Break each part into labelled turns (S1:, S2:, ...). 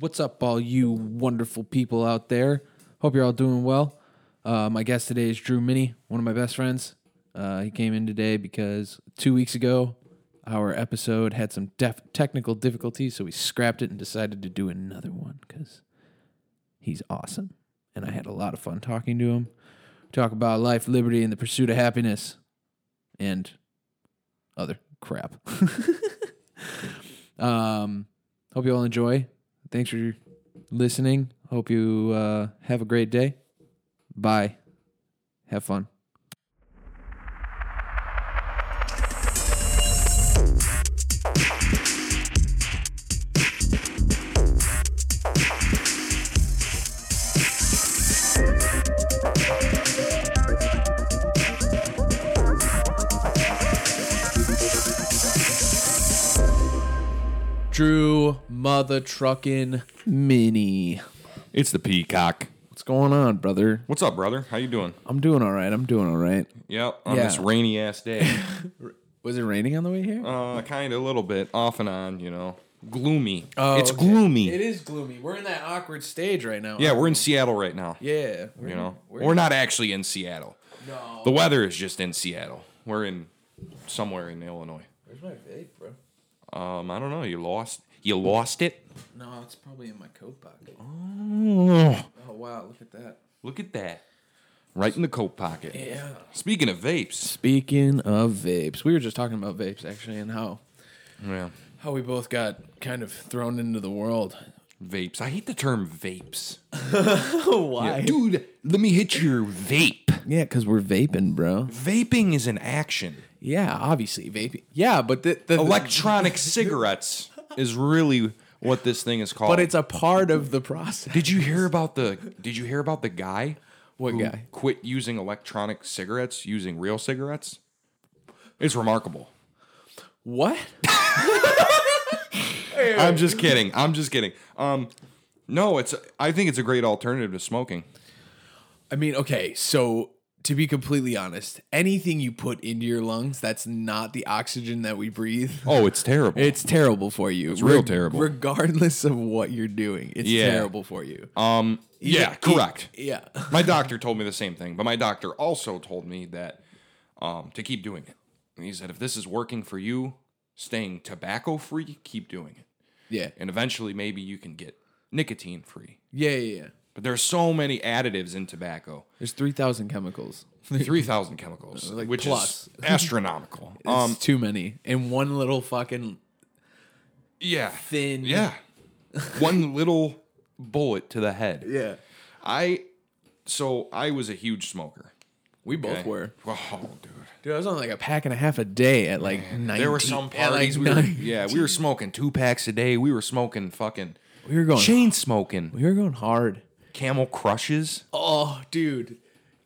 S1: What's up, all you wonderful people out there? Hope you're all doing well. Uh, my guest today is Drew Minnie, one of my best friends. Uh, he came in today because two weeks ago, our episode had some def- technical difficulties, so we scrapped it and decided to do another one because he's awesome. And I had a lot of fun talking to him. Talk about life, liberty, and the pursuit of happiness and other crap. um, hope you all enjoy. Thanks for listening. Hope you uh, have a great day. Bye. Have fun. Drew Mother Truckin' Mini.
S2: It's the peacock.
S1: What's going on, brother?
S2: What's up, brother? How you doing?
S1: I'm doing all right. I'm doing all right.
S2: Yep, on
S1: Yeah.
S2: this rainy ass day.
S1: Was it raining on the way here?
S2: uh, kind of a little bit off and on, you know. Gloomy.
S1: Oh,
S2: it's
S1: okay.
S2: gloomy.
S1: It is gloomy. We're in that awkward stage right now.
S2: yeah, we're in Seattle right now.
S1: Yeah. We're,
S2: You know,
S1: We're,
S2: we're, not actually in Seattle.
S1: no.
S2: The weather is just in Seattle. We're in somewhere in Illinois.
S1: Where's my vape, bro?
S2: Um, I don't know. You lost. You lost it.
S1: No, it's probably in my coat pocket.
S2: Oh,
S1: Oh, wow. Look at that.
S2: look at that. Right in the coat pocket.
S1: Yeah.
S2: Speaking of vapes.
S1: Speaking of vapes, we were just talking about vapes actually, and how
S2: Yeah.
S1: how we both got kind of thrown into the world.
S2: Vapes. I hate the term vapes.
S1: Why? Yeah,
S2: Dude, let me hit your vape.
S1: because we're vaping, bro.
S2: Vaping is an action.
S1: Yeah, obviously vaping. Yeah, but the, the
S2: Electronic cigarettes is really what this thing is called.
S1: but it's a part of the process.
S2: Did you hear about the Did you hear about the guy?
S1: What
S2: who
S1: guy?
S2: Quit using electronic cigarettes, using real cigarettes. It's remarkable.
S1: What?
S2: I'm just kidding. I'm just kidding. Um, no, it's. I think it's a great alternative to smoking.
S1: I mean, okay, so to be completely honest, anything you put into your lungs that's not the oxygen that we breathe,
S2: Oh, it's terrible.
S1: it's terrible for you. It's
S2: real terrible.
S1: Regardless of what you're doing, it's
S2: Yeah.
S1: terrible for you.
S2: um, yeah,
S1: It-
S2: correct.
S1: it- yeah.
S2: my doctor told me the same thing, but my doctor also told me that um, to keep doing it. And he said, if this is working for you, staying tobacco free, keep doing it.
S1: Yeah.
S2: And eventually, maybe you can get nicotine free.
S1: Yeah, yeah, yeah.
S2: But there are so many additives in tobacco
S1: There's 3,000 chemicals.
S2: 3,000 chemicals,
S1: Like
S2: which
S1: plus.
S2: is astronomical.
S1: It's
S2: um,
S1: too many in one little fucking
S2: yeah.
S1: thin.
S2: Yeah. One little bullet to the head.
S1: Yeah.
S2: I, so I was a huge smoker.
S1: We both
S2: okay?
S1: were.
S2: Oh, dude.
S1: Dude, I was on like a pack and a half a day at like 19.
S2: There were some
S1: at, like,
S2: parties. we were,
S1: nine-
S2: yeah, we were smoking two packs a day. We were smoking fucking
S1: we were going
S2: chain smoking.
S1: we were going hard.
S2: Camel crushes.
S1: Oh, dude.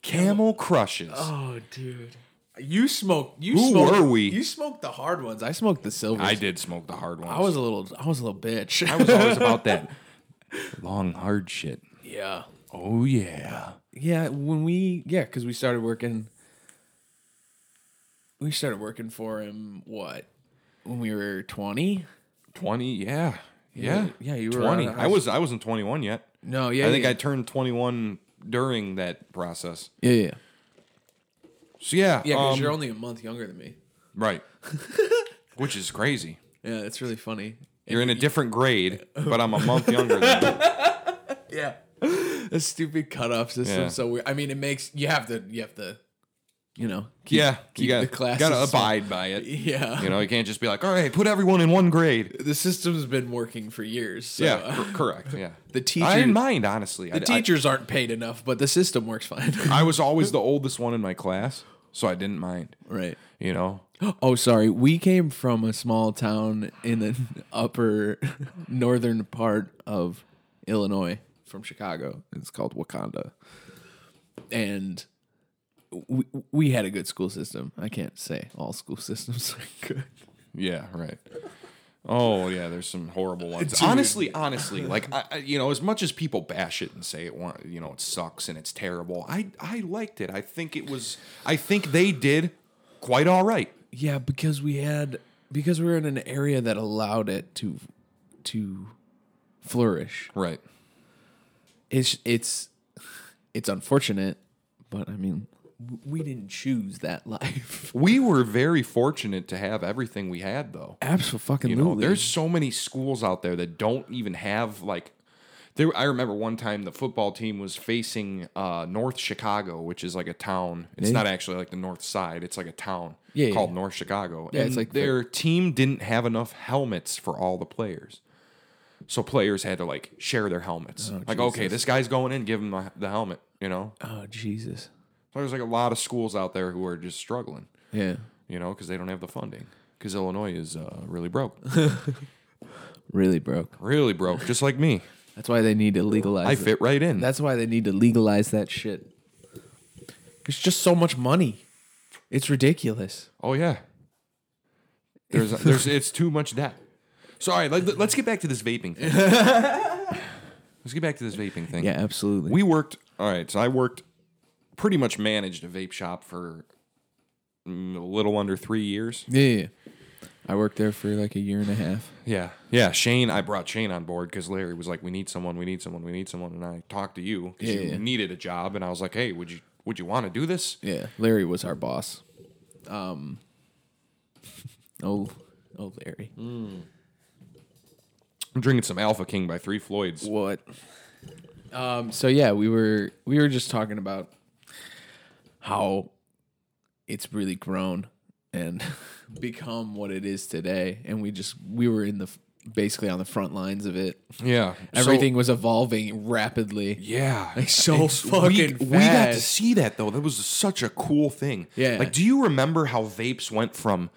S2: Camel crushes.
S1: Oh, dude. You smoked you
S2: Who
S1: smoked
S2: were we?
S1: You smoked the hard ones. I smoked the silvers.
S2: I did smoke the hard ones.
S1: I was a little I was a little bitch.
S2: I was always about that long hard shit.
S1: yeah.
S2: Oh yeah.
S1: Yeah, when we yeah, cuz we started working we started working for him what? When we were 20?
S2: Twenty. Yeah. Yeah.
S1: were- yeah, you were
S2: twenty.
S1: on-
S2: I was. I wasn't twenty-one yet.
S1: No, yeah.
S2: I think
S1: yeah.
S2: I turned twenty-one during that process.
S1: Yeah, yeah.
S2: So yeah.
S1: Yeah, because
S2: um,
S1: you're only a month younger than me.
S2: right. Which is crazy.
S1: Yeah, that's really funny.
S2: You're in a different grade, but I'm a month younger than you.
S1: Yeah. The stupid cutoff system
S2: Yeah.
S1: so weird. I mean, it makes you have to you have to you know. keep-
S2: yeah,
S1: keep
S2: you got
S1: the classes
S2: gotta
S1: small.
S2: abide by it.
S1: Yeah.
S2: You know, you can't just be like, all right, put everyone in one grade.
S1: The system's been working for years. So
S2: yeah, cor- correct. Yeah,
S1: The
S2: I
S1: teacher-
S2: didn't mind honestly.
S1: The teachers aren't paid enough, but the system works fine.
S2: I, I was always the oldest one in my class, so I didn't mind.
S1: right.
S2: You know,
S1: Oh, sorry. We came from a small town in the upper northern part of Illinois from Chicago. It's called Wakanda. And we, we had a good school system. I can't say all school systems are good.
S2: yeah, right. Oh yeah, there's some horrible ones. Honestly, honestly, like I, I, you know, as much as people bash it and say it, wa- you know, it sucks and it's terrible. I I liked it. I think it was. I think they did quite all right.
S1: Yeah, because we had because we were in an area that allowed it to to flourish.
S2: Right.
S1: It's it's it's unfortunate, but I mean, w- we didn't choose that life.
S2: We were very fortunate to have everything we had, though.
S1: Absolutely.
S2: You know, there's so many schools out there that don't even have like. There, I remember one time the football team was facing uh, North Chicago, which is like a town. It's
S1: Yeah.
S2: not actually like the North Side; it's like a town
S1: Yeah, yeah.
S2: called North Chicago.
S1: Yeah,
S2: and
S1: it's like the-
S2: their team didn't have enough helmets for all the players, so players had to like share their helmets. like, okay, this guy's going in, give him the, the helmet. You know,
S1: oh Jesus.
S2: so there's like a lot of schools out there who are just struggling
S1: Yeah.
S2: you know, because they don't have the funding. Because Illinois is uh, really broke,
S1: Really broke.
S2: really broke, just like me.
S1: That's why they need to legalize.
S2: I
S1: it.
S2: fit right in.
S1: That's why they need to legalize that shit. It's just so much money. It's ridiculous.
S2: oh yeah. There's, there's, it's too much debt. So all right, let, let's get back to this vaping thing. let's get back to this vaping thing.
S1: Yeah, absolutely.
S2: We worked. All right, so I worked, pretty much managed a vape shop for mm, a little under three years.
S1: yeah, yeah, yeah. I worked there for like a year and a half.
S2: Yeah, yeah. Shane, I brought Shane on board because Larry was like, "We need someone. We need someone. We need someone." And I talked to you because
S1: Yeah,
S2: you
S1: yeah.
S2: needed a job, and I was like, "Hey, would you would you want to do this?"
S1: Yeah, Larry was our boss. Um, oh, oh, Larry.
S2: I'm drinking some Alpha King by Three Floyds.
S1: What? Um, so yeah, we were we were just talking about how it's really grown and become what it is today, and we just we were in the basically on the front lines of it.
S2: Yeah,
S1: Everything was evolving rapidly.
S2: yeah,
S1: so
S2: we,
S1: fucking
S2: we got to
S1: fast.
S2: see that though. That was such a cool thing.
S1: Yeah.
S2: Like, do you remember how vapes went from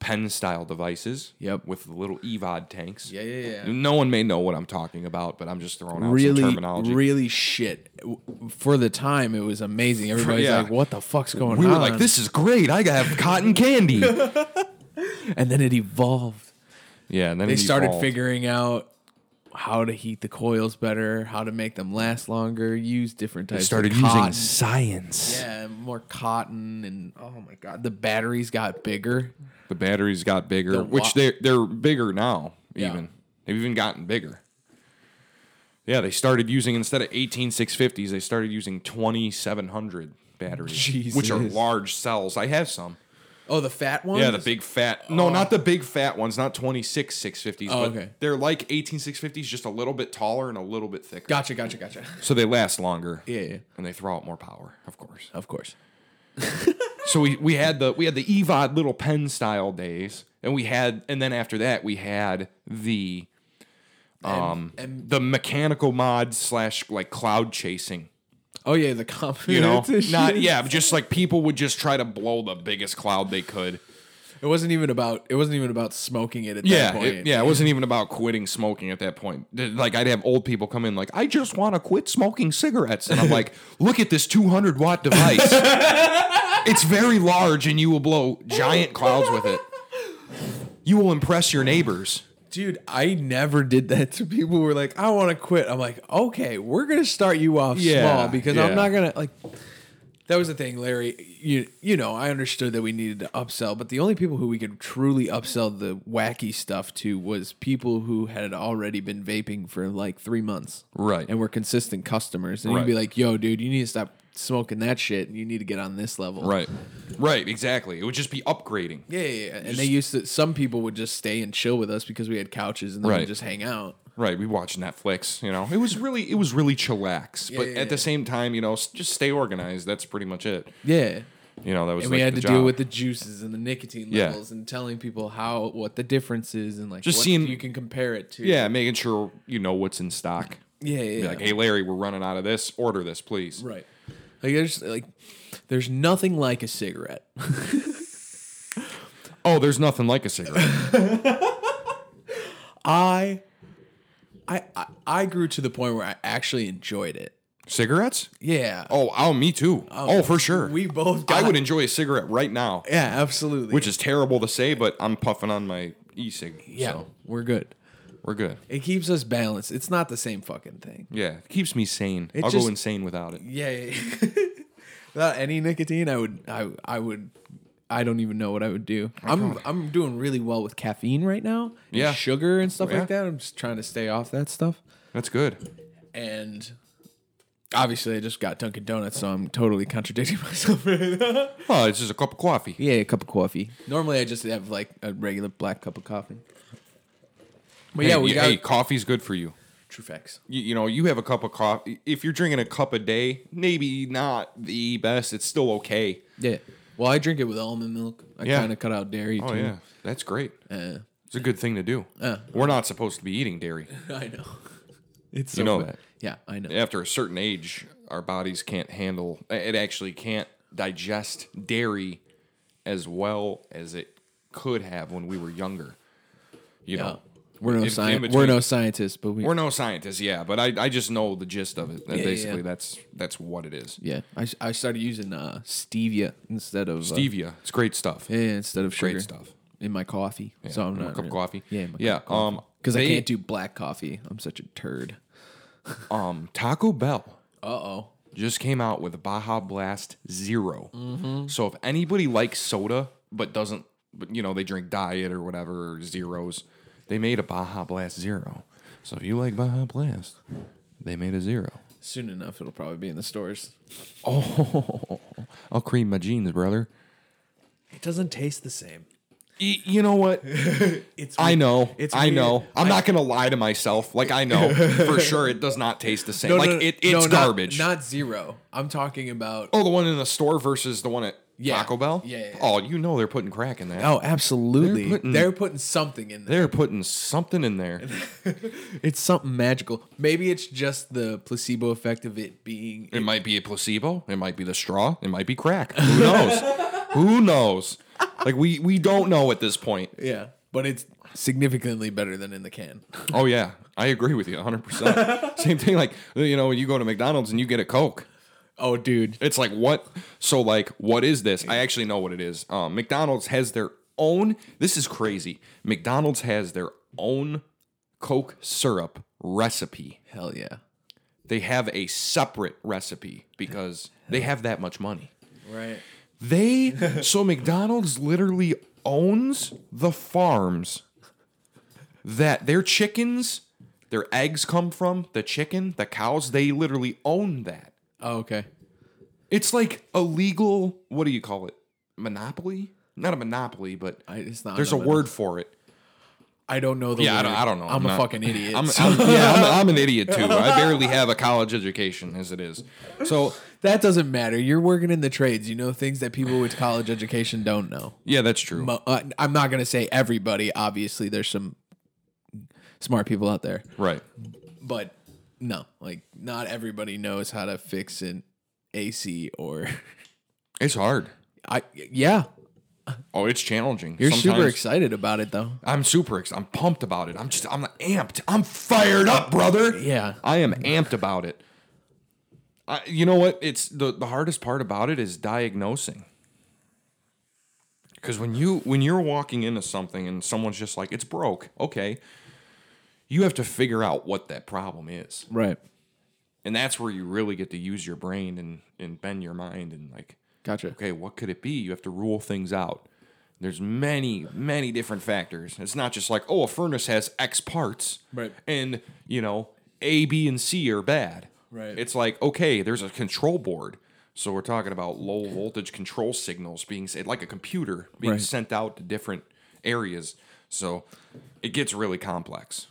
S2: pen style devices?
S1: Yep.
S2: With the little Evod tanks.
S1: Yeah, yeah, yeah.
S2: No one may know what I'm talking about, but I'm just throwing out some
S1: Really,
S2: terminology.
S1: really shit. For the time, it was amazing. Everybody's
S2: yeah.
S1: like, "What the fuck's going
S2: we
S1: on?"
S2: were like, "This is great! I have cotton candy."
S1: and then it evolved.
S2: Yeah, and then
S1: they started figuring out how to heat the coils better, how to make them last longer, use different types.
S2: started
S1: of cotton.
S2: using science.
S1: yeah, more cotton, and oh my god, the batteries got bigger.
S2: The batteries got bigger,
S1: The wa-
S2: which they're they're bigger now.
S1: Yeah.
S2: Even they've even gotten bigger. Yeah, they started using instead of eighteen six fifties, they started using twenty seven hundred batteries, which are
S1: Jesus.
S2: large cells. I have some.
S1: Oh, the fat ones.
S2: Yeah, the big fat. No, not the big fat ones. Not twenty six six fifties.
S1: Oh,
S2: but
S1: okay.
S2: They're like eighteen six fifties, just a little bit taller and a little bit thicker.
S1: Gotcha, gotcha, gotcha.
S2: so they last longer.
S1: Yeah, yeah.
S2: and they throw out more power, of course.
S1: Of course.
S2: So we, we had the we had the Evod little pen style days, and we had and then after that we had the um the mechanical mod slash like cloud chasing.
S1: Oh yeah, the comp.
S2: You know, not yeah, but just like people would just try to blow the biggest cloud they could.
S1: It wasn't even about. It wasn't even about smoking it at that
S2: Yeah,
S1: point.
S2: it, yeah. It wasn't even about quitting smoking at that point. Th- Like I'd have old people come in like, I just want to quit smoking cigarettes, and I'm like, look at this 200 watt device. it's very large, and you will blow giant clouds with it. You will impress your neighbors.
S1: dude. I never did that to people. Who were like, I want to quit. I'm like, okay, we're gonna start you off
S2: Yeah,
S1: small because
S2: yeah.
S1: I'm not gonna like. That was the thing, Larry. You you know, I understood that we needed to upsell, but the only people who we could truly upsell the wacky stuff to was people who had already been vaping for like three months,
S2: Right.
S1: And were consistent customers. And you'd be
S2: Right.
S1: like, "Yo, dude, you need to stop smoking that shit, and you need to get on this level."
S2: Right, right. Exactly. It would just be upgrading.
S1: Yeah, yeah, yeah. and they used to. Some people would just stay and chill with us because we had couches, and they
S2: Right.
S1: would just hang out.
S2: Right. We watch Netflix. You know, it was really it was really chillax, but
S1: yeah,
S2: at the
S1: yeah.
S2: same time, you know, s- just stay organized. That's pretty much it.
S1: Yeah,
S2: You know, that was
S1: and
S2: like
S1: we had
S2: the
S1: to deal
S2: job.
S1: with the juices and the nicotine
S2: Yeah.
S1: levels and telling people how what the difference is and like
S2: Just
S1: what
S2: seeing-
S1: you can compare it to.
S2: yeah, making sure you know what's in stock.
S1: yeah, yeah.
S2: Be like, hey Larry, we're running out of this. Order this, please.
S1: right. Like there's like there's nothing like a cigarette.
S2: Oh, there's nothing like a cigarette.
S1: I, I, I, I grew to the point where I actually enjoyed it.
S2: Cigarettes?
S1: Yeah.
S2: Oh, oh, me too. oh, for sure.
S1: We both.
S2: I
S1: Got,
S2: would enjoy a cigarette right now,
S1: Yeah, absolutely.
S2: which is terrible to say, but I'm puffing on my e-cig.
S1: yeah,
S2: so
S1: we're good.
S2: we're good.
S1: It keeps us balanced. It's not the same fucking thing.
S2: Yeah, it keeps me sane. I'll go
S1: just-
S2: insane without it.
S1: Yeah. yeah, yeah. Without any nicotine, I would. I. I would. I don't even know what I would do. I'm I'm doing really well with caffeine right now. and
S2: Yeah.
S1: sugar and stuff
S2: Yeah.
S1: like that. I'm just trying to stay off that stuff.
S2: That's good.
S1: And obviously, I just got Dunkin' Donuts, so I'm totally contradicting myself.
S2: Oh, it's just a cup of coffee.
S1: yeah, a cup of coffee. Normally, I just have like a regular black cup of coffee. But yeah,
S2: Hey,
S1: we
S2: you-
S1: got
S2: hey, coffee's good for you.
S1: true facts.
S2: you, you know, you have a cup of coffee. If you're drinking a cup a day, maybe not the best. It's still okay.
S1: Yeah. Well, I drink it with almond milk. I
S2: Yeah.
S1: kind of cut out dairy
S2: Oh
S1: too.
S2: yeah, uh. that's great.
S1: Uh,
S2: It's a good thing to do. We're not supposed to be eating dairy.
S1: I know. It's so
S2: You know
S1: bad.
S2: that.
S1: Yeah, I know.
S2: After a certain age, our bodies can't handle. It actually can't digest dairy as well as it could have when we were younger. You
S1: Yeah.
S2: know,
S1: We're no
S2: In-
S1: sci-
S2: in
S1: we're
S2: between-
S1: no scientists, but we
S2: we're no scientists, yeah, but I, I just know the gist of it. That
S1: yeah,
S2: basically,
S1: yeah.
S2: that's that's what it is.
S1: yeah. I, s- I started using uh, stevia instead of uh,
S2: Stevia, it's great stuff.
S1: yeah, instead of sugar
S2: Great stuff.
S1: in my coffee. so I'm not
S2: in my cup of
S1: really-
S2: coffee.
S1: Yeah, in my
S2: Yeah,
S1: cup of coffee.
S2: um,
S1: because I
S2: they-
S1: can't do black coffee. I'm such a turd.
S2: Um, Taco Bell.
S1: Uh oh.
S2: just came out with Baja Blast 0
S1: Mm-hmm.
S2: So if anybody likes soda but doesn't, but you know they drink diet or whatever or zeros, they made a Baja Blast zero. So if you like Baja Blast, they made a zero.
S1: Soon enough, it'll probably be in the stores.
S2: I'll cream my jeans, brother.
S1: It doesn't taste the same.
S2: Y- you know what?
S1: It's
S2: I know.
S1: It's
S2: I know.
S1: weird.
S2: I'm not gonna lie to myself. Like I know for sure it does not taste the same. like it, it's garbage.
S1: Not, zero. I'm talking about.
S2: oh, the one in the store versus the one at
S1: Yeah.
S2: Taco Bell.
S1: Yeah, yeah, yeah.
S2: Oh, you know they're putting crack in that.
S1: Oh, absolutely.
S2: They're putting-
S1: something in there.
S2: They're putting something in there.
S1: It's something magical. Maybe it's just the placebo effect of it being
S2: It might be a placebo. It might be the straw. It might be crack. Who knows? Who knows? Like we we don't know at this point.
S1: Yeah, but it's significantly better than in the can.
S2: Oh yeah, I agree with you 100. percent Same thing. Like you know, when you go to McDonald's and you get a Coke.
S1: Oh, dude.
S2: It's like what? So like, what is this? I actually know what it is. Um, McDonald's has their own. This is crazy. McDonald's has their own Coke syrup recipe.
S1: Hell yeah.
S2: They have a separate recipe because they have that much money.
S1: Right.
S2: They so McDonald's literally owns the farms that their chickens, their eggs come from, the chicken, the cows, they literally own that.
S1: Oh, okay.
S2: It's like a legal, what do you call it? Monopoly? Not a monopoly, but
S1: I, it's not.
S2: there's a
S1: no,
S2: word for it.
S1: I don't know the.
S2: Yeah, I
S1: word.
S2: don't, I don't know.
S1: I'm, a
S2: not-
S1: fucking idiot.
S2: I'm,
S1: so-
S2: I'm- yeah, I'm, I'm an idiot too. I barely have a college education as it is. So
S1: that doesn't matter. You're working in the trades. You know things that people with college education don't know.
S2: yeah, that's true.
S1: Mo- uh, I'm not gonna say everybody. Obviously, there's some smart people out there,
S2: Right.
S1: but no, like not everybody knows how to fix an AC or.
S2: It's hard.
S1: I yeah.
S2: Oh, it's challenging.
S1: You're super
S2: Sometimes-
S1: excited about it though.
S2: I'm super excited. I'm pumped about it. I'm just, I'm amped. I'm fired up, brother.
S1: Yeah.
S2: I am amped about it. I, you know what? It's the, the hardest part about it is diagnosing. Because when you when you're walking into something and someone's just like it's broke, okay, you have to figure out what that problem is,
S1: Right.
S2: and that's where you really get to use your brain and and bend your mind and like
S1: Gotcha.
S2: okay, what could it be? You have to rule things out. There's many, many different factors. It's not just like, oh, a furnace has X parts,
S1: Right.
S2: And you know, A, B, and C are bad,
S1: Right.
S2: It's like, okay, there's a control board, so we're talking about low voltage control signals being sent, like a computer being
S1: Right.
S2: sent out to different areas. So it gets really complex.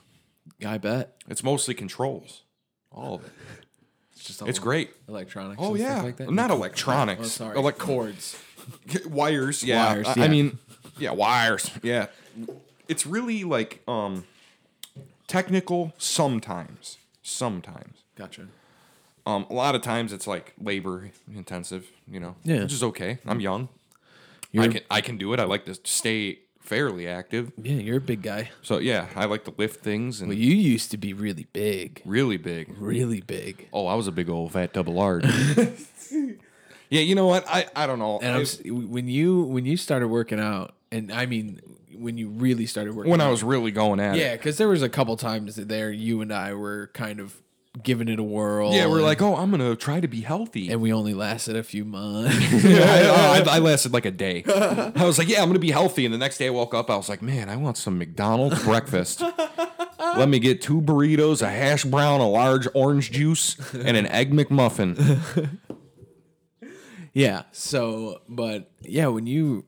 S1: I bet.
S2: It's mostly controls, all of it.
S1: It's just
S2: It's great.
S1: Electronics.
S2: Oh
S1: and stuff
S2: yeah,
S1: like that.
S2: not
S1: Oh,
S2: electronics.
S1: sorry.
S2: Elec-
S1: cords.
S2: wires yeah.
S1: Wires,
S2: I- I,
S1: yeah.
S2: mean yeah wires yeah it's really like um technical sometimes sometimes
S1: Gotcha.
S2: um a lot of times it's like labor intensive you know
S1: Yeah.
S2: which is okay i'm young i
S1: You're-
S2: can i can do it i like to stay fairly active
S1: Yeah, you're a big guy.
S2: so yeah i like to lift things and
S1: Well, you used to be really big,
S2: really big
S1: really big.
S2: oh i was a big old fat double large yeah you know what i i don't know
S1: And
S2: I-
S1: I'm, s- when you when you started working out, and I mean when you really started working,
S2: when i
S1: out,
S2: was really going at it
S1: yeah, because there was a couple times there you and I were kind of giving it a whirl.
S2: Yeah, we're
S1: and-
S2: like, oh, I'm gonna try to be healthy.
S1: and we only lasted a few months.
S2: Yeah, I, I- I lasted like a day. I was like, yeah, I'm gonna be healthy. And the next day I woke up, I was like, man, I want some McDonald's breakfast. Let me get two burritos, a hash brown, a large orange juice, and an egg McMuffin.
S1: yeah. So, but yeah, when you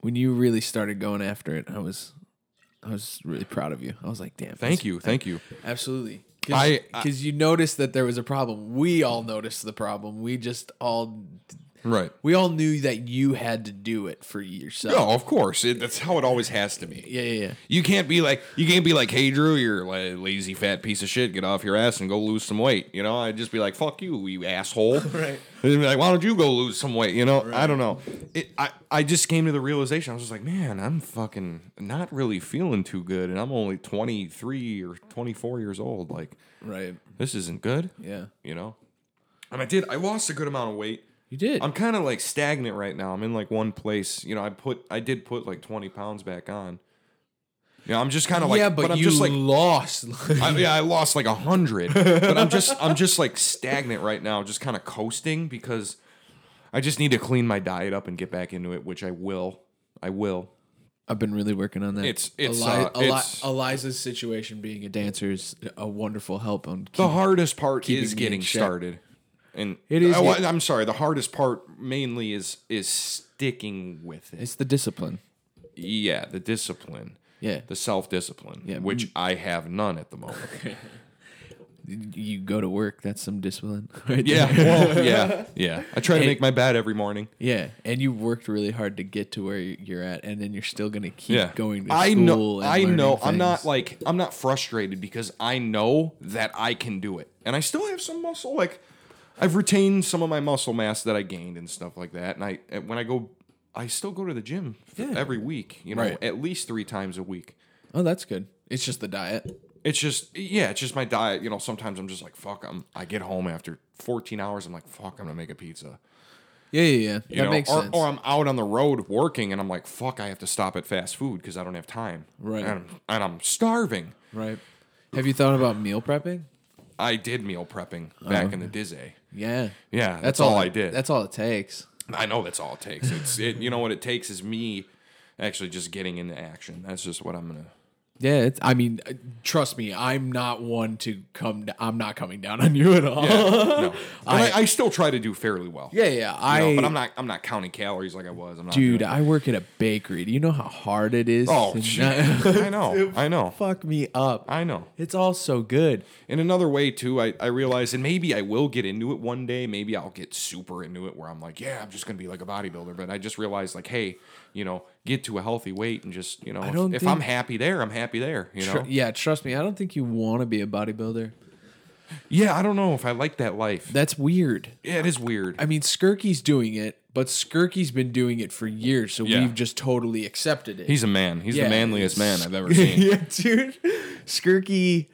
S1: when you really started going after it, I was I was really proud of you. I was like, damn.
S2: Thank you, thank you.
S1: Absolutely.
S2: I-
S1: Because you noticed that there was a problem. We all noticed the problem. We just all
S2: Right.
S1: we all knew that you had to do it for yourself.
S2: No, Oh, of course. It, that's how it always has to be.
S1: Yeah, yeah, yeah.
S2: You can't be like you can't be like, hey Drew, you're a lazy fat piece of shit. Get off your ass and go lose some weight. You know, I'd just be like, fuck you, you asshole. right. And be like, why don't you go lose some weight? You know, I don't know. It, I I just came to the realization. I was just like, man, I'm fucking not really feeling too good, and I'm only 23 or 24 years old. Like,
S1: Right.
S2: this isn't good.
S1: Yeah.
S2: You know. And I did. I lost a good amount of weight.
S1: You did.
S2: I'm kind of like stagnant right now. I'm in like one place. You know, I put I did put like 20 pounds back on. Yeah, I'm just kind of like
S1: yeah, but,
S2: I'm
S1: you
S2: just like
S1: lost.
S2: I, yeah, I lost like a hundred, but I'm just I'm just like stagnant right now, just kind of coasting because I just need to clean my diet up and get back into it, which I will. I will.
S1: I've been really working on that.
S2: It's- it's,
S1: Eli-
S2: uh,
S1: Eli-
S2: it's-
S1: Eliza's situation being a dancer is a wonderful help on
S2: The hardest part is
S1: me in
S2: getting
S1: shape.
S2: started, and
S1: It is
S2: oh,
S1: get-
S2: I'm sorry. The hardest part mainly is is sticking with it.
S1: It's the discipline.
S2: Yeah, the discipline.
S1: Yeah.
S2: the self discipline,
S1: Yeah.
S2: which I have none at the moment.
S1: you go to work, that's some discipline. Right
S2: yeah,
S1: there.
S2: well, yeah, yeah. I try to make my bed every morning.
S1: Yeah. And you worked really hard to get to where you're at and then you're still going to keep
S2: Yeah,
S1: going to
S2: I
S1: school
S2: know.
S1: and
S2: I
S1: learning
S2: know. I'm not
S1: things.
S2: like I'm not frustrated because I know that I can do it, and I still have some muscle. Like I've retained some of my muscle mass that I gained and stuff like that. And I and when I go, I still go to the gym f- every week. You know,
S1: Right.
S2: at least three times a week.
S1: Oh, that's good. It's just the diet.
S2: It's just yeah, it's just my diet. You know, sometimes I'm just like fuck. I'm I get home after 14 hours. I'm like fuck. I'm gonna make a pizza.
S1: Yeah, yeah, yeah.
S2: You
S1: that
S2: know,
S1: makes
S2: or,
S1: sense.
S2: or I'm out on the road working and I'm like, fuck, I have to stop at fast food because I don't have time.
S1: Right.
S2: And, and I'm starving.
S1: right. Have you thought about meal prepping?
S2: I did meal prepping back in the Dizzy.
S1: Yeah.
S2: Yeah, that's, all, I
S1: it-
S2: did.
S1: Uh-huh. That's all it takes.
S2: I know that's all it takes. It's it, you know what it takes is me actually just getting into action. That's just what I'm gonna.
S1: Yeah, it's, I mean, uh, trust me, I'm not one to come. d- I'm not coming down on you at all.
S2: Yeah,
S1: Yeah,
S2: no. But I, I still try to do fairly well.
S1: yeah.
S2: You
S1: I,
S2: know, but I'm not. I'm not counting calories like I was. I'm not
S1: dude,
S2: doing-
S1: I work at a bakery. Do you know how hard it is?
S2: oh,
S1: to
S2: gee,
S1: not-
S2: I know. I know.
S1: fuck me up.
S2: I know.
S1: It's all so good.
S2: in another way too I, I realize and maybe i will get into it one day maybe i'll get super into it where i'm like yeah i'm just gonna be like a bodybuilder but i just realized like hey you know get to a healthy weight and just you know if,
S1: don't
S2: if
S1: think-
S2: i'm happy there i'm happy there you
S1: Tr-
S2: know
S1: yeah, trust me. I don't think you want to be a bodybuilder.
S2: yeah i don't know if i like that life
S1: That's weird.
S2: yeah it is weird
S1: I mean, Skirky's doing it, but Skirky's been doing it for years, so
S2: Yeah.
S1: we've just totally accepted it.
S2: he's a man he's
S1: Yeah.
S2: the manliest man i've ever seen
S1: yeah, dude. Skirky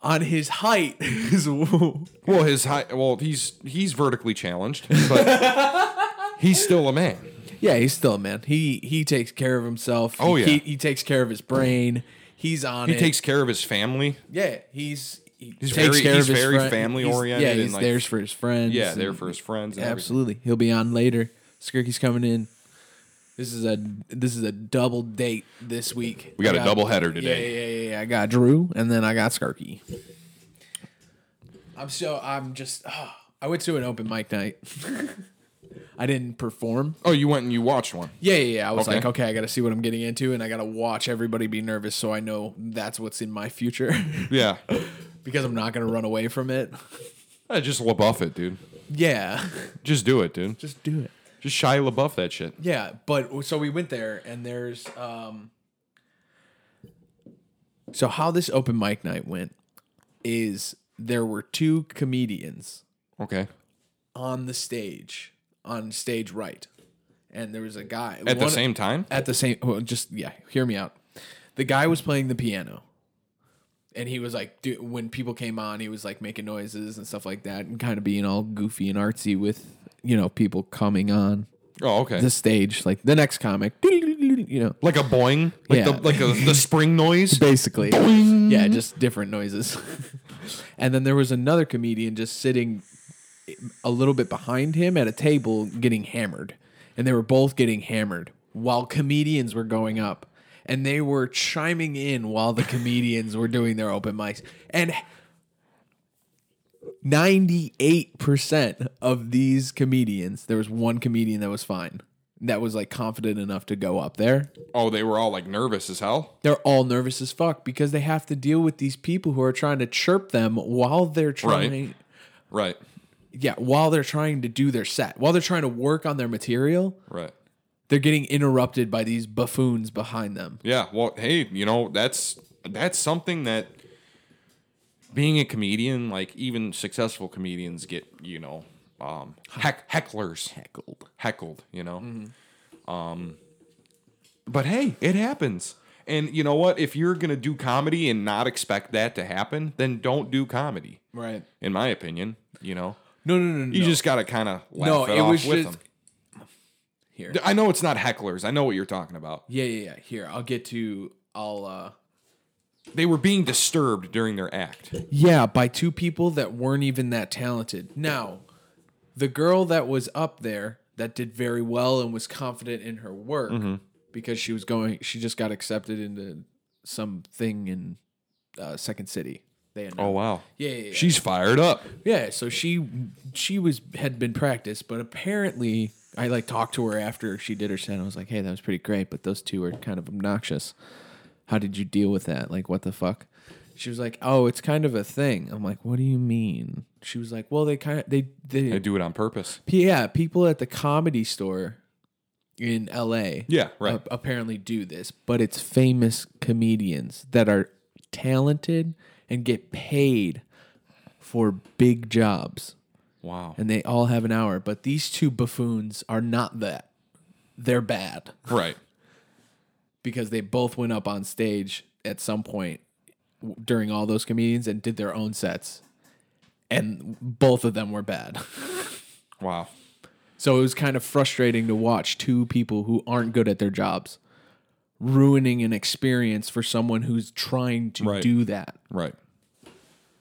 S1: on his height is
S2: well his height well he's he's vertically challenged but he's still a man
S1: Yeah, he's still a man. He he takes care of himself.
S2: Oh,
S1: he,
S2: yeah.
S1: He, he takes care of his brain. He's on
S2: he
S1: it.
S2: takes care of his family
S1: Yeah, he's he
S2: He's
S1: takes
S2: very-
S1: care
S2: he's
S1: of his
S2: very
S1: friend-
S2: family-oriented
S1: He's, yeah,
S2: and,
S1: he's
S2: like-
S1: there for his friends.
S2: yeah there
S1: and-
S2: for his friends and everything.
S1: Absolutely. He'll be on later. Skirky's coming in. This is a this is a double date this week.
S2: We got
S1: I
S2: a double header
S1: yeah,
S2: today.
S1: Yeah, yeah, yeah. I got Drew and then I got Skirky. I'm so I'm just ah, I went to an open mic night. I didn't perform.
S2: oh you went and you watched one
S1: Yeah, yeah, yeah. I was
S2: Okay.
S1: like, okay, I got to see what I'm getting into, and I got to watch everybody be nervous, so I know that's what's in my future,
S2: yeah
S1: because I'm not gonna run away from it.
S2: Uh, just LaBeouf it, dude.
S1: Yeah,
S2: Just do it, dude.
S1: just do it.
S2: Just Shia LaBeouf that shit.
S1: Yeah, but so we went there, and there's um. So how this open mic night went is there were two comedians
S2: Okay.
S1: on the stage on stage right, and there was a guy
S2: At the
S1: one-
S2: same time?
S1: at the same well, just yeah hear me out the guy was playing the piano and he was like do, when people came on he was like making noises and stuff like that and kind of being all goofy and artsy with you know people coming on
S2: Oh, okay.
S1: the stage like the next comic you know
S2: like a boing? Like
S1: Yeah.
S2: the like a, the spring noise?
S1: basically yeah just different noises And then there was another comedian just sitting a little bit behind him at a table getting hammered. And they were both getting hammered while comedians were going up. And they were chiming in while the comedians were doing their open mics. And 98% of these comedians, there was one comedian that was fine, that was like confident enough to go up there.
S2: Oh, they were all like nervous as hell.
S1: They're all nervous as fuck because they have to deal with these people who are trying to chirp them while they're trying
S2: Right.
S1: yeah, while they're trying to do their set, while they're trying to work on their material,
S2: Right.
S1: they're getting interrupted by these buffoons behind them.
S2: Yeah. Well, hey, you know, that's that's something that being a comedian, like even successful comedians get, you know, um heck, hecklers. Heckled. Heckled, you know. Um
S1: Mm-hmm.
S2: but hey, it happens. And you know what? If you're going to do comedy and not expect that to happen, then don't do comedy.
S1: Right.
S2: In my opinion, you know.
S1: No, no, no, no.
S2: You just got to kind of laugh
S1: No,
S2: it,
S1: it
S2: off
S1: was
S2: with
S1: just-
S2: them.
S1: Here.
S2: I know it's not hecklers. I know what you're talking about.
S1: Yeah, yeah, yeah. Here, I'll get to I'll uh
S2: They were being disturbed during their act.
S1: Yeah, by two people that weren't even that talented. Now, the girl that was up there that did very well and was confident in her work because she was going she just got accepted into something in uh, Second City. They announced.
S2: Oh wow.
S1: Yeah, yeah, yeah.
S2: She's fired up.
S1: Yeah, so she she was had been practiced, but apparently I like talked to her after she did her set. And I was like, "Hey, that was pretty great, but those two are kind of obnoxious. How did you deal with that? Like, what the fuck?" She was like, "Oh, it's kind of a thing." I'm like, "What do you mean?" She was like, "Well, they kind of they they,
S2: They do it on purpose.
S1: yeah, people at the comedy store in L.A.
S2: Yeah, right.
S1: ap- apparently do this, but it's famous comedians that are talented and get paid for big jobs,
S2: Wow.
S1: and they all have an hour. But these two buffoons are not that; they're bad
S2: Right.
S1: because they both went up on stage at some point w- during all those comedians and did their own sets, and both of them were bad.
S2: Wow.
S1: So it was kind of frustrating to watch two people who aren't good at their jobs ruining an experience for someone who's trying to
S2: Right.
S1: do that
S2: Right.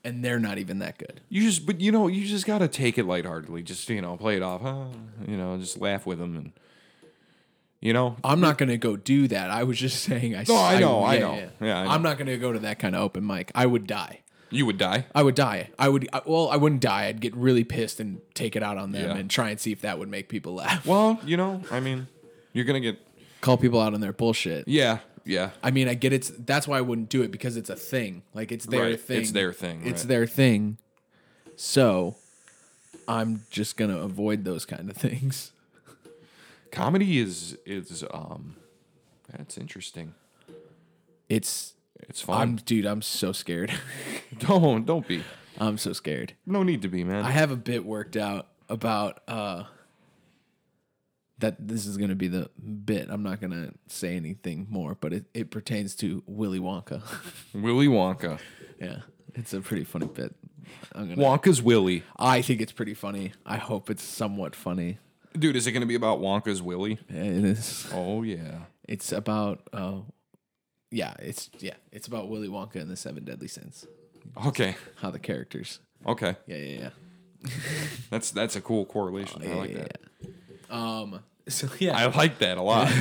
S1: and they're not even that good.
S2: You just but you know, you just got to take it lightheartedly. Just, you know, play it off. Huh? You know, just laugh with them and you know,
S1: I'm not going to go do that. I was just saying I
S2: No, I know, I know. Yeah, I know.
S1: am not going to go to that kind of open mic. I would die.
S2: you would die.
S1: I would die. I would I, well, I wouldn't die. I'd get really pissed and take it out on them
S2: Yeah.
S1: and try and see if that would make people laugh.
S2: Well, you know, I mean, you're going to get
S1: Call people out on their bullshit.
S2: Yeah, yeah.
S1: I mean, I get it's that's why I wouldn't do it because it's a thing. Like it's their
S2: Right,
S1: thing.
S2: it's their thing,
S1: It's
S2: right.
S1: their thing. So I'm just gonna avoid those kind of things.
S2: Comedy is is um that's interesting.
S1: It's
S2: It's
S1: I'm
S2: fun.
S1: dude, I'm so scared.
S2: Don't don't be.
S1: I'm so scared.
S2: No need to be, man.
S1: I have a bit worked out about uh that this is gonna be the bit. I'm not gonna say anything more, but it, it pertains to Willy Wonka.
S2: Willy Wonka.
S1: yeah. It's a pretty funny bit. I'm gonna
S2: Wonka's Willy.
S1: I think it's pretty funny. I hope it's somewhat funny.
S2: Dude, is it going to be about Wonka's Willy?
S1: It is.
S2: Oh yeah.
S1: It's about. Uh, yeah, it's yeah, it's about Willy Wonka and the Seven Deadly Sins.
S2: Okay.
S1: How the characters.
S2: Okay.
S1: Yeah, yeah, yeah.
S2: That's that's a cool correlation. I like
S1: yeah,
S2: that.
S1: yeah. Um. So yeah,
S2: I like that a lot.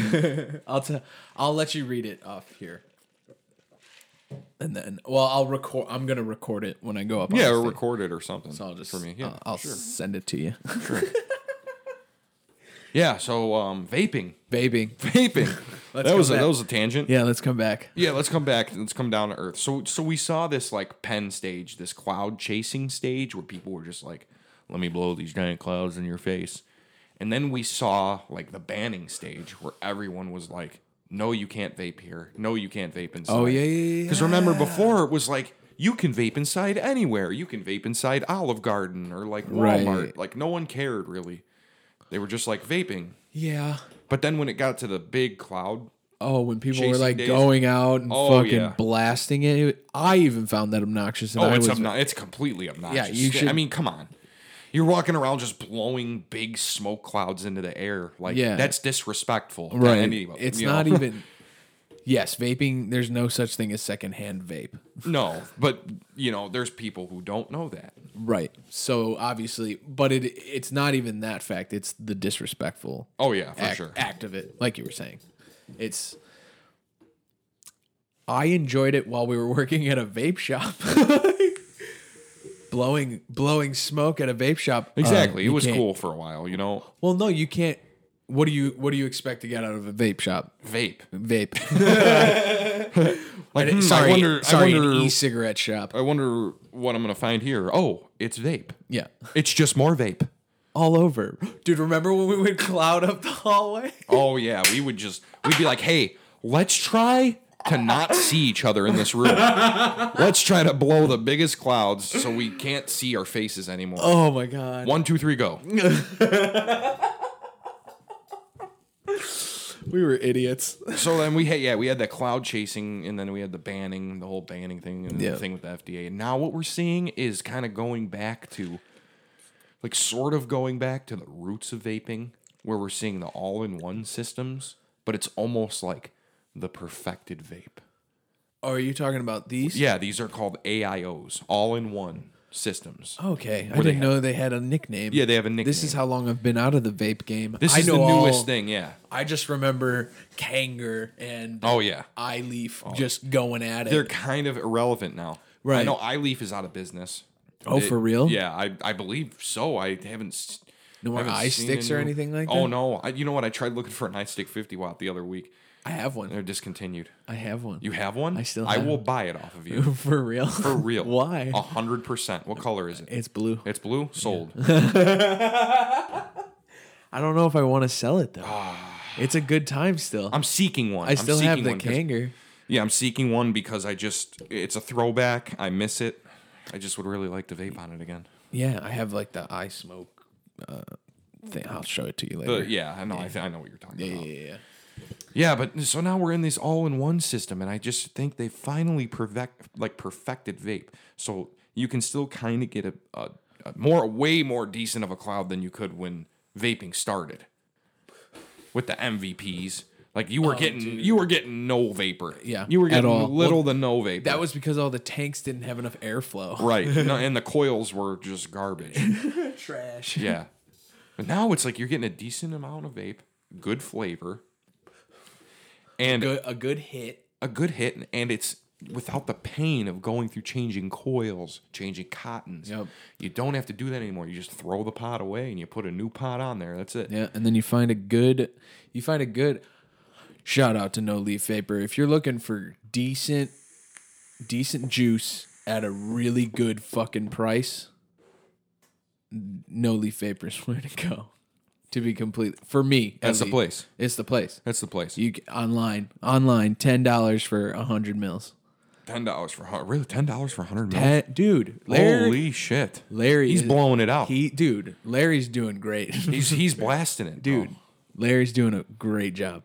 S1: I'll t- I'll let you read it off here. And then, well, I'll record. I'm gonna record it when I go up. on
S2: yeah,
S1: this
S2: or
S1: thing.
S2: record it or something.
S1: So I'll just
S2: for me. Yeah,
S1: I'll, I'll send it to you.
S2: yeah. So um, vaping,
S1: Baby.
S2: vaping.
S1: Let's
S2: that was a,
S1: come back.
S2: that was a tangent.
S1: Yeah, let's come back.
S2: Yeah, let's come back. Let's come down to earth. So so we saw this like pen stage, this cloud chasing stage where people were just like, "Let me blow these giant clouds in your face," and then we saw like the banning stage where everyone was like, "No, you can't vape here. No, you can't vape inside."
S1: Oh yeah, yeah, yeah.
S2: Because remember before it was like you can vape inside anywhere. You can vape inside Olive Garden or like Walmart.
S1: Right.
S2: Like no one cared really. They were just like vaping.
S1: Yeah.
S2: But then when it got to the big cloud,
S1: Oh, when people were
S2: Chasing
S1: like
S2: days.
S1: going out and
S2: Oh,
S1: fucking
S2: yeah.
S1: blasting it, I even found that obnoxious. And
S2: oh,
S1: I
S2: it's
S1: was,
S2: obno- it's completely obnoxious.
S1: Yeah, you
S2: I
S1: should-
S2: mean, come on. You're walking around just blowing big smoke clouds into the air. Like
S1: Yeah.
S2: that's disrespectful. to
S1: right.
S2: any-
S1: it's
S2: you know.
S1: not even. yes, vaping. There's no such thing as secondhand vape.
S2: No, but you know, there's people who don't know that.
S1: Right. So obviously, but it it's not even that fact. It's the disrespectful
S2: Oh yeah, for
S1: act,
S2: sure.
S1: act of it, like you were saying. It's. I enjoyed it while we were working at a vape shop. blowing blowing smoke at a vape shop. uh,
S2: Exactly. it
S1: you
S2: was
S1: can't-
S2: cool for a while, you know.
S1: Well, no, you can't. What do you What do you expect to get out of a vape shop?
S2: Vape.
S1: Vape.
S2: Like, hmm,
S1: sorry,
S2: I wonder
S1: sorry, E
S2: I
S1: an
S2: wonder
S1: e-cigarette shop.
S2: I wonder what I'm going to find here. Oh, it's vape.
S1: Yeah,
S2: It's just more vape.
S1: all over, dude. Remember when we would cloud up the hallway?
S2: Oh yeah, we would just we'd be like, "Hey, let's try to not see each other in this room. Let's try to blow the biggest clouds so we can't see our faces anymore."
S1: Oh my god,
S2: One, two, three, go.
S1: we were idiots.
S2: So then we had yeah we had that cloud chasing and then we had the banning the whole banning thing and
S1: Yeah.
S2: the thing with the FDA and now what we're seeing is kind of going back to like sort of going back to the roots of vaping where we're seeing the all in one systems but it's almost like the perfected vape.
S1: Are you talking about these?
S2: Yeah, these are called AIOs, all in one systems.
S1: Okay, I
S2: Where they
S1: didn't know they had a nickname.
S2: Yeah, they have a nickname.
S1: Oh. This is how long I've been out of the vape game.
S2: this
S1: I
S2: is
S1: know
S2: the newest
S1: all-
S2: thing. Yeah.
S1: I just remember Kanger and
S2: Oh yeah.
S1: Eye Leaf just going at it.
S2: They're kind of irrelevant now. I
S1: Right.
S2: know iLeaf is out of business.
S1: Oh, for real?
S2: Yeah, I, I believe so. I haven't. s-
S1: No more
S2: haven't
S1: eye
S2: seen
S1: sticks
S2: a
S1: or
S2: new-
S1: anything like
S2: Oh
S1: that?
S2: no! I, you know what? I tried looking for an eye stick 50 watt the other week.
S1: I have one.
S2: They're discontinued.
S1: I have one.
S2: You have one?
S1: I still
S2: I
S1: have
S2: will
S1: one.
S2: buy it off of you
S1: for real?
S2: for real. Oh.
S1: Why?
S2: A hundred percent. What color is it?
S1: It's blue.
S2: It's blue. Sold.
S1: I don't know if I want to sell it though. it's a good time still.
S2: Ah. I'm seeking one.
S1: I still
S2: am
S1: have the
S2: king.
S1: Kanger.
S2: Yeah, I'm seeking one because I just it's a throwback. I miss it. I just would really like to vape on it again.
S1: Yeah, I have like the eye smoke uh, thing. I'll show it to you later.
S2: But yeah, I know I, th- I know what you're talking
S1: yeah,
S2: about.
S1: yeah, yeah, yeah.
S2: Yeah, but so now we're in this all-in-one system and I just think they finally perfect like perfected vape. So you can still kind of get a, a, a more way more decent of a cloud than you could when vaping started. With the MVPs, like you were getting you were getting no vapor.
S1: Oh, Yeah,
S2: You were
S1: at
S2: getting
S1: all.
S2: little to no vapor.
S1: That was because all the tanks didn't have enough airflow.
S2: right. No, and the coils were just garbage.
S1: Trash.
S2: Yeah. But now it's like you're getting a decent amount of vape, good flavor, and
S1: Good, a good hit.
S2: a good hit, and it's without the pain of going through changing coils, changing cottons.
S1: Yep.
S2: You don't have to do that anymore. You just throw the pot away and you put a new pot on there. That's it.
S1: Yeah, and then you find a good, you find a good. Shout out to No Leaf Vapor if you're looking for decent, decent juice at a really good fucking price. n- No Leaf Vapor is where to go. To be complete for me, at
S2: That's the
S1: least.
S2: place.
S1: It's the place.
S2: That's the place.
S1: You c- online, online, ten dollars for a hundred mils.
S2: Ten dollars for hun- really ten dollars for hundred mils.
S1: Eh, dude, Larry,
S2: Holy shit,
S1: Larry,
S2: He's
S1: is-
S2: blowing it out.
S1: He, dude, Larry's doing great,
S2: he's he's blasting it,
S1: dude.
S2: Oh.
S1: Larry's doing a great job.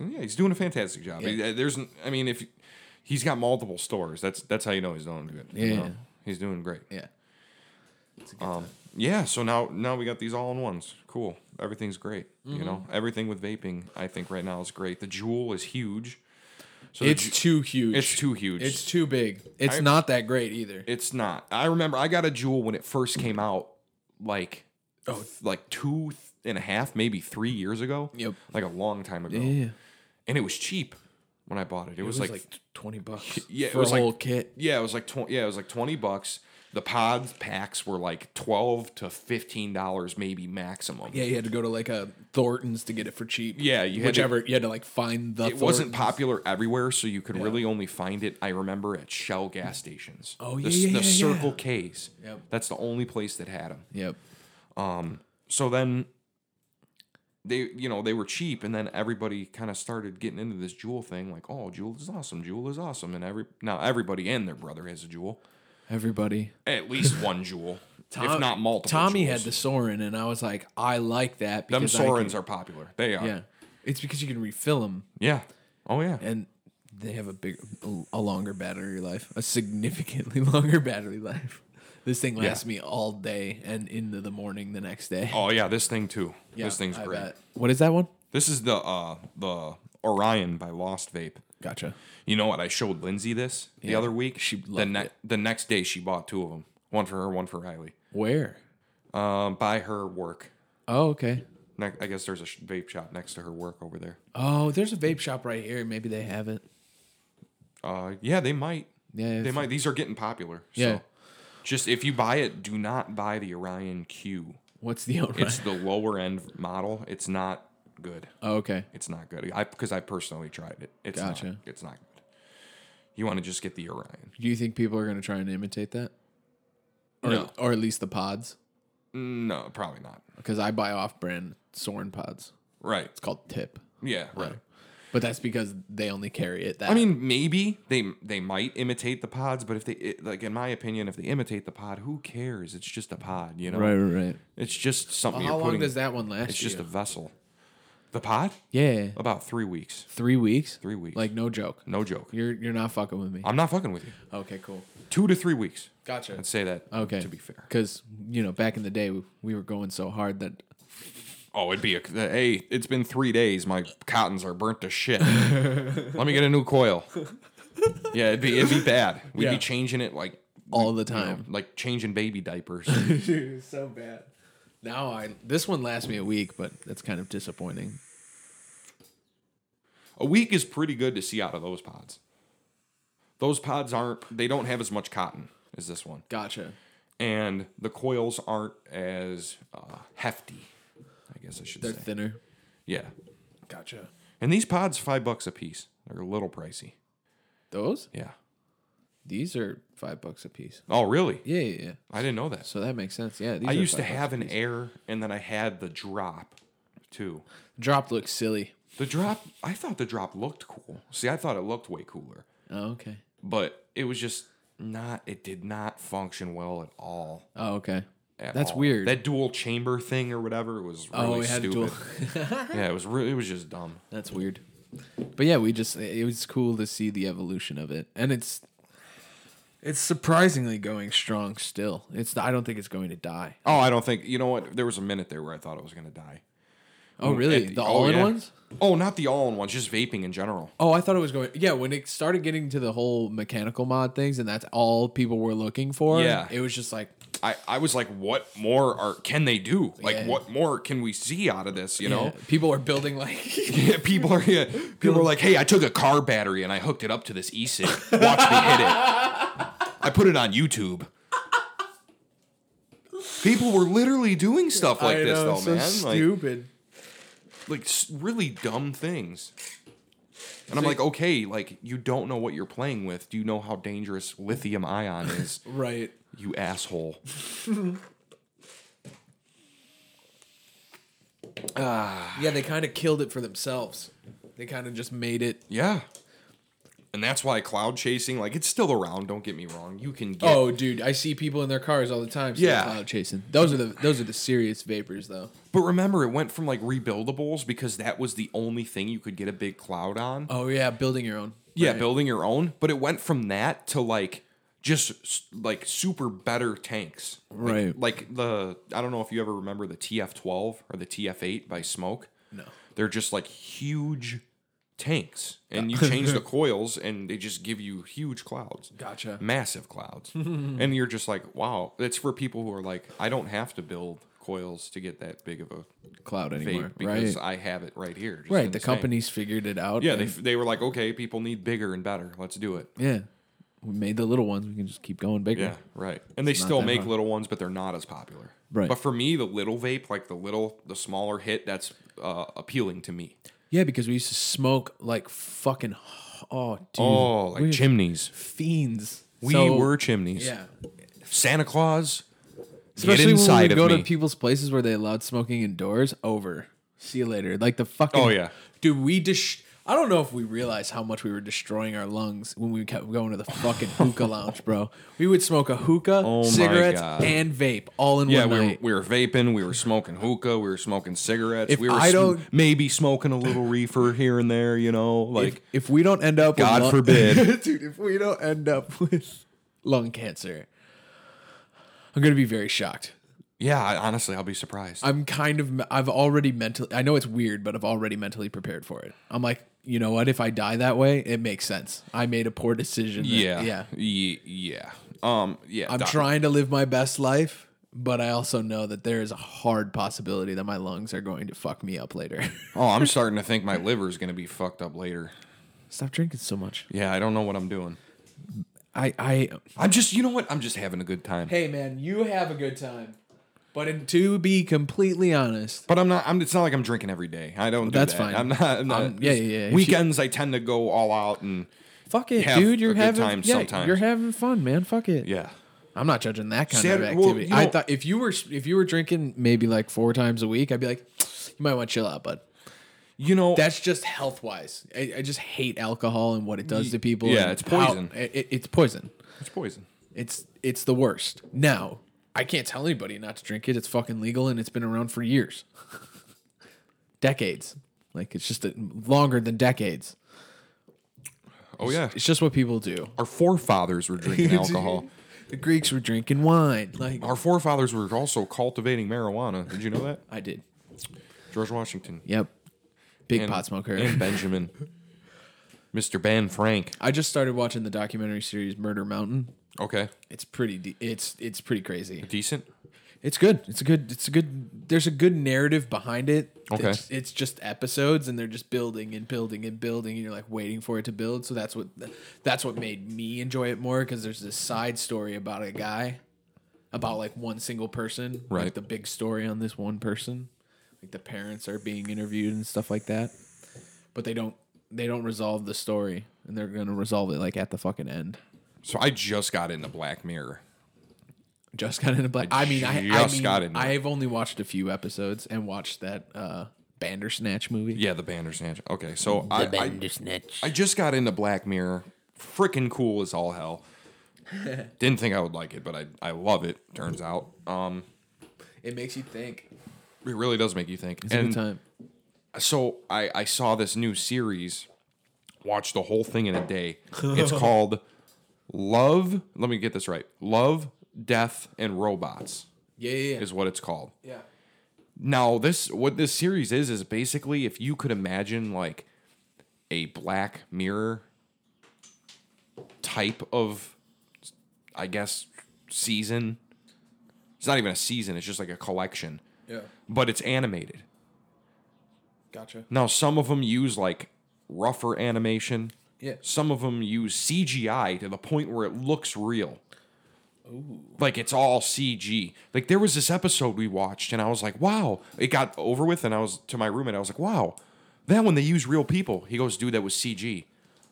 S2: Yeah, he's doing a fantastic job. He- uh, There's, n- I mean, if he's got multiple stores, that's that's how you know he's doing good. you
S1: Yeah.
S2: know? he's doing great.
S1: Yeah.
S2: Um, yeah. So now now we got these all in ones. Cool. Everything's great. You know,
S1: Mm-hmm.
S2: everything with vaping, I think right now is great. The jewel is huge. So the
S1: It's
S2: Ju-
S1: too huge.
S2: it's too huge.
S1: It's too big. It's
S2: I-
S1: not that great either.
S2: It's not. I remember I got a jewel when it first came out, like, oh, like two th- and a half, maybe three years ago.
S1: Yep.
S2: Like a long time ago.
S1: yeah,
S2: And it was cheap when I bought it. It,
S1: it
S2: was, like
S1: twenty bucks.
S2: yeah, it
S1: for
S2: was
S1: a
S2: like-
S1: whole kit.
S2: Yeah, it was like twenty. Yeah, it was like twenty bucks. The pod packs were like twelve to fifteen dollars, maybe maximum.
S1: Yeah, you had to go to like a Thornton's to get it for cheap.
S2: Yeah, you had to-
S1: whichever you had to like find the.
S2: it wasn't
S1: Thornton's.
S2: popular everywhere, so you could really only find it. I remember at Shell gas stations.
S1: Oh,
S2: the,
S1: yeah,
S2: s-
S1: yeah,
S2: the
S1: yeah, yeah.
S2: Circle K's.
S1: Yep.
S2: That's the only place that had them.
S1: Yep.
S2: So then they, you know, they were cheap, and then everybody kind of started getting into this jewel thing. Like, oh, jewel is awesome. Jewel is awesome, and every now everybody and their brother has a jewel.
S1: Everybody.
S2: At least one jewel,
S1: Tom-
S2: if not multiple.
S1: Tommy had
S2: Jewels.
S1: the Soren, and I was like, I like that
S2: Them
S1: because I
S2: Sorens are popular. They are.
S1: can- yeah, it's because you can refill them,
S2: Yeah. Oh yeah.
S1: and they have a big, a longer battery life, a significantly longer battery life. This thing lasts me all day and into the morning the next day.
S2: Oh yeah, this thing too.
S1: Yeah,
S2: this thing's
S1: I
S2: great.
S1: bet. What is that one?
S2: This is the uh the Orion by Lost Vape.
S1: Gotcha.
S2: You know what? I showed Lindsay this the other week.
S1: she
S2: the
S1: loved
S2: ne- the next day she bought two of them, one for her, one for Riley,
S1: Where?
S2: um, by her work.
S1: Oh, okay.
S2: Ne- I guess there's a sh- vape shop next to her work over there.
S1: Oh, there's a vape shop right here. Maybe they have it.
S2: Uh, yeah, they might.
S1: Yeah,
S2: they
S1: if-
S2: might. These are getting popular.
S1: Yeah.
S2: So just if you buy it, do not buy the Orion Q.
S1: What's the owner?
S2: It's the lower end model. It's not good.
S1: Oh, okay.
S2: It's not good. I because I personally tried it. It's not.
S1: Gotcha.
S2: It's not good. You want to just get the Orion.
S1: Do you think people are going to try and imitate that? Or,
S2: No.
S1: or at least the pods?
S2: No, probably not.
S1: Because I buy off brand Soren pods.
S2: Right.
S1: It's called Tip.
S2: Yeah. Right.
S1: But that's because they only carry it that
S2: I mean, maybe they they might imitate the pods, but if they it, like, in my opinion, if they imitate the pod, who cares? It's just a pod, you know.
S1: Right, right, right.
S2: It's just something.
S1: How
S2: you're
S1: long
S2: putting,
S1: does that one last?
S2: It's just a
S1: you?
S2: vessel. The pod?
S1: yeah,
S2: About three weeks.
S1: three weeks.
S2: Three weeks.
S1: Like no joke.
S2: No joke.
S1: You're you're not fucking with me.
S2: I'm not fucking with you.
S1: Okay, cool.
S2: Two to three weeks.
S1: Gotcha.
S2: I'd say that.
S1: Okay.
S2: To be fair.
S1: because you know back in the day we, we were going so hard that
S2: Oh, it'd be a hey. It's been three days. My cottons are burnt to shit. Let me get a new coil. Yeah, it'd be it'd be bad. We'd
S1: Yeah.
S2: be changing it like
S1: all the
S2: you know,
S1: time.
S2: Um, like changing baby diapers.
S1: Dude, it's so bad. Now I this one lasts me a week, but that's kind of disappointing.
S2: a week is pretty good to see out of those pods. Those pods aren't. They don't have as much cotton as this one,
S1: Gotcha.
S2: and the coils aren't as uh, hefty. I guess I should
S1: They're
S2: say.
S1: thinner.
S2: Yeah,
S1: Gotcha.
S2: and these pods five bucks a piece. They're a little pricey.
S1: Those
S2: Yeah.
S1: these are five bucks a piece.
S2: Oh, really?
S1: Yeah, yeah. yeah.
S2: I didn't know that.
S1: So that makes sense. Yeah, these
S2: I
S1: are
S2: used to
S1: five bucks.
S2: have an air, and then I had the drop too.
S1: drop looks silly.
S2: The drop, I thought the drop looked cool. See, I thought it looked way cooler,
S1: Oh, okay.
S2: but it was just not. It did not function well at all.
S1: Oh, okay.
S2: at
S1: That's
S2: all.
S1: weird.
S2: That dual chamber thing or whatever was really
S1: oh, we had a
S2: stupid.
S1: dual.
S2: yeah, it was. Re- it was just dumb.
S1: That's weird. But yeah, we just it was cool to see the evolution of it, and it's it's surprisingly going strong still. It's I don't think it's going to die.
S2: Oh, I don't think you know what. There was a minute there where I thought it was gonna die.
S1: Oh really?
S2: At-
S1: the
S2: oh,
S1: all-in
S2: yeah.
S1: ones?
S2: Oh, not the all in ones. Just vaping in general.
S1: Oh, I thought it was going. Yeah, when it started getting to the whole mechanical mod things, and that's all people were looking for.
S2: Yeah.
S1: it was just like
S2: I, I was like, what more are can they do? Like,
S1: Yeah.
S2: what more can we see out of this? You
S1: you
S2: know.
S1: know, people were building like
S2: Yeah, people are yeah, people are like, hey, I took a car battery and I hooked it up to this e-cig. Watch me hit it. I put it on YouTube. People were literally doing stuff like this, though, man. Like,
S1: stupid.
S2: like s- really dumb things. And I'm like, okay, like you don't know what you're playing with. Do you know how dangerous lithium ion is?
S1: Right.
S2: you asshole.
S1: Yeah, they kind of killed it for themselves. They kind of just made it.
S2: Yeah. And that's why cloud chasing, like, it's still around. Don't get me wrong. You can get
S1: Oh, dude, I see people in their cars all the time. still
S2: Yeah.
S1: cloud chasing. Those are the those are the serious vapors, though.
S2: But remember, it went from like rebuildables because that was the only thing you could get a big cloud on.
S1: Oh yeah, building your own.
S2: yeah,
S1: Right.
S2: building your own. But it went from that to like just s- like super better tanks. Like-
S1: Right.
S2: Like the, I don't know if you ever remember the TF12 or the TF8 by Smoke.
S1: No.
S2: They're just like huge tanks. And you change the coils and they just give you huge clouds.
S1: Gotcha.
S2: Massive clouds. and you're just like, wow. That's for people who are like, I don't have to build coils to get that big of a
S1: cloud anymore.
S2: vape
S1: Right.
S2: because I have it right here. just in
S1: Right. The
S2: same.
S1: companies figured it out.
S2: Yeah, they,
S1: and-
S2: they were like, okay, people need bigger and better. Let's do it.
S1: yeah. We made the little ones. We can just keep going bigger.
S2: Yeah, right. And they
S1: not
S2: still
S1: that
S2: make
S1: hard.
S2: little ones, but they're not as popular.
S1: Right.
S2: But for me, the little vape, like the little, the smaller hit, that's uh, appealing to me.
S1: Yeah, because we used to smoke like fucking. Oh, dude.
S2: Oh, like
S1: we were
S2: chimneys.
S1: fiends.
S2: We
S1: So-
S2: were chimneys.
S1: Yeah.
S2: Santa Claus.
S1: Especially
S2: get inside
S1: when we
S2: of
S1: go
S2: me.
S1: to people's places where they allowed smoking indoors. Over. See you later. Like the fucking.
S2: Oh, yeah.
S1: Dude, we just. I don't know if we realized how much we were destroying our lungs when we kept going to the fucking hookah lounge, bro. We would smoke a hookah,
S2: Oh my
S1: cigarettes,
S2: God.
S1: and vape all in
S2: yeah,
S1: one
S2: we were,
S1: night.
S2: we were vaping. We were smoking hookah. We were smoking cigarettes.
S1: If
S2: we were
S1: I
S2: sm-
S1: don't-
S2: maybe smoking a little reefer here and there. You know, like
S1: if, if we don't end up,
S2: God
S1: with lung-
S2: forbid.
S1: dude, if we don't end up with lung cancer, I'm gonna be very shocked.
S2: yeah. I, honestly, I'll be surprised.
S1: I'm kind of, I've already mentally, I know it's weird, but I've already mentally prepared for it. I'm like, you know what? If I die that way, it makes sense. I made a poor decision. that-
S2: Yeah.
S1: yeah.
S2: Ye- yeah. Um. Yeah.
S1: I'm
S2: doc-
S1: trying to live my best life, but I also know that there is a hard possibility that my lungs are going to fuck me up later.
S2: Oh, I'm starting to think my liver is going to be fucked up later.
S1: Stop drinking so much.
S2: Yeah, I don't know what I'm doing.
S1: I, I,
S2: I'm just, you know what? I'm just having a good time.
S1: hey man, you have a good time, but in, to be completely honest,
S2: But I'm not. I'm, it's not like I'm drinking every day. I don't. do
S1: That's
S2: that.
S1: fine.
S2: I'm not. I'm not
S1: Um, yeah, yeah, yeah. If you-
S2: Weekends, I tend to go all out and
S1: fuck it,
S2: Have
S1: dude. You're
S2: a good
S1: having
S2: time
S1: yeah,
S2: sometimes.
S1: you're having fun, man. Fuck it.
S2: yeah.
S1: I'm not judging that kind
S2: Saturday-
S1: of
S2: well,
S1: activity.
S2: you
S1: I
S2: know-
S1: thought if you were if you were drinking maybe like four times a week, I'd be like, you might want to chill out, bud.
S2: You know.
S1: That's just health wise. I, I just hate alcohol and what it does to people.
S2: yeah,
S1: and
S2: it's poison.
S1: how- it, it's poison.
S2: it's poison.
S1: It's it's the worst. Now I can't tell anybody not to drink it. It's fucking legal and it's been around for years, decades. Like it's just a, longer than decades.
S2: Oh yeah.
S1: It's just what people do.
S2: Our forefathers were drinking alcohol.
S1: The Greeks were drinking wine. Like
S2: Our forefathers were also cultivating marijuana. Did you know that?
S1: I did.
S2: George Washington,
S1: Yep. Big
S2: And-
S1: pot smoker.
S2: and Benjamin, Mr. Ben Frank.
S1: I just started watching the documentary series Murder Mountain.
S2: Okay,
S1: It's pretty. De- it's it's pretty crazy.
S2: decent.
S1: It's good. It's a good. It's a good. There's a good narrative behind it.
S2: Okay.
S1: It's, it's just episodes, and they're just building and building and building, and you're like waiting for it to build. So that's what that's what made me enjoy it more because there's this side story about a guy, about like one single person, Like
S2: Right.
S1: the big story on this one person, like the parents are being interviewed and stuff like that, but they don't they don't resolve the story, and they're gonna resolve it like at the fucking end.
S2: So I just got into Black Mirror.
S1: Just got into Black. I mean, I, I
S2: just
S1: mean,
S2: got into it.
S1: I've only watched a few episodes and watched that uh, Bandersnatch movie.
S2: Yeah, the Bandersnatch. Okay, so I, I
S3: Bandersnatch.
S2: I just got into Black Mirror. Freaking cool as all hell. Didn't think I would like it, but I I love it. Turns out, um,
S1: It makes you think.
S2: it really does make you think.
S1: It's a good time.
S2: so I, I saw this new series, watched the whole thing in a day. It's called Love. Let me get this right. Love, Death, and Robots
S1: Yeah, yeah, yeah.
S2: is what it's called.
S1: yeah.
S2: Now this what this series is is basically if you could imagine like a Black Mirror type of, I guess, season. It's not even a season. It's just like a collection,
S1: Yeah.
S2: but it's animated.
S1: Gotcha.
S2: Now, some of them use like rougher animation.
S1: Yeah.
S2: Some of them use CGI to the point where it looks real. Like it's all CG. Like there was this episode we watched, and I was like, "Wow!" It got over with, and I was to my roommate. I was like, "Wow, that one they use real people." He goes, "Dude, that was CG."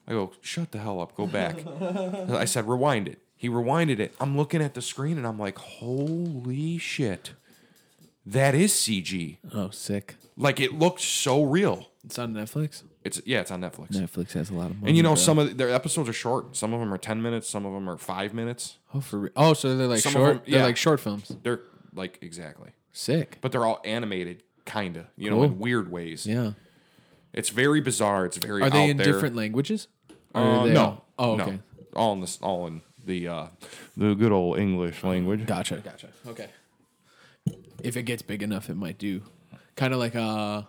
S2: I go, "Shut the hell up, go back." I said, "Rewind it." He rewinded it. I'm looking at the screen, and I'm like, "Holy shit, that is CG!"
S1: Oh, sick.
S2: Like it looked so real.
S1: It's on Netflix.
S2: It's yeah, it's on Netflix.
S1: Netflix has a lot of money.
S2: And you know, some of their episodes are short. Some of them are ten minutes. Some of them are five minutes.
S1: oh, for re- oh, so they're like
S2: Some of
S1: short.
S2: them- yeah.
S1: They're like short films.
S2: They're like exactly,
S1: Sick.
S2: but they're all animated, kinda. You know,
S1: Cool.
S2: in weird ways.
S1: Yeah.
S2: It's very bizarre. It's very.
S1: Are they
S2: out
S1: in
S2: there.
S1: different languages? Or
S2: Uh,
S1: are they
S2: no.
S1: all- Oh,
S2: no.
S1: okay.
S2: All in this. All in the uh, the good old English language.
S1: Gotcha. Gotcha. Okay. If it gets big enough, it might do. Kind of like uh,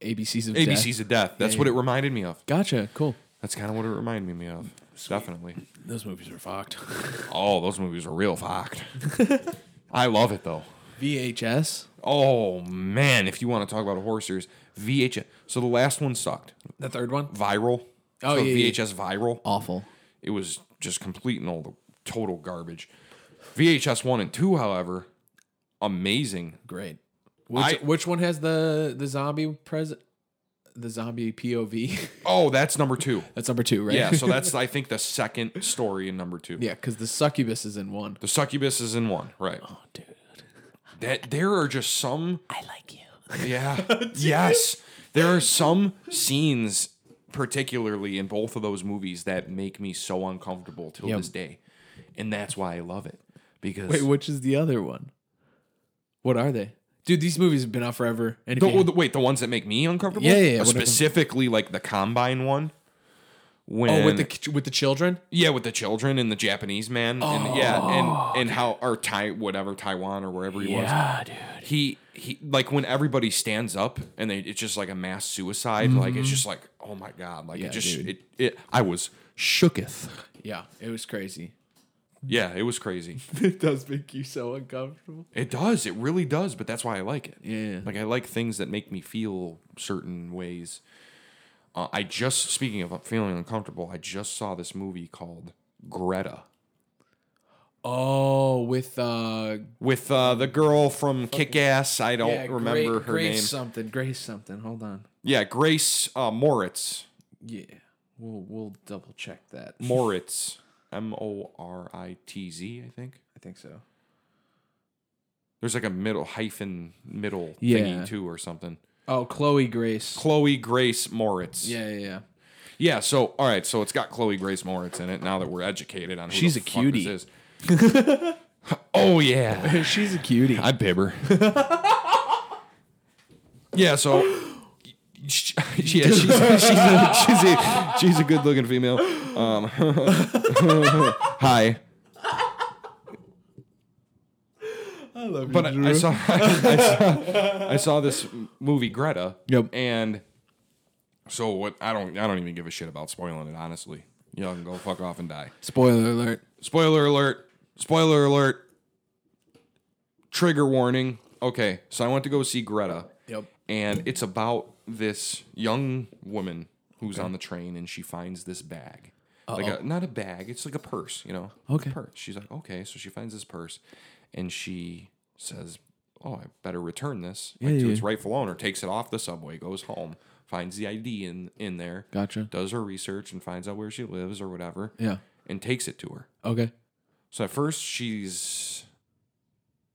S1: ABCs of Death.
S2: ABC's of death. That's what it reminded me of.
S1: Gotcha. Cool.
S2: That's kind of what it reminded me of. Definitely.
S1: Those movies are fucked.
S2: Oh, those movies are real fucked. I love it though.
S1: VHS.
S2: Oh man, if you want to talk about horror series, VHS. So the last one sucked.
S1: The third one?
S2: Viral.
S1: Oh,
S2: so
S1: yeah, yeah.
S2: VHS viral.
S1: Awful.
S2: It was just complete and all the total garbage. VHS one and two, however, amazing.
S1: Great. Which,
S2: I-
S1: which one has the the zombie present? The zombie POV.
S2: Oh, that's number two.
S1: That's number two, right?
S2: Yeah, so that's I think the second story in number two.
S1: yeah, because the succubus is in one.
S2: The succubus is in one, right?
S1: Oh, dude,
S2: That there are just some
S1: I like you.
S2: Yeah. yes. There are some scenes, particularly in both of those movies, that make me so uncomfortable till
S1: Yep.
S2: this day. And that's why I love it. Because
S1: Wait, which is the other one? What are they, dude? These movies have been out forever. And if
S2: The-
S1: you-
S2: wait, the ones that make me uncomfortable?
S1: Yeah, yeah, yeah,
S2: Uh,
S1: whatever.
S2: Specifically, like the combine one when
S3: Oh, with the ki- with the children.
S2: yeah with the children and the Japanese man and yeah and and
S1: Oh.
S2: how or Tai whatever Taiwan or wherever he was
S1: dude.
S2: he he like when everybody stands up and they it's just like a mass suicide like it's just like oh my god like
S1: Yeah,
S2: it just
S1: dude.
S2: it, it i was shooketh
S3: Yeah, it was crazy.
S2: yeah it was crazy
S3: it does make you so uncomfortable.
S2: it does it really does but that's why i like it
S1: Yeah.
S2: like i like things that make me feel certain ways uh, i just speaking of feeling uncomfortable i just saw this movie called greta
S3: Oh, with uh,
S2: with uh, the girl from kick-ass i don't
S3: yeah,
S2: remember
S3: Gra-
S2: her
S3: Grace
S2: name
S1: uh,
S3: something, Grace something. Hold on.
S2: yeah grace uh, moritz
S3: Yeah, we'll we'll double check that.
S2: Moritz. M O R I T Z, I think.
S3: I think so.
S2: There's like a middle hyphen middle
S1: Yeah.
S2: thingy too or something.
S3: Oh, Chloe Grace.
S2: Chloe Grace Moritz.
S3: Yeah, yeah, yeah.
S2: Yeah, so all right, so it's got Chloe Grace Moritz in it now that we're educated on who
S1: She's
S2: the
S1: a
S2: fuck
S1: cutie.
S2: this is. oh yeah.
S1: She's a cutie.
S2: I bib her. yeah, so yeah, she's she's a, she's a, she's a good looking female. Um, hi.
S3: I love
S2: But I, I saw I saw I saw this movie Greta.
S1: Yep.
S2: And so what? I don't I don't even give a shit about spoiling it. Honestly, y'all can go fuck off and die.
S1: Spoiler alert.
S2: Spoiler alert! Spoiler alert! Trigger warning. Okay, so I went to go see Greta.
S3: Yep.
S2: And it's about this young woman who's on the train and she finds this bag. Like a, not a bag, it's like a purse, you know.
S1: Okay.
S2: Purse. She's like, okay, so she finds this purse and she says, "Oh, I better return this like, to
S1: yeah.
S2: its rightful owner." Takes it off the subway, goes home, finds the ID in in there.
S1: Gotcha.
S2: Does her research and finds out where she lives or whatever
S1: Yeah.
S2: and takes it to her.
S1: Okay.
S2: So at first she's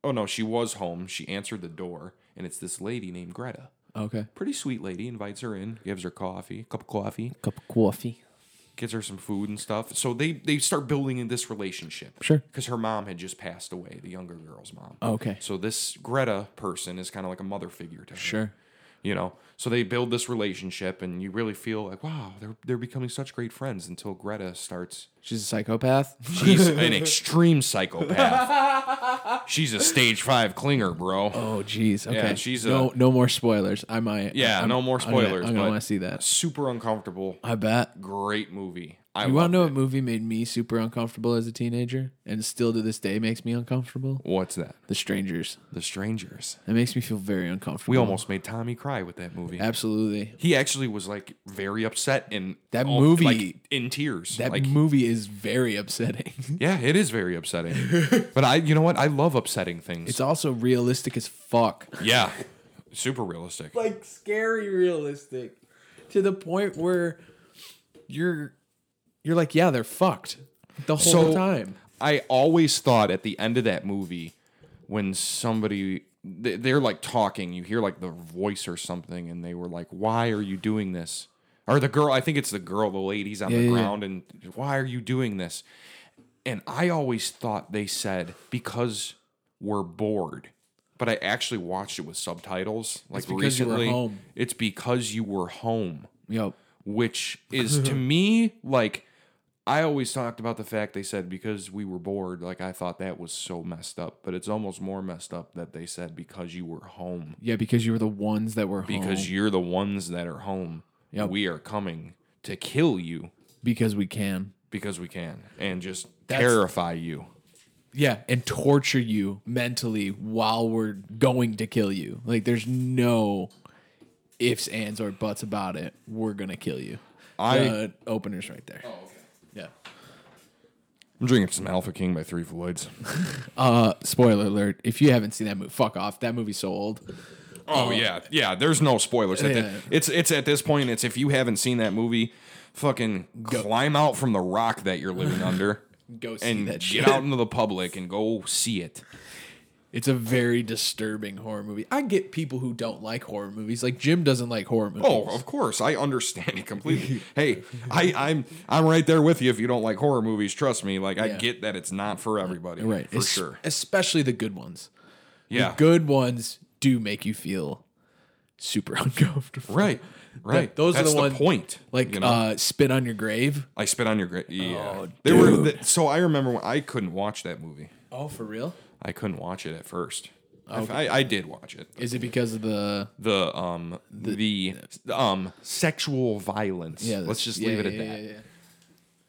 S2: Oh no, she was home. She answered the door and it's this lady named Greta.
S1: Okay.
S2: Pretty sweet lady invites her in, gives her coffee, cup of coffee,
S1: Cup of coffee.
S2: gets her some food and stuff. So they they start building in this relationship.
S1: Sure. Oh.
S2: Cuz her mom had just passed away, the younger girl's mom.
S1: Okay.
S2: So this Greta person is kind of like a mother figure to her
S1: Sure.
S2: you know so they build this relationship and you really feel like wow they're they're becoming such great friends until greta starts
S1: She's a psychopath.
S2: she's an extreme psychopath she's a stage five clinger bro
S1: Oh, jeez. Okay.
S2: she's
S1: no.
S2: a-
S1: no more spoilers. I might.
S2: yeah
S1: I'm-
S2: no more
S1: I'm gonna-
S2: spoilers
S1: I'm gonna,
S2: but
S1: want to see that.
S2: super uncomfortable
S1: I bet.
S2: great movie i
S1: You want to know what
S2: know
S1: movie made me super uncomfortable as a teenager, and still to this day makes me uncomfortable?
S2: what's that
S1: The Strangers.
S2: the strangers
S1: It makes me feel very uncomfortable.
S2: we almost made tommy cry with that movie
S1: absolutely.
S2: he actually was like very upset and
S1: That
S2: all-
S1: movie-
S2: like, in tears
S1: That
S2: like
S1: movie is very upsetting.
S2: yeah it is very upsetting but i you know what i love upsetting things
S1: it's also realistic as fuck.
S2: Yeah. Super realistic.
S1: like scary realistic to the point where you're you're like, yeah, they're fucked the whole
S2: So-
S1: time.
S2: I always thought at the end of that movie when somebody they- they're like talking, you hear like the voice or something and they were like, "Why are you doing this?" Or the girl, I think it's the girl, the lady's on the
S1: yeah, yeah.
S2: ground and "Why are you doing this?" And I always thought they said because we're bored. But I actually watched it with subtitles like
S1: because you were
S2: recently.
S1: home.
S2: It's because you were home.
S1: Yep.
S2: which is to me like I always talked about the fact they said because we were bored, like I thought that was so messed up, but it's almost more messed up that they said because you were home,
S1: Yeah, because you were the ones that were
S2: because
S1: home.
S2: you're the ones that are home.
S1: Yep.
S2: We are coming to kill you
S1: because we can.
S2: because we can and just terrify you.
S1: Yeah, and torture you mentally while we're going to kill you. Like there's no ifs, ands, or buts about it. We're gonna kill you.
S2: I-
S1: The openers right there. Oh, okay. Yeah.
S2: I'm drinking some Alpha King by Three Floyds.
S1: Uh, spoiler alert: If you haven't seen that movie, fuck off. That movie's so old.
S2: Oh yeah, yeah. There's no spoilers. At
S1: Yeah.
S2: the, it's it's at this point. It's if you haven't seen that movie, fucking climb out from the rock that you're living under.
S1: Go see
S2: and
S1: that
S2: get
S1: shit.
S2: out into the public and go see it.
S1: It's a very disturbing horror movie. I get people who don't like horror movies. Like Jim doesn't like horror movies.
S2: Oh, of course, I understand it completely. hey, I, I'm I'm right there with you. If you don't like horror movies, trust me. Like I
S1: Yeah.
S2: get that it's not for everybody,
S1: right,
S2: For
S1: Es-
S2: sure.
S1: Especially the good ones.
S2: Yeah,
S1: Good ones do make you feel super uncomfortable.
S2: Right. Right.
S1: those are
S2: That's
S1: the one-
S2: point.
S1: Like
S2: you know?
S1: uh, spit on your grave.
S2: I spit on your grave. Yeah.
S1: Oh,
S2: they were
S1: dude.
S2: th- so I remember when I couldn't watch that movie.
S1: Oh, for real?
S2: I couldn't watch it at first. I- I, I did watch it.
S1: Is it because of the?
S2: The um the, um sexual violence.
S1: Yeah,
S2: Let's just
S1: yeah,
S2: leave it at
S1: yeah,
S2: that.
S1: yeah, yeah.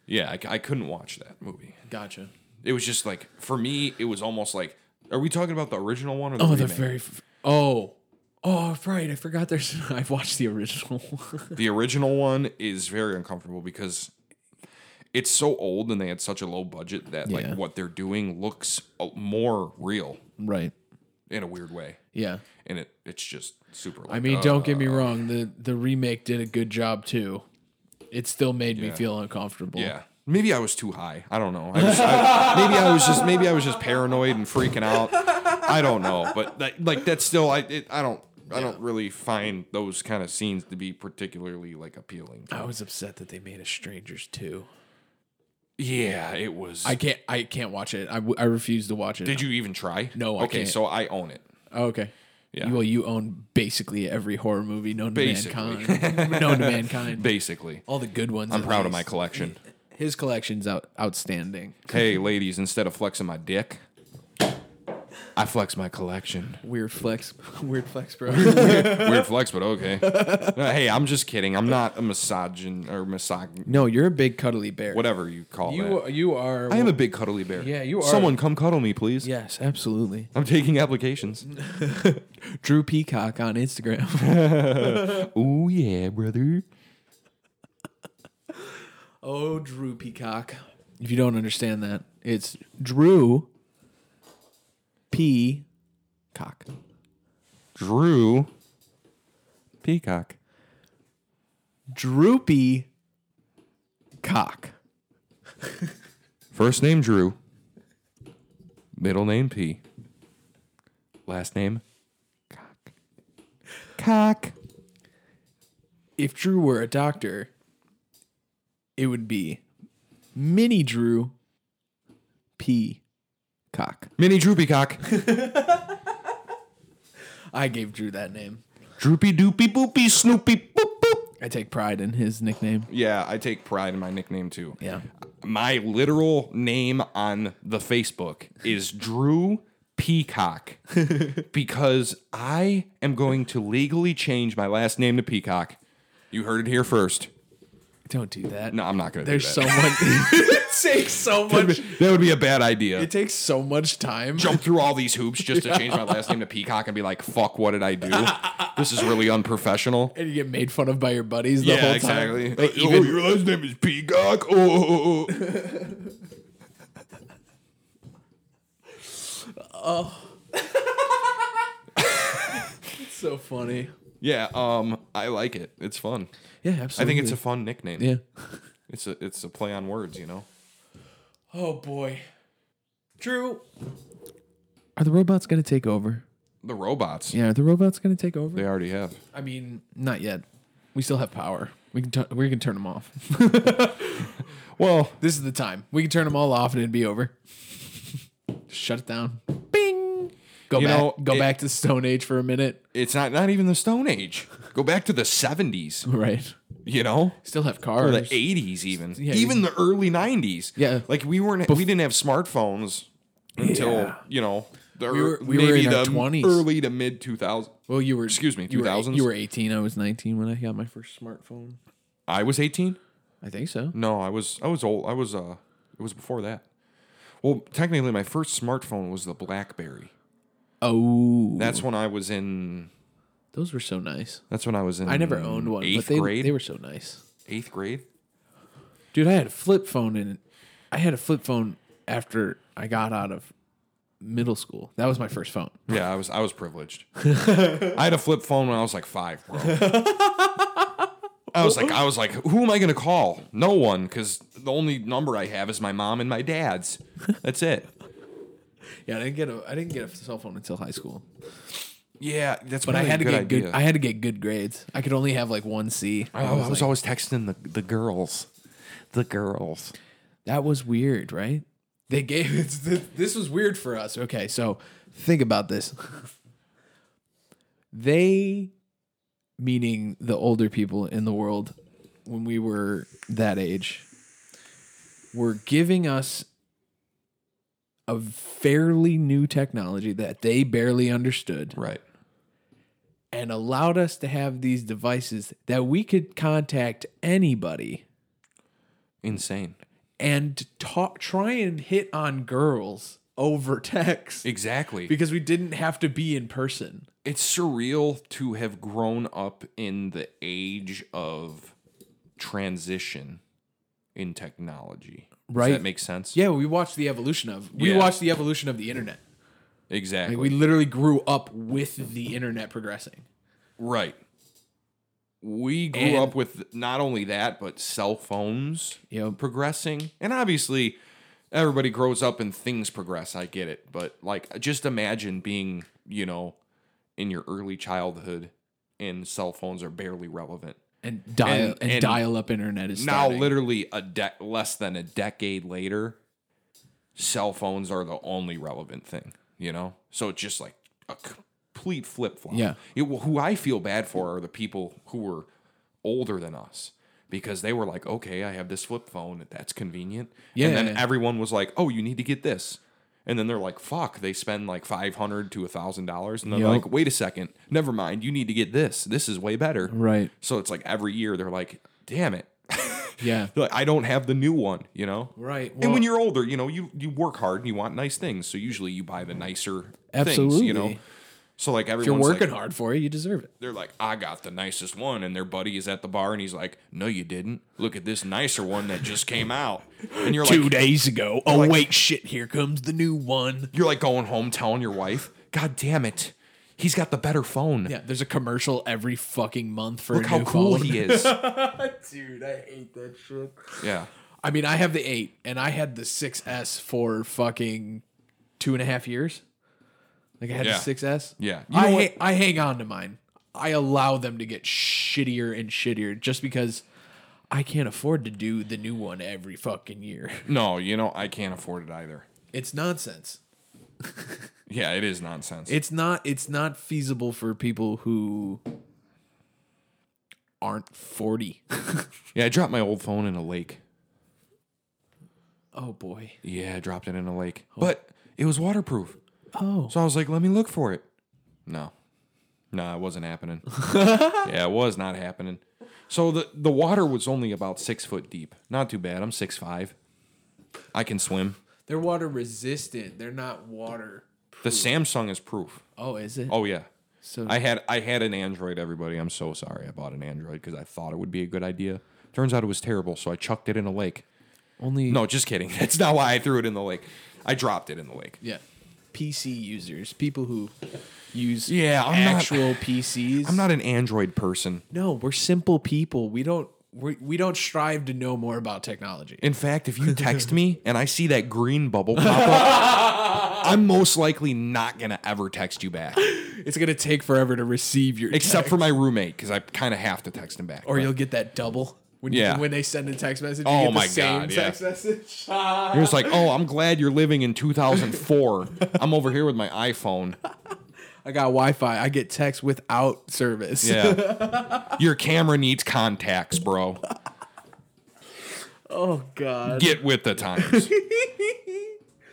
S2: Yeah, I c- I couldn't watch that movie.
S1: Gotcha.
S2: It was just like for me, it was almost like are we talking about the original one or the
S1: Oh, the
S2: remake?
S1: very. F- oh, oh, right. I forgot. There's. I've watched the original.
S2: The original one is very uncomfortable because it's so old and they had such a low budget that
S1: Yeah.
S2: like what they're doing looks uh, more real
S1: right.
S2: in a weird way,
S1: Yeah.
S2: and it it's just super. Like, uh,
S1: I mean, don't get me wrong. The the remake did a good job too. It still made me feel uncomfortable.
S2: yeah. Maybe I was too high. I don't know. I was, I, maybe I was just maybe I was just paranoid and freaking out. I don't know, but that, like that's still I it, I don't I don't really find those kind of scenes to be particularly like appealing.
S1: I was upset that they made us strangers too.
S2: Yeah, it was.
S1: I can't. I can't watch it. I, w- I refuse to watch it.
S2: Did you even try?
S1: No, I
S2: okay,
S1: can't.
S2: so I own it.
S1: Oh, okay.
S2: Yeah.
S1: Well, you own basically every horror movie known
S2: Basically.
S1: to mankind. known to mankind.
S2: Basically,
S1: All the good ones.
S2: I'm proud of my collection.
S1: His collection's out, outstanding.
S2: hey, ladies, instead of flexing my dick, I flex my collection.
S3: Weird flex. Weird flex, bro.
S2: Weird flex, but okay. No, hey, I'm just kidding. I'm not a misogyn or misog,
S1: No, you're a big cuddly bear.
S2: whatever you call
S1: You
S2: it.
S1: you are.
S2: I am a big cuddly bear.
S1: Yeah, you are.
S2: Someone come cuddle me, please.
S1: yes, absolutely.
S2: I'm taking applications.
S1: Drew Peacock on Instagram.
S2: oh yeah, brother.
S1: oh, Drew Peacock. If you don't understand that, it's Drew P. Cock.
S2: Drew Peacock.
S1: Droopy Cock.
S2: First name Drew. Middle name P. Last name Cock. Cock.
S1: if Drew were a doctor, it would be Mini Drew P. Cock.
S2: Mini Droopy Cock.
S1: I gave Drew that name.
S2: Droopy Doopy Boopy Snoopy Boop Boop.
S1: I take pride in his nickname.
S2: Yeah, I take pride in my nickname too.
S1: Yeah.
S2: My literal name on the Facebook is Drew Peacock because I am going to legally change my last name to Peacock. You heard it here first.
S1: Don't do that.
S2: No, I'm not going to.
S1: There's
S2: do that.
S1: so much. it takes so much.
S2: that would be a bad idea.
S1: It takes so much time.
S2: jump through all these hoops just to change my last name to Peacock and be like, "Fuck, what did I do? This is really unprofessional."
S1: And you get made fun of by your buddies the whole time. Like,
S2: oh,
S1: even,
S2: your last name is Peacock. Oh, oh, oh, oh.
S1: it's so funny.
S2: yeah. Um, I like it. It's fun.
S1: Yeah,
S2: I
S1: absolutely.
S2: think it's a fun nickname.
S1: yeah.
S2: It's a it's a play on words. You know.
S1: Oh boy, Drew. Are the robots gonna take over?
S2: The robots.
S1: Yeah, are the robots gonna take over?
S2: They already have.
S1: I mean, not yet. We still have power. We can tu- we can turn them off.
S2: Well,
S1: this is the time. We can turn them all off and it'd be over. Shut it down. Bing. Go
S2: You
S1: back.
S2: know,
S1: go
S2: it-
S1: back to Stone Age for a minute.
S2: it's not not even the Stone Age. Go back to the seventies.
S1: Right.
S2: You know.
S1: Still have
S2: Or
S1: cars.
S2: the eighties, even
S1: Yeah,
S2: even the early nineties.
S1: Yeah.
S2: like we weren't we didn't have smartphones until
S1: Yeah.
S2: you know the
S1: We were-
S2: ear-
S1: we were
S2: maybe
S1: in our
S2: the
S1: 20s.
S2: early to mid two thousand.
S1: well, you were.
S2: Excuse me,
S1: You were, eight-
S2: 2000s?
S1: you were 18. I was 19 when I got my first smartphone.
S2: I was eighteen.
S1: I think so.
S2: No, I was I was old. I was uh, it was before that. Well, technically, my first smartphone was the BlackBerry.
S1: Oh,
S2: That's when I was in.
S1: those were so nice.
S2: That's when I was in.
S1: I never owned one,
S2: Mm, Eighth
S1: but they
S2: grade.
S1: they were so nice.
S2: eighth grade.
S1: Dude, I had a flip phone in I had a flip phone after I got out of middle school. That was my first phone.
S2: Yeah, I was I was privileged. I had a flip phone when I was like five, bro. I was like I was like, who am I gonna call? No one, because the only number I have is my mom and my dad's. That's it.
S1: Yeah, I didn't get a I didn't get a cell phone until high school.
S2: Yeah, that's
S1: But
S2: probably
S1: I had to
S2: a good
S1: get
S2: idea.
S1: good I had to get good grades. I could only have like one C.
S2: Oh, I was, always texting the, the girls. The girls.
S1: That was weird, right? They gave it's th- this was weird for us. Okay, so think about this. they meaning the older people in the world when we were that age, were giving us a fairly new technology that they barely understood
S2: Right.
S1: and allowed us to have these devices that we could contact anybody
S2: Insane.
S1: and talk, try and hit on girls over text
S2: Exactly.
S1: because we didn't have to be in person.
S2: it's surreal to have grown up in the age of transition in technology.
S1: Right.
S2: Does that make sense?
S1: Yeah, we watched the evolution of we
S2: Yeah.
S1: watched the evolution of the internet.
S2: Exactly.
S1: Like we literally grew up with the internet progressing.
S2: right. We grew
S1: And-
S2: up with not only that, but cell phones
S1: Yep.
S2: progressing. And obviously, everybody grows up and things progress. I get it. But, like, just imagine being, you know, in your early childhood and cell phones are barely relevant.
S1: And dial and,
S2: And- and
S1: dial up internet is
S2: now
S1: starting.
S2: literally a de- less than a decade later cell phones are the only relevant thing you know so it's just like a complete flip-flop
S1: Yeah.
S2: it, who i feel bad for are the people who were older than us because they were like okay i have this flip phone that's convenient and then
S1: Yeah.
S2: everyone was like oh you need to get this and then they're like fuck they spend like 500 to $1000 and they're
S1: Yep.
S2: like wait a second never mind you need to get this this is way better
S1: Right.
S2: so it's like every year they're like damn it
S1: Yeah.
S2: they're like, I don't have the new one, you know?
S1: Right.
S2: and
S1: well-
S2: when you're older, you know, you, you work hard and you want nice things. So usually you buy the nicer things,
S1: Absolutely.
S2: you know? So like
S1: If
S2: everyone's
S1: you're working
S2: like,
S1: hard for it, you deserve it.
S2: they're like, I got the nicest one. And their buddy is at the bar and he's like, no, you didn't. Look at this nicer one that just came out. And you're like,
S1: days ago. Oh wait, shit! Here comes the new one.
S2: you're like going home telling your wife, God damn it. He's got the better phone.
S1: Yeah, there's a commercial every fucking month for
S2: Look
S1: a
S2: how
S1: new
S2: cool
S1: phone.
S2: he is.
S3: Dude, I hate that shit.
S2: yeah.
S1: I mean, I have the eight, and I had the 6S for fucking two and a half years. Like I had the
S2: Yeah.
S1: 6S.
S2: Yeah. You
S1: I
S2: know
S1: ha- I hang on to mine. I allow them to get shittier and shittier just because I can't afford to do the new one every fucking year.
S2: No, you know, I can't afford it either.
S1: It's nonsense.
S2: Yeah, it is nonsense.
S1: It's not it's not feasible for people who aren't 40.
S2: yeah, I dropped my old phone in a lake.
S1: oh boy.
S2: Yeah, I dropped it in a lake. But it was waterproof.
S1: Oh.
S2: So I was like, let me look for it. No. No, it wasn't happening. yeah, it was not happening. So the, the water was only about six foot deep. Not too bad. I'm six five. I can swim.
S1: They're water resistant. They're not water.
S2: The Samsung is proof.
S1: Oh, is it?
S2: Oh yeah.
S1: So
S2: I had I had an Android, everybody. I'm so sorry I bought an Android because I thought it would be a good idea. Turns out it was terrible, so I chucked it in a lake.
S1: only
S2: No, just kidding. That's not why I threw it in the lake. I dropped it in the lake.
S1: yeah. PC users, people who use
S2: Yeah, I'm not-
S1: actual PCs.
S2: I'm not an Android person.
S1: No, we're simple people. We don't we we don't strive to know more about technology.
S2: In fact, if you text me and I see that green bubble pop up, I'm most likely not going to ever text you back,
S1: It's gonna take forever to receive your
S2: except for my roommate, because I kind of have to text him back.
S1: or you'll get that double when
S2: Yeah.
S1: you, when they send a text message. You
S2: Oh
S1: get the
S2: my
S1: same
S2: God, yeah.
S1: Text message.
S2: But You're just like, oh, I'm glad you're living in 2004. I'm over here with my iPhone.
S1: I got Wi-Fi. I get text without service.
S2: Yeah. Your camera needs contacts, bro.
S1: Oh God.
S2: Get with the times.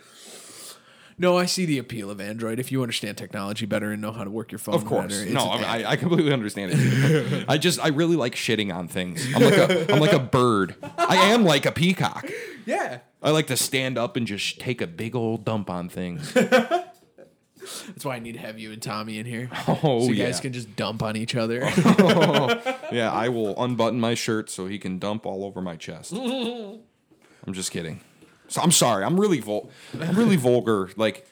S1: No, I see the appeal of Android. If you understand technology better and know how to work your phone,
S2: Of course.
S1: better, it's
S2: No,
S1: an app.
S2: I, I- I completely understand it. I just, I really like shitting on things. I'm like a, I'm like a bird. I am like a peacock.
S1: yeah.
S2: I like to stand up and just take a big old dump on things.
S1: That's why I need to have you and Tommy in here,
S2: Oh
S1: so you
S2: yeah,
S1: guys can just dump on each other.
S2: yeah. I will unbutton my shirt so he can dump all over my chest. I'm just kidding. So I'm sorry. I'm really vul- I'm really vulgar. Like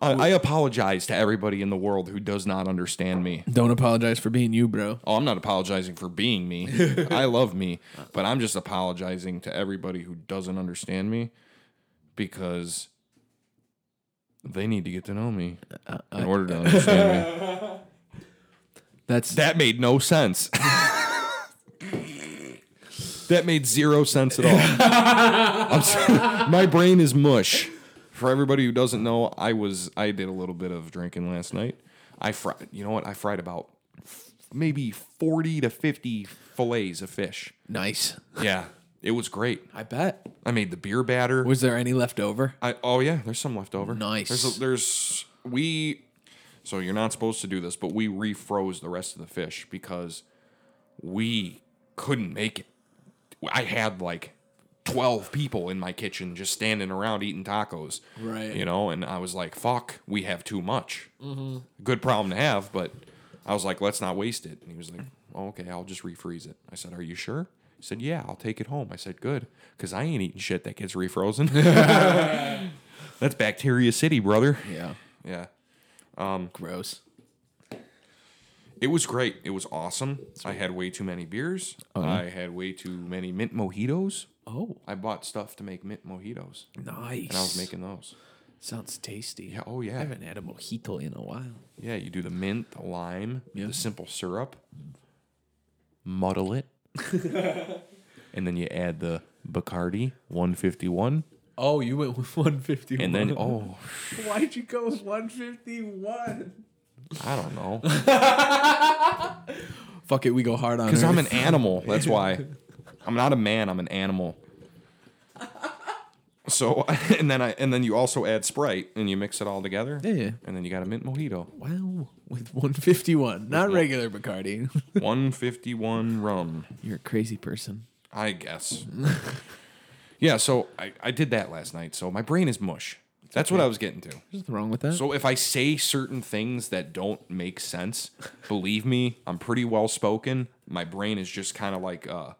S2: I, I apologize to everybody in the world who does not understand me.
S1: Don't apologize for being you, bro.
S2: Oh, I'm not apologizing for being me. I love me, but I'm just apologizing to everybody who doesn't understand me because they need to get to know me in order to understand me.
S1: That's
S2: That made no sense. that made zero sense at all. I'm sorry. My brain is mush. For everybody who doesn't know, I was I did a little bit of drinking last night. I fried. You know what? I fried about f- maybe 40 to 50 fillets of fish.
S1: Nice.
S2: Yeah. It was great.
S1: I bet.
S2: I made the beer batter.
S1: Was there any left over?
S2: I, oh yeah, there's some left over.
S1: Nice.
S2: There's a, there's we. So you're not supposed to do this, but we refroze the rest of the fish because we couldn't make it. I had like twelve people in my kitchen just standing around eating tacos.
S1: Right.
S2: You know, and I was like, "Fuck, we have too much."
S1: Mm-hmm.
S2: Good problem to have, but I was like, "Let's not waste it." And he was like, oh, "Okay, I'll just refreeze it." I said, "Are you sure?" He said, "Yeah, I'll take it home." I said, "Good, because I ain't eating shit that gets refrozen." That's Bacteria City, brother.
S1: Yeah.
S2: Yeah.
S1: Gross.
S2: It was great. It was awesome. I had way too many beers. I had way too many mint mojitos.
S1: Oh,
S2: I bought stuff to make mint mojitos,
S1: nice.
S2: and I was making those.
S1: Sounds tasty.
S2: Yeah, oh, yeah.
S1: I haven't had a mojito in a while.
S2: Yeah, you do the mint, the lime,
S1: Yeah.
S2: the simple syrup, muddle it, and then you add the Bacardi 151,
S1: Oh, you went with 151.
S2: and then oh,
S3: Why'd you go with 151?
S2: I don't know,
S1: fuck it, we go hard on.
S2: because I'm an
S1: Earth.
S2: animal. That's why. I'm not a man. I'm an animal. So and then I and then you also add Sprite and you mix it all together.
S1: Yeah.
S2: And then you got a mint mojito.
S1: Wow, with 151, not regular Bacardi.
S2: 151 rum.
S1: You're a crazy person.
S2: I guess. yeah, so I, I did that last night, so my brain is mush. That's what I was getting to.
S1: There's nothing wrong with that.
S2: So if I say certain things that don't make sense, believe me, I'm pretty well spoken. My brain is just kind of like uh,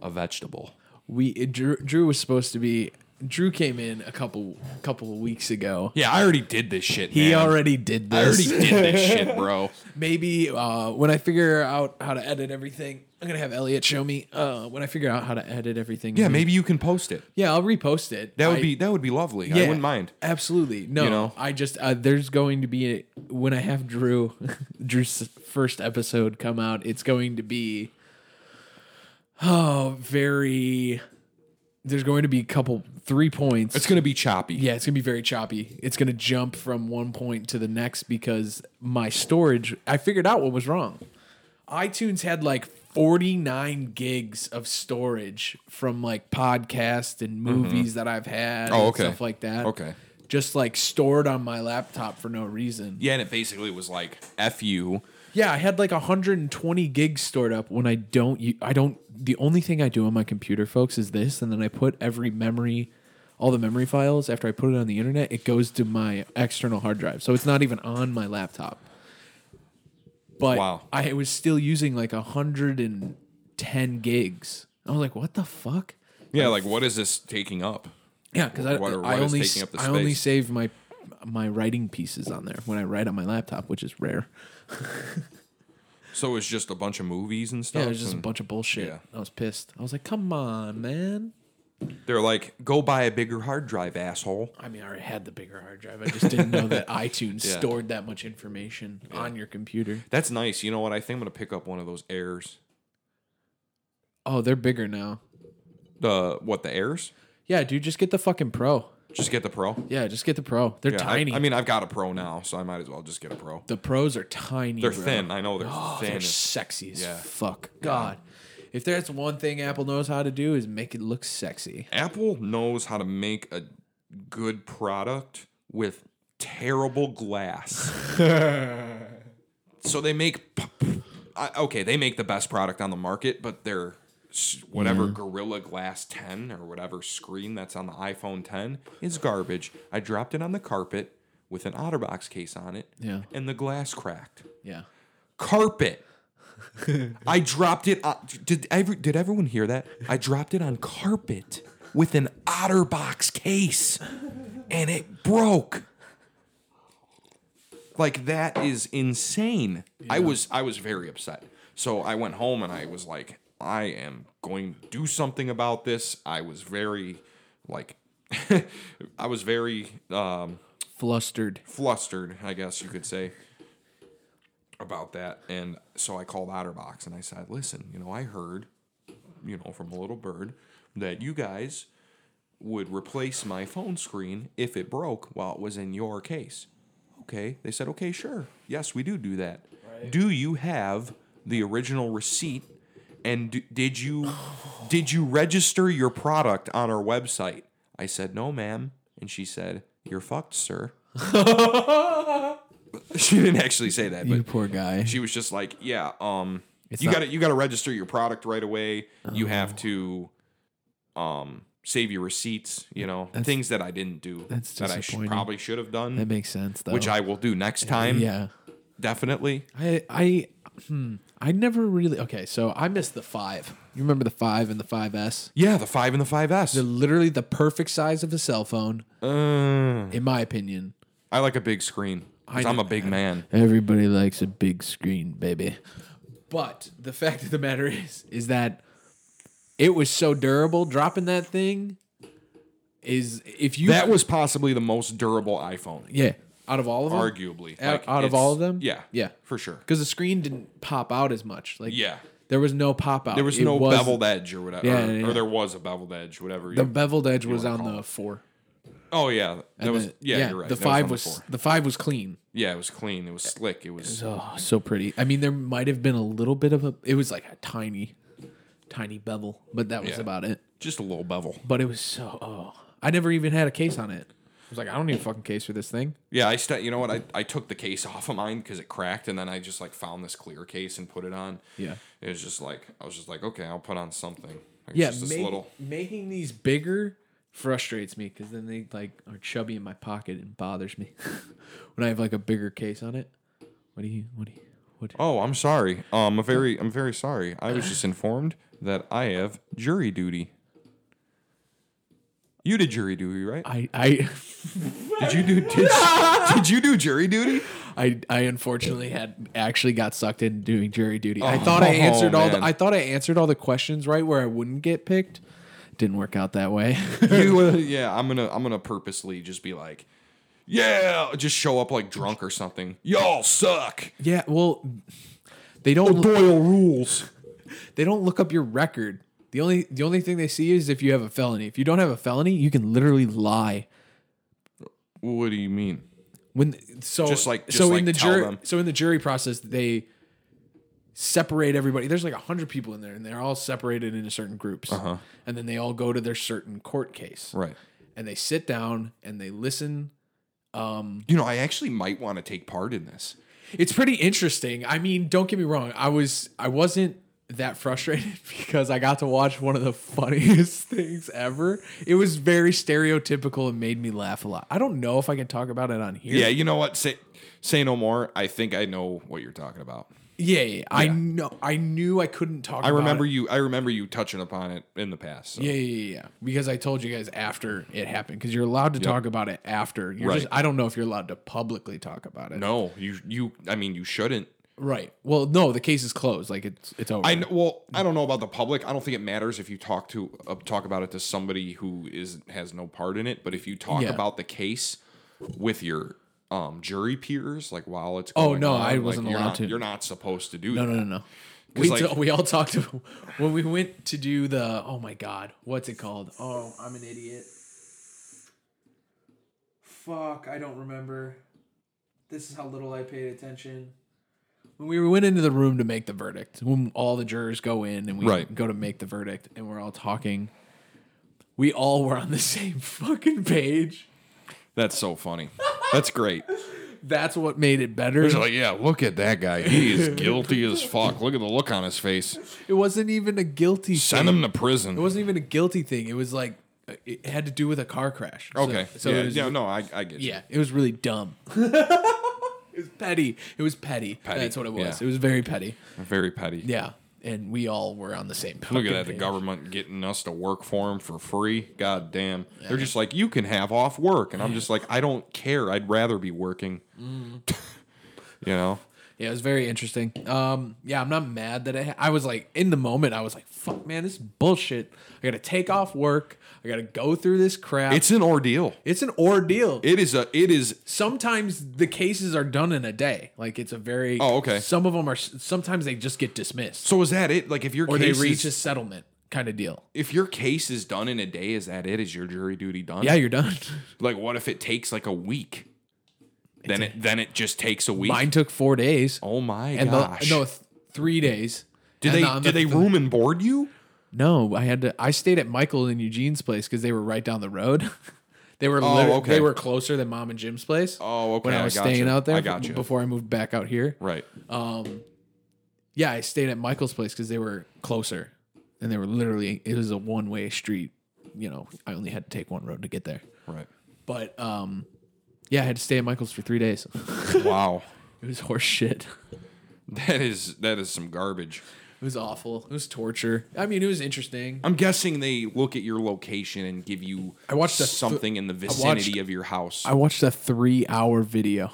S2: a vegetable.
S1: we it, Drew, Drew was supposed to be. Drew came in a couple couple of weeks ago.
S2: Yeah, I already did this shit.
S1: He
S2: man.
S1: already did
S2: I
S1: this.
S2: already did this shit, bro.
S1: Maybe uh, when I figure out how to edit everything, I'm gonna have Elliot show me. Uh, when I figure out how to edit everything,
S2: Yeah, maybe you can post it.
S1: Yeah, I'll repost it.
S2: That would
S1: I-
S2: be that would be lovely. I wouldn't mind.
S1: Absolutely. No,
S2: You know?
S1: I just uh, there's going to be a, when I have Drew Drew's first episode come out, it's going to be oh, very there's going to be a couple three points.
S2: It's gonna be choppy.
S1: yeah, it's going to be very choppy. It's going to jump from one point to the next because my storage, I figured out what was wrong. iTunes had like 49 gigs of storage from like podcasts and movies that I've had
S2: Mm-hmm. Oh,
S1: and
S2: okay.
S1: stuff like that.
S2: Okay.
S1: Just like stored on my laptop for no reason.
S2: Yeah, and it basically was like f you.
S1: Yeah, I had like 120 gigs stored up when I don't. u- I don't. The only thing I do on my computer, folks, is this, and then I put every memory, all the memory files. After I put it on the internet, it goes to my external hard drive, so it's not even on my laptop. But
S2: Wow.
S1: I was still using like 110 gigs. I was like, "What the fuck?"
S2: Yeah, like what is this taking up?
S1: Yeah, because I,
S2: What- what
S1: I
S2: is
S1: only s-
S2: taking up the
S1: I only
S2: space?
S1: save my my writing pieces on there when I write on my laptop, which is rare.
S2: So it's just a bunch of movies and stuff.
S1: Yeah, it was just a
S2: and-
S1: bunch of bullshit.
S2: yeah.
S1: I was pissed. I was like, come on, man.
S2: They're like, go buy a bigger hard drive, asshole.
S1: I mean, I already had the bigger hard drive. I just didn't know that iTunes
S2: Yeah.
S1: stored that much information on your computer.
S2: That's nice. You know what? I think I'm gonna pick up one of those airs.
S1: Oh, they're bigger now.
S2: The what? The airs?
S1: Yeah, dude, just get the fucking pro.
S2: Just get the pro.
S1: Yeah, just get the pro. They're
S2: Yeah, I-
S1: tiny.
S2: I, mean, I've got a pro now, so I might as well just get a pro.
S1: the pros are tiny.
S2: They're
S1: bro.
S2: thin. I know they're
S1: Oh,
S2: thin.
S1: they're sexy as
S2: Yeah.
S1: fuck. God. If there's one thing Apple knows how to do is make it look sexy.
S2: Apple knows how to make a good product with terrible glass. so they make. p- p- I- Okay, they make the best product on the market, but their s- whatever Gorilla Glass 10 or whatever screen that's on the iPhone 10 is garbage. I dropped it on the carpet with an OtterBox case on it,
S1: Yeah.
S2: and the glass cracked.
S1: Yeah.
S2: Carpet. I dropped it. On, did every, did everyone hear that? I dropped it on carpet with an OtterBox case, and it broke. Like that is insane. I was I was very upset. So I went home and I was like, I am going to do something about this. I was very, like, I was very um,
S1: Flustered.
S2: flustered, I guess you could say, about that. And so I called Otterbox and I said, listen, you know, I heard, you know, from a little bird that you guys would replace my phone screen if it broke while it was in your case. Okay. They said, okay, sure. Yes, we do do that. Do you have the original receipt? And d- did you did you register your product on our website? I said, "No, ma'am." And she said, "You're fucked, sir." she didn't actually say that,
S1: You
S2: but
S1: poor guy.
S2: she was just like, "Yeah, um,
S1: It's
S2: you
S1: not- Oh.
S2: got to you got to register your product right away. You have to, um, save your receipts. You know, things that I didn't do
S1: that's
S2: that I sh-
S1: disappointing.
S2: probably should have done,
S1: That makes sense though.
S2: which I will do next time.
S1: yeah.
S2: definitely.
S1: I I hmm, I never really okay. So I missed the five. You remember the five and the 5S?
S2: Yeah, the five and the five S.
S1: They're literally the perfect size of a cell phone,
S2: Uh,
S1: in my opinion.
S2: I like a big screen. Cause
S1: I
S2: I'm
S1: know-
S2: a big man.
S1: Everybody likes a big screen, baby. But the fact of the matter is, is that it was so durable. Dropping that thing is if you
S2: That was possibly the most durable iPhone,
S1: yeah out of all of them,
S2: arguably.
S1: Out- out of all
S2: it's-
S1: of them?
S2: yeah,
S1: Yeah.
S2: for sure.
S1: because the screen didn't pop out as much. Like
S2: Yeah.
S1: there was no pop out.
S2: There was
S1: It
S2: no beveled edge or whatever,
S1: Yeah,
S2: or,
S1: yeah,
S2: or
S1: yeah.
S2: there was a beveled edge, whatever.
S1: The
S2: you-
S1: beveled edge was
S2: wanna
S1: on
S2: call
S1: the
S2: it.
S1: four.
S2: Oh yeah, that
S1: And
S2: was
S1: the-
S2: yeah, You're right.
S1: The
S2: That
S1: five
S2: on the
S1: was,
S2: four.
S1: the five was clean.
S2: yeah, it was clean. It was slick. It was
S1: Oh, so pretty. I mean, there might have been a little bit of a. It was like a tiny, tiny bevel, but that was
S2: Yeah.
S1: about it.
S2: just a little bevel.
S1: But it was so. Oh, I never even had a case on it. I was like, I don't need a fucking case for this thing.
S2: Yeah, I st- you know what? I, I took the case off of mine because it cracked, and then I just like found this clear case and put it on.
S1: Yeah.
S2: it was just like I was just like, okay, I'll put on something. It's
S1: Yeah,
S2: just this
S1: make-
S2: little.
S1: making these bigger frustrates me because then they like are chubby in my pocket and bothers me when I have like a bigger case on it. What do you? What do you? What?
S2: Oh, I'm sorry. Um, I'm very, I'm very sorry. I was just informed that I have jury duty. You did jury duty, right?
S1: I I
S2: Did you do? Did, did you do jury duty?
S1: I I unfortunately had actually got sucked in doing jury duty. I thought I answered all the
S2: man.
S1: I thought I answered all the questions right where I wouldn't get picked. Didn't work out that way.
S2: you uh, yeah i'm gonna i'm gonna purposely just be like yeah just show up like drunk or something y'all suck
S1: yeah, well they don't
S2: doyle rules
S1: they don't look up your record. The only the only thing they see is if you have a felony. If you don't have a felony, you can literally lie.
S2: what do you mean
S1: When so
S2: Just like- just
S1: so
S2: like
S1: in the
S2: tell
S1: jury
S2: them.
S1: so in the jury process they separate everybody. There's like a hundred people in there, and they're all separated into certain groups, uh-huh. and then they all go to their certain court case.
S2: right
S1: and they sit down and they listen.
S2: you know i actually might want to take part in this
S1: It's pretty interesting. I mean, don't get me wrong. I was I wasn't that frustrated because I got to watch one of the funniest things ever. It was very stereotypical and made me laugh a lot. I don't know if I can talk about it on here.
S2: yeah you know what say say no more i think i know what you're talking about
S1: yeah, yeah, yeah. I
S2: Yeah.
S1: know. I knew I couldn't talk.
S2: i
S1: about
S2: remember
S1: it.
S2: you i remember you touching upon it in the past so.
S1: Yeah, yeah, yeah, yeah. Because I told you guys after it happened because you're allowed to talk about it after. You're
S2: Right.
S1: just, I don't know if you're allowed to publicly talk about it.
S2: no you you i mean you shouldn't
S1: Right. Well, no, the case is closed. Like it's it's over.
S2: I kn- well, I don't know about the public. I don't think it matters if you talk to uh, talk about it to somebody who is has no part in it. But if you talk
S1: Yeah.
S2: about the case with your um, jury peers, like while it's
S1: Oh,
S2: going
S1: no,
S2: on,
S1: I
S2: like,
S1: wasn't
S2: you're
S1: allowed
S2: not,
S1: to.
S2: You're not supposed to do
S1: No,
S2: that.
S1: no, no, no.
S2: 'Cause,
S1: We,
S2: like-
S1: t- we all talked to when we went to do the oh my god what's it called oh
S3: Oh, I'm an idiot. Fuck, I don't remember. This is how little I paid attention.
S1: when we went into the room to make the verdict when all the jurors go in and we
S2: Right.
S1: go to make the verdict and we're all talking we all were on the same fucking page
S2: That's so funny. That's great.
S1: that's what made it better
S2: It's like, yeah, look at that guy. He is guilty as fuck. Look at the look on his face.
S1: it wasn't even a guilty
S2: Send
S1: thing.
S2: him to prison.
S1: it wasn't even a guilty thing it was like uh, it had to do with a car crash So-
S2: okay.
S1: so
S2: yeah,
S1: it was
S2: yeah, no, I, I get you.
S1: Yeah, it was really dumb. it was petty. It was petty.
S2: Petty,
S1: That's what it was. It
S2: yeah.
S1: was very petty.
S2: Very petty.
S1: Yeah, and we all were on the same.
S2: Look
S1: fucking
S2: at that. The
S1: page.
S2: government getting us to work for them for free. God damn. They're just like, you can have off work. And I'm just like, I don't care. I'd rather be working.
S1: Mm-hmm.
S2: you know?
S1: Yeah, it was very interesting. Um, yeah, I'm not mad that it. ha- I was like in the moment. I was like, "Fuck, man, this is bullshit." I got to take off work. I got to go through this crap.
S2: It's an ordeal.
S1: it's an ordeal.
S2: It is a, it is,
S1: sometimes the cases are done in a day. Like it's a very.
S2: Oh, okay.
S1: Some of them are. Sometimes they just get dismissed
S2: so is that it? Like if your
S1: or they
S2: case
S1: reach a
S2: is,
S1: settlement kind of deal.
S2: if your case is done in a day, is that it? Is your jury duty done?
S1: Yeah, you're done.
S2: Like what if it takes like a week? Then it, then it just takes a week.
S1: Mine took four days.
S2: oh my
S1: and the,
S2: gosh.
S1: no th- three days.
S2: Did
S1: And
S2: they
S1: on
S2: did
S1: the
S2: they
S1: th-
S2: room and board you?
S1: No, I had to. I stayed at Michael and Eugene's place because they were right down the road. they were
S2: Oh,
S1: lit-
S2: okay.
S1: they were closer than Mom and Jim's place.
S2: Oh, okay,
S1: When I
S2: I
S1: was
S2: gotcha.
S1: staying out there,
S2: I gotcha.
S1: before I moved back out here.
S2: Right.
S1: Um, yeah, I stayed at Michael's place because they were closer, and they were literally it was a one way street. You know, I only had to take one road to get there.
S2: Right.
S1: But um, yeah, I had to stay at Michael's for three days.
S2: Wow.
S1: it was horse shit.
S2: That is that is some garbage.
S1: It was awful. It was torture. I mean, it was interesting.
S2: I'm guessing they look at your location and give you
S1: I watched a th-
S2: something in the
S1: watched-
S2: vicinity of your house.
S1: I watched a three hour video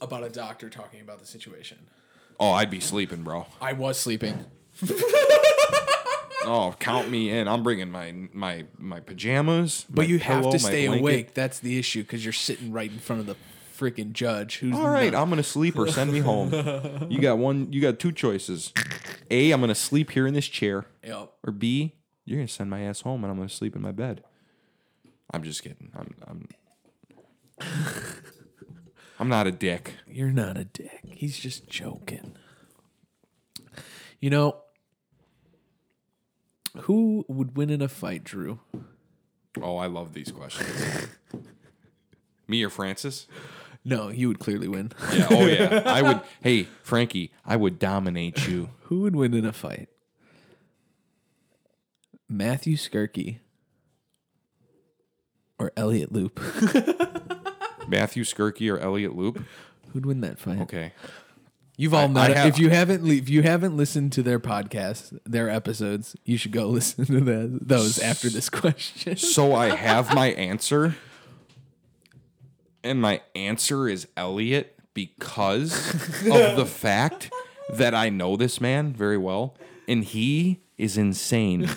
S1: about a doctor talking about the situation.
S2: oh, I'd be sleeping, bro.
S1: I was sleeping.
S2: Oh, count me in. I'm bringing my my my pajamas.
S1: But
S2: my
S1: you have
S2: pillow,
S1: to
S2: my
S1: stay
S2: blanket.
S1: awake. That's the issue because you're sitting right in front of the freaking judge. Who's
S2: All right,
S1: not-
S2: I'm gonna sleep or send me home. you got one. You got two choices. A, I'm gonna sleep here in this chair,
S1: Yep.
S2: or B, you're gonna send my ass home and I'm gonna sleep in my bed. I'm just kidding. I'm I'm I'm not a dick.
S1: You're not a dick. He's just joking. You know, who would win in a fight, Drew?
S2: Oh, I love these questions. me or Francis?
S1: No, you would clearly win.
S2: Yeah. Oh yeah. I would. Hey, Frankie, I would dominate you.
S1: who would win in a fight? Matthew Skirky or Elliot Loop?
S2: Matthew Skirky or Elliot Loop?
S1: Who'd win that fight?
S2: Okay.
S1: You've all met.
S2: I have-
S1: if you haven't, li- if you haven't listened to their podcast, their episodes, you should go listen to the, those after this question.
S2: So I have my answer. And my answer is Elliot because of the fact that I know this man very well and he is insane.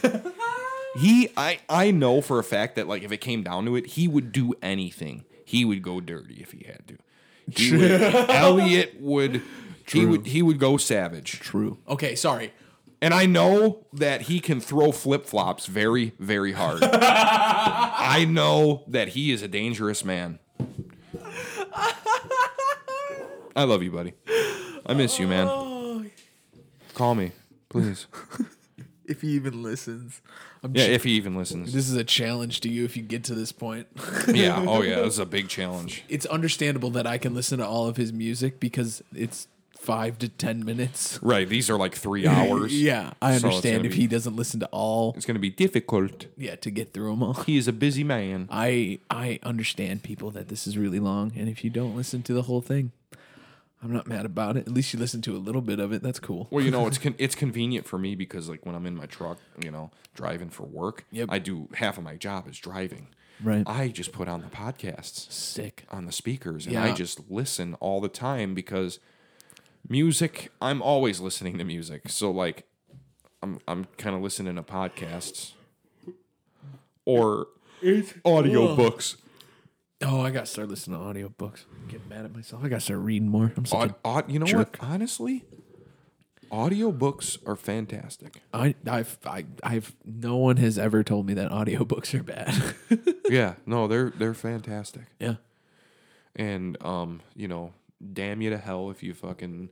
S2: He I I know for a fact that like if it came down to it, he would do anything. He would go dirty if he had to. He would, Elliot would he would he would go savage.
S1: True. Okay, sorry.
S2: And I know that he can throw flip flops very, very hard. I know that he is a dangerous man. I love you, buddy. I miss you, man.
S1: Oh,
S2: Call me, please.
S1: If he even listens, I'm
S2: Yeah,
S1: ch-
S2: if he even listens.
S1: this is a challenge to you. If you get to this point,
S2: Yeah, oh yeah, this is a big challenge.
S1: it's understandable that I can listen to all of his music because it's five to ten minutes.
S2: Right, these are like three hours.
S1: Yeah, I
S2: So it's
S1: understand
S2: gonna
S1: if
S2: be-
S1: he doesn't listen to all.
S2: It's gonna be difficult.
S1: Yeah, to get through them all.
S2: He is a busy man.
S1: I I understand people that this is really long, and if you don't listen to the whole thing, I'm not mad about it. At least you listen to a little bit of it. That's cool.
S2: Well, you know, it's con- it's convenient for me because like when I'm in my truck, you know, driving for work,
S1: Yep.
S2: I do half of my job is driving.
S1: Right.
S2: I just put on the podcasts
S1: Sick.
S2: on the speakers and I
S1: Yeah.
S2: just listen all the time because music, I'm always listening to music. So like I'm I'm kind of listening to podcasts or audio books.
S1: Oh, I gotta start listening to audiobooks. I'm getting mad at myself. I gotta start reading more. I'm such
S2: Aud- aud- you know
S1: jerk.
S2: what? Honestly, audio books are fantastic.
S1: a, I, I've I, I've no one has ever told me that audiobooks are bad.
S2: yeah, no, they're they're fantastic.
S1: yeah.
S2: and um, you know, damn you to hell if you fucking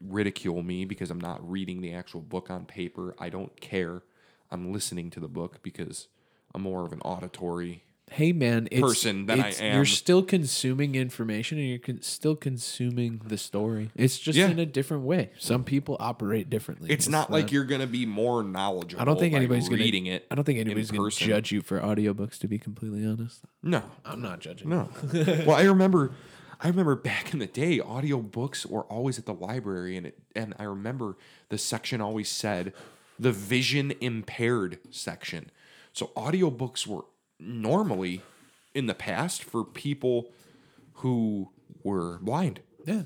S2: ridicule me because I'm not reading the actual book on paper. I don't care. I'm listening to the book because I'm more of an auditory.
S1: Hey man, it's,
S2: Person that I
S1: it's-
S2: am.
S1: You're still consuming information, and you're con- still consuming the story. It's just
S2: Yeah.
S1: in a different way. Some people operate differently.
S2: It's not like you're gonna be more knowledgeable.
S1: I don't think
S2: by
S1: anybody's gonna-
S2: reading it.
S1: I don't think anybody's going to
S2: person.
S1: judge you for audiobooks, to be completely honest.
S2: No,
S1: I'm not judging.
S2: no. well, I remember, I remember back in the day, audiobooks were always at the library, and it, and I remember the section always said the vision impaired section. So audiobooks were normally in the past for people who were blind
S1: Yeah.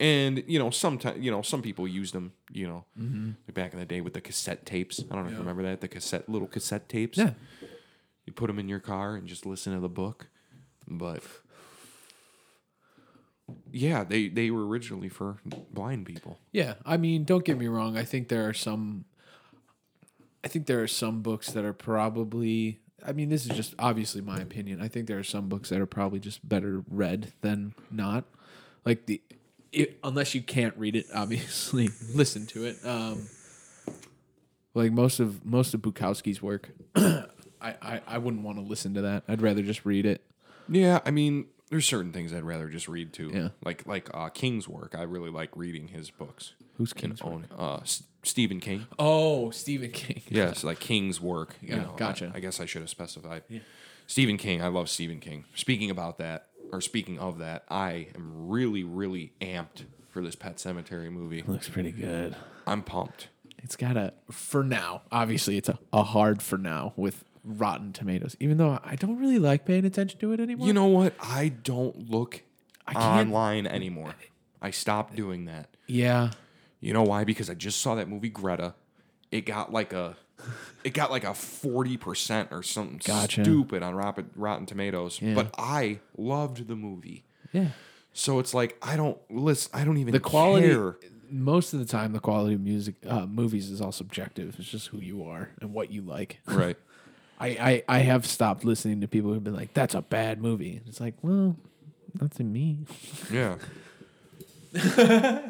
S2: and you know sometimes you know some people used them you know
S1: Mm-hmm.
S2: like back in the day with the cassette tapes i don't know if you remember that the cassette little cassette tapes
S1: Yeah.
S2: you put them in your car and just listen to the book but yeah they they were originally for blind people
S1: Yeah. I mean, don't get me wrong. I think there are some. I think there are some books that are probably. I mean, this is just obviously my opinion. I think there are some books that are probably just better read than not. Like the it, unless you can't read it, obviously, listen to it. Um, like most of most of Bukowski's work, I, I I wouldn't want to listen to that. I'd rather just read it.
S2: Yeah, I mean, there's certain things I'd rather just read too.
S1: Yeah.
S2: like like uh, King's work. I really like reading his books.
S1: Who's
S2: And
S1: King's work?
S2: own uh, S- Stephen King.
S1: Oh, Stephen King.
S2: Yes, like King's work. you
S1: Yeah,
S2: know,
S1: gotcha.
S2: I, I guess I should have specified. Stephen King. I love Stephen King. Speaking about that, or speaking of that, I am really, really amped for this Pet Cemetery movie.
S1: looks pretty good.
S2: I'm pumped.
S1: It's got a for now. Obviously, it's a, a hard for now with Rotten Tomatoes. Even though I don't really like paying attention to it anymore.
S2: You know what? I don't look
S1: can't-
S2: online anymore. I stopped doing that.
S1: yeah.
S2: You know why? Because I just saw that movie Greta. It got like a, it got like a forty percent or something
S1: Gotcha.
S2: stupid on Rotten, Rotten Tomatoes.
S1: Yeah.
S2: But I loved the movie,
S1: Yeah.
S2: so it's like I don't listen. I don't even
S1: The quality.
S2: care.
S1: Most of the time, the quality of music uh, movies is all subjective. It's just who you are and what you like.
S2: Right.
S1: I, I, I have stopped listening to people who've been like, "That's a bad movie." It's like, well, not to me.
S2: Yeah.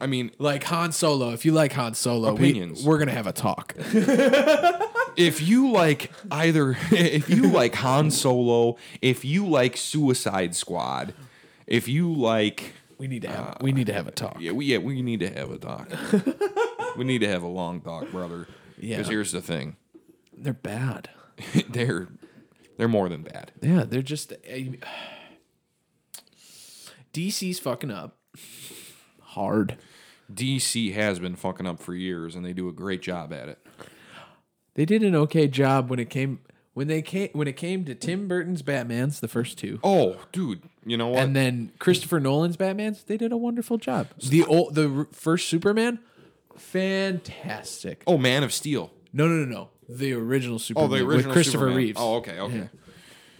S2: I mean,
S1: Like Han Solo. If you like Han Solo,
S2: Opinions.
S1: We, we're gonna have a talk.
S2: if you like either, if you like Han Solo, if you like Suicide Squad, if you like
S1: We need to have we need to have a talk.
S2: Uh, Yeah, we yeah we need to have a talk. we need to have a long talk, brother.
S1: Yeah.
S2: Because here's the thing,
S1: They're bad.
S2: they're they're more than bad.
S1: Yeah, they're just I- DC's fucking up hard.
S2: DC has been fucking up for years, and they do a great job at it.
S1: They did an okay job when it came when they came when it came to Tim Burton's Batman's the first two.
S2: Oh, dude, you know what?
S1: And then Christopher Nolan's Batman's, they did a wonderful job. The old, the r- first Superman, fantastic.
S2: oh, Man of Steel.
S1: No, no, no, no. The original
S2: Oh,
S1: Superman
S2: the original
S1: with Christopher
S2: Superman.
S1: Reeves.
S2: Oh, okay, okay.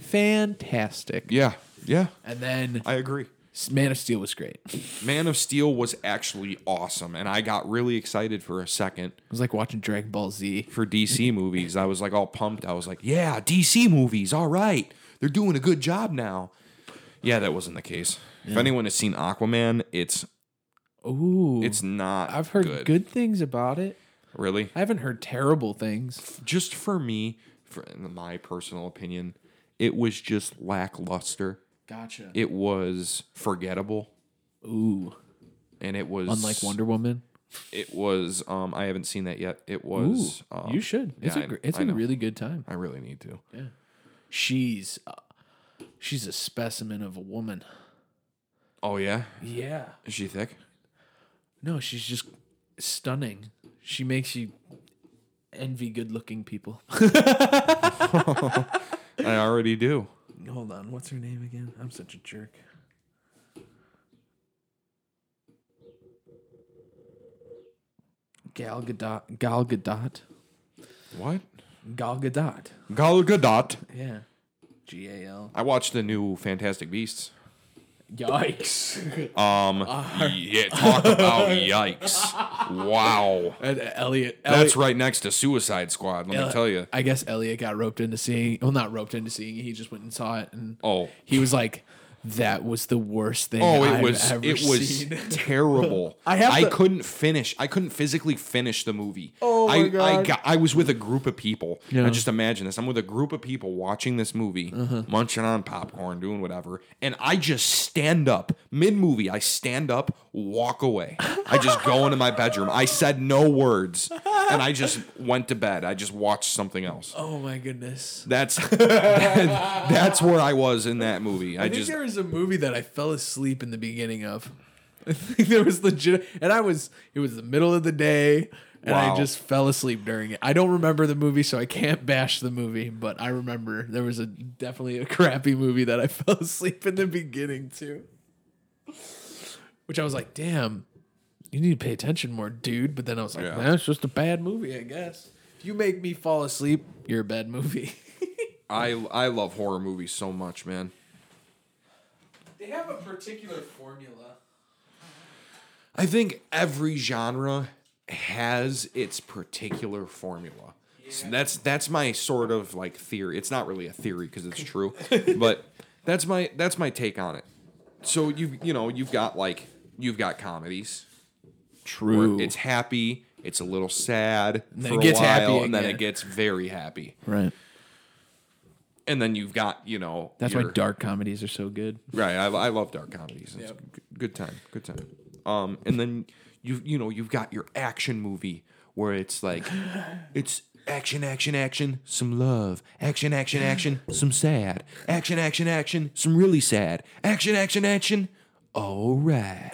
S1: Fantastic.
S2: Yeah. yeah,
S1: And then
S2: I agree.
S1: Man of Steel was great. It
S2: Man of Steel was actually awesome, and I got really excited for a second
S1: was like watching Dragon Ball Z.
S2: for DC movies. I was like all pumped. I was like, yeah, DC movies, all right. They're doing a good job now. Yeah, that wasn't the case. If anyone has seen Aquaman, it's
S1: Ooh.
S2: it's not
S1: I've heard
S2: good.
S1: good. things about it.
S2: Really?
S1: I haven't heard terrible things.
S2: Just for me, for in my personal opinion, it was just lackluster.
S1: Gotcha.
S2: It was forgettable
S1: Ooh.
S2: and it was
S1: Unlike Wonder Woman.
S2: It was um I haven't seen that yet. It was um,
S1: you should. It's
S2: yeah,
S1: a
S2: I-
S1: gr- it's
S2: I
S1: a
S2: know.
S1: really good time.
S2: I really need to.
S1: She's uh, she's a specimen of a woman.
S2: Oh yeah?
S1: Yeah.
S2: Is she thick?
S1: No, she's just stunning. She makes you envy good-looking people.
S2: I already do.
S1: Hold on, what's her name again? I'm such a jerk. Gal Gadot. Gal Gadot.
S2: What?
S1: Gal Gadot.
S2: Gal Gadot.
S1: Yeah. G A L.
S2: I watched the new Fantastic Beasts.
S1: Yikes.
S2: Um, yeah, talk about yikes! Wow,
S1: and uh, Elliot.
S2: that's
S1: Elliot-
S2: right next to Suicide Squad. Let me
S1: Elliot-
S2: tell you.
S1: I guess Elliot got roped into seeing. Well, not roped into seeing. it, He just went and saw it, and
S2: Oh,
S1: he was like, "That was the worst thing.
S2: oh,
S1: I've
S2: it was
S1: ever
S2: it was
S1: seen."
S2: terrible.
S1: I have
S2: I
S1: the-
S2: couldn't finish. I couldn't physically finish the movie.
S1: Oh my
S2: I, I
S1: God.
S2: got. I was with a group of people.
S1: Yeah. Uh-huh.
S2: I just imagine this. I'm with a group of people watching this movie, munching on popcorn, doing whatever, and I just stand up mid movie. I stand up, walk away. I just go into my bedroom. I said no words, and I just went to bed. I just watched something else.
S1: Oh my goodness.
S2: That's that's where I was in that movie. I,
S1: I think
S2: just
S1: there was a movie that I fell asleep in the beginning of. I think there was legit, and I was. It was the middle of the day, and I
S2: Wow.
S1: just fell asleep during it. I don't remember the movie, so I can't bash the movie. But I remember there was a definitely a crappy movie that I fell asleep in the beginning to, which I was like, "Damn, you need to pay attention more, dude." But then I was like,
S2: Yeah.
S1: "That's just a bad movie, I guess." If you make me fall asleep, you're a bad movie.
S2: I I love horror movies so much, man.
S1: they have a particular formula.
S2: I think every genre has its particular formula. So that's that's my sort of like theory. It's not really a theory because it's true, but that's my that's my take on it. So you you know you've got like you've got comedies. where
S4: True.
S2: It's happy. It's a little sad.
S1: then
S2: for
S1: it
S2: a
S1: gets
S2: while,
S1: happy
S2: and then
S1: again.
S2: it gets very happy.
S4: right.
S2: And then you've got you know
S1: That's why
S2: your-
S1: dark comedies are so good.
S2: Right. I, I love dark comedies. It's
S1: Yep.
S2: g- good time. Good time. Um, and then you you know you've got your action movie where it's like it's action action action some love action action action some sad action action action some really sad action action action all right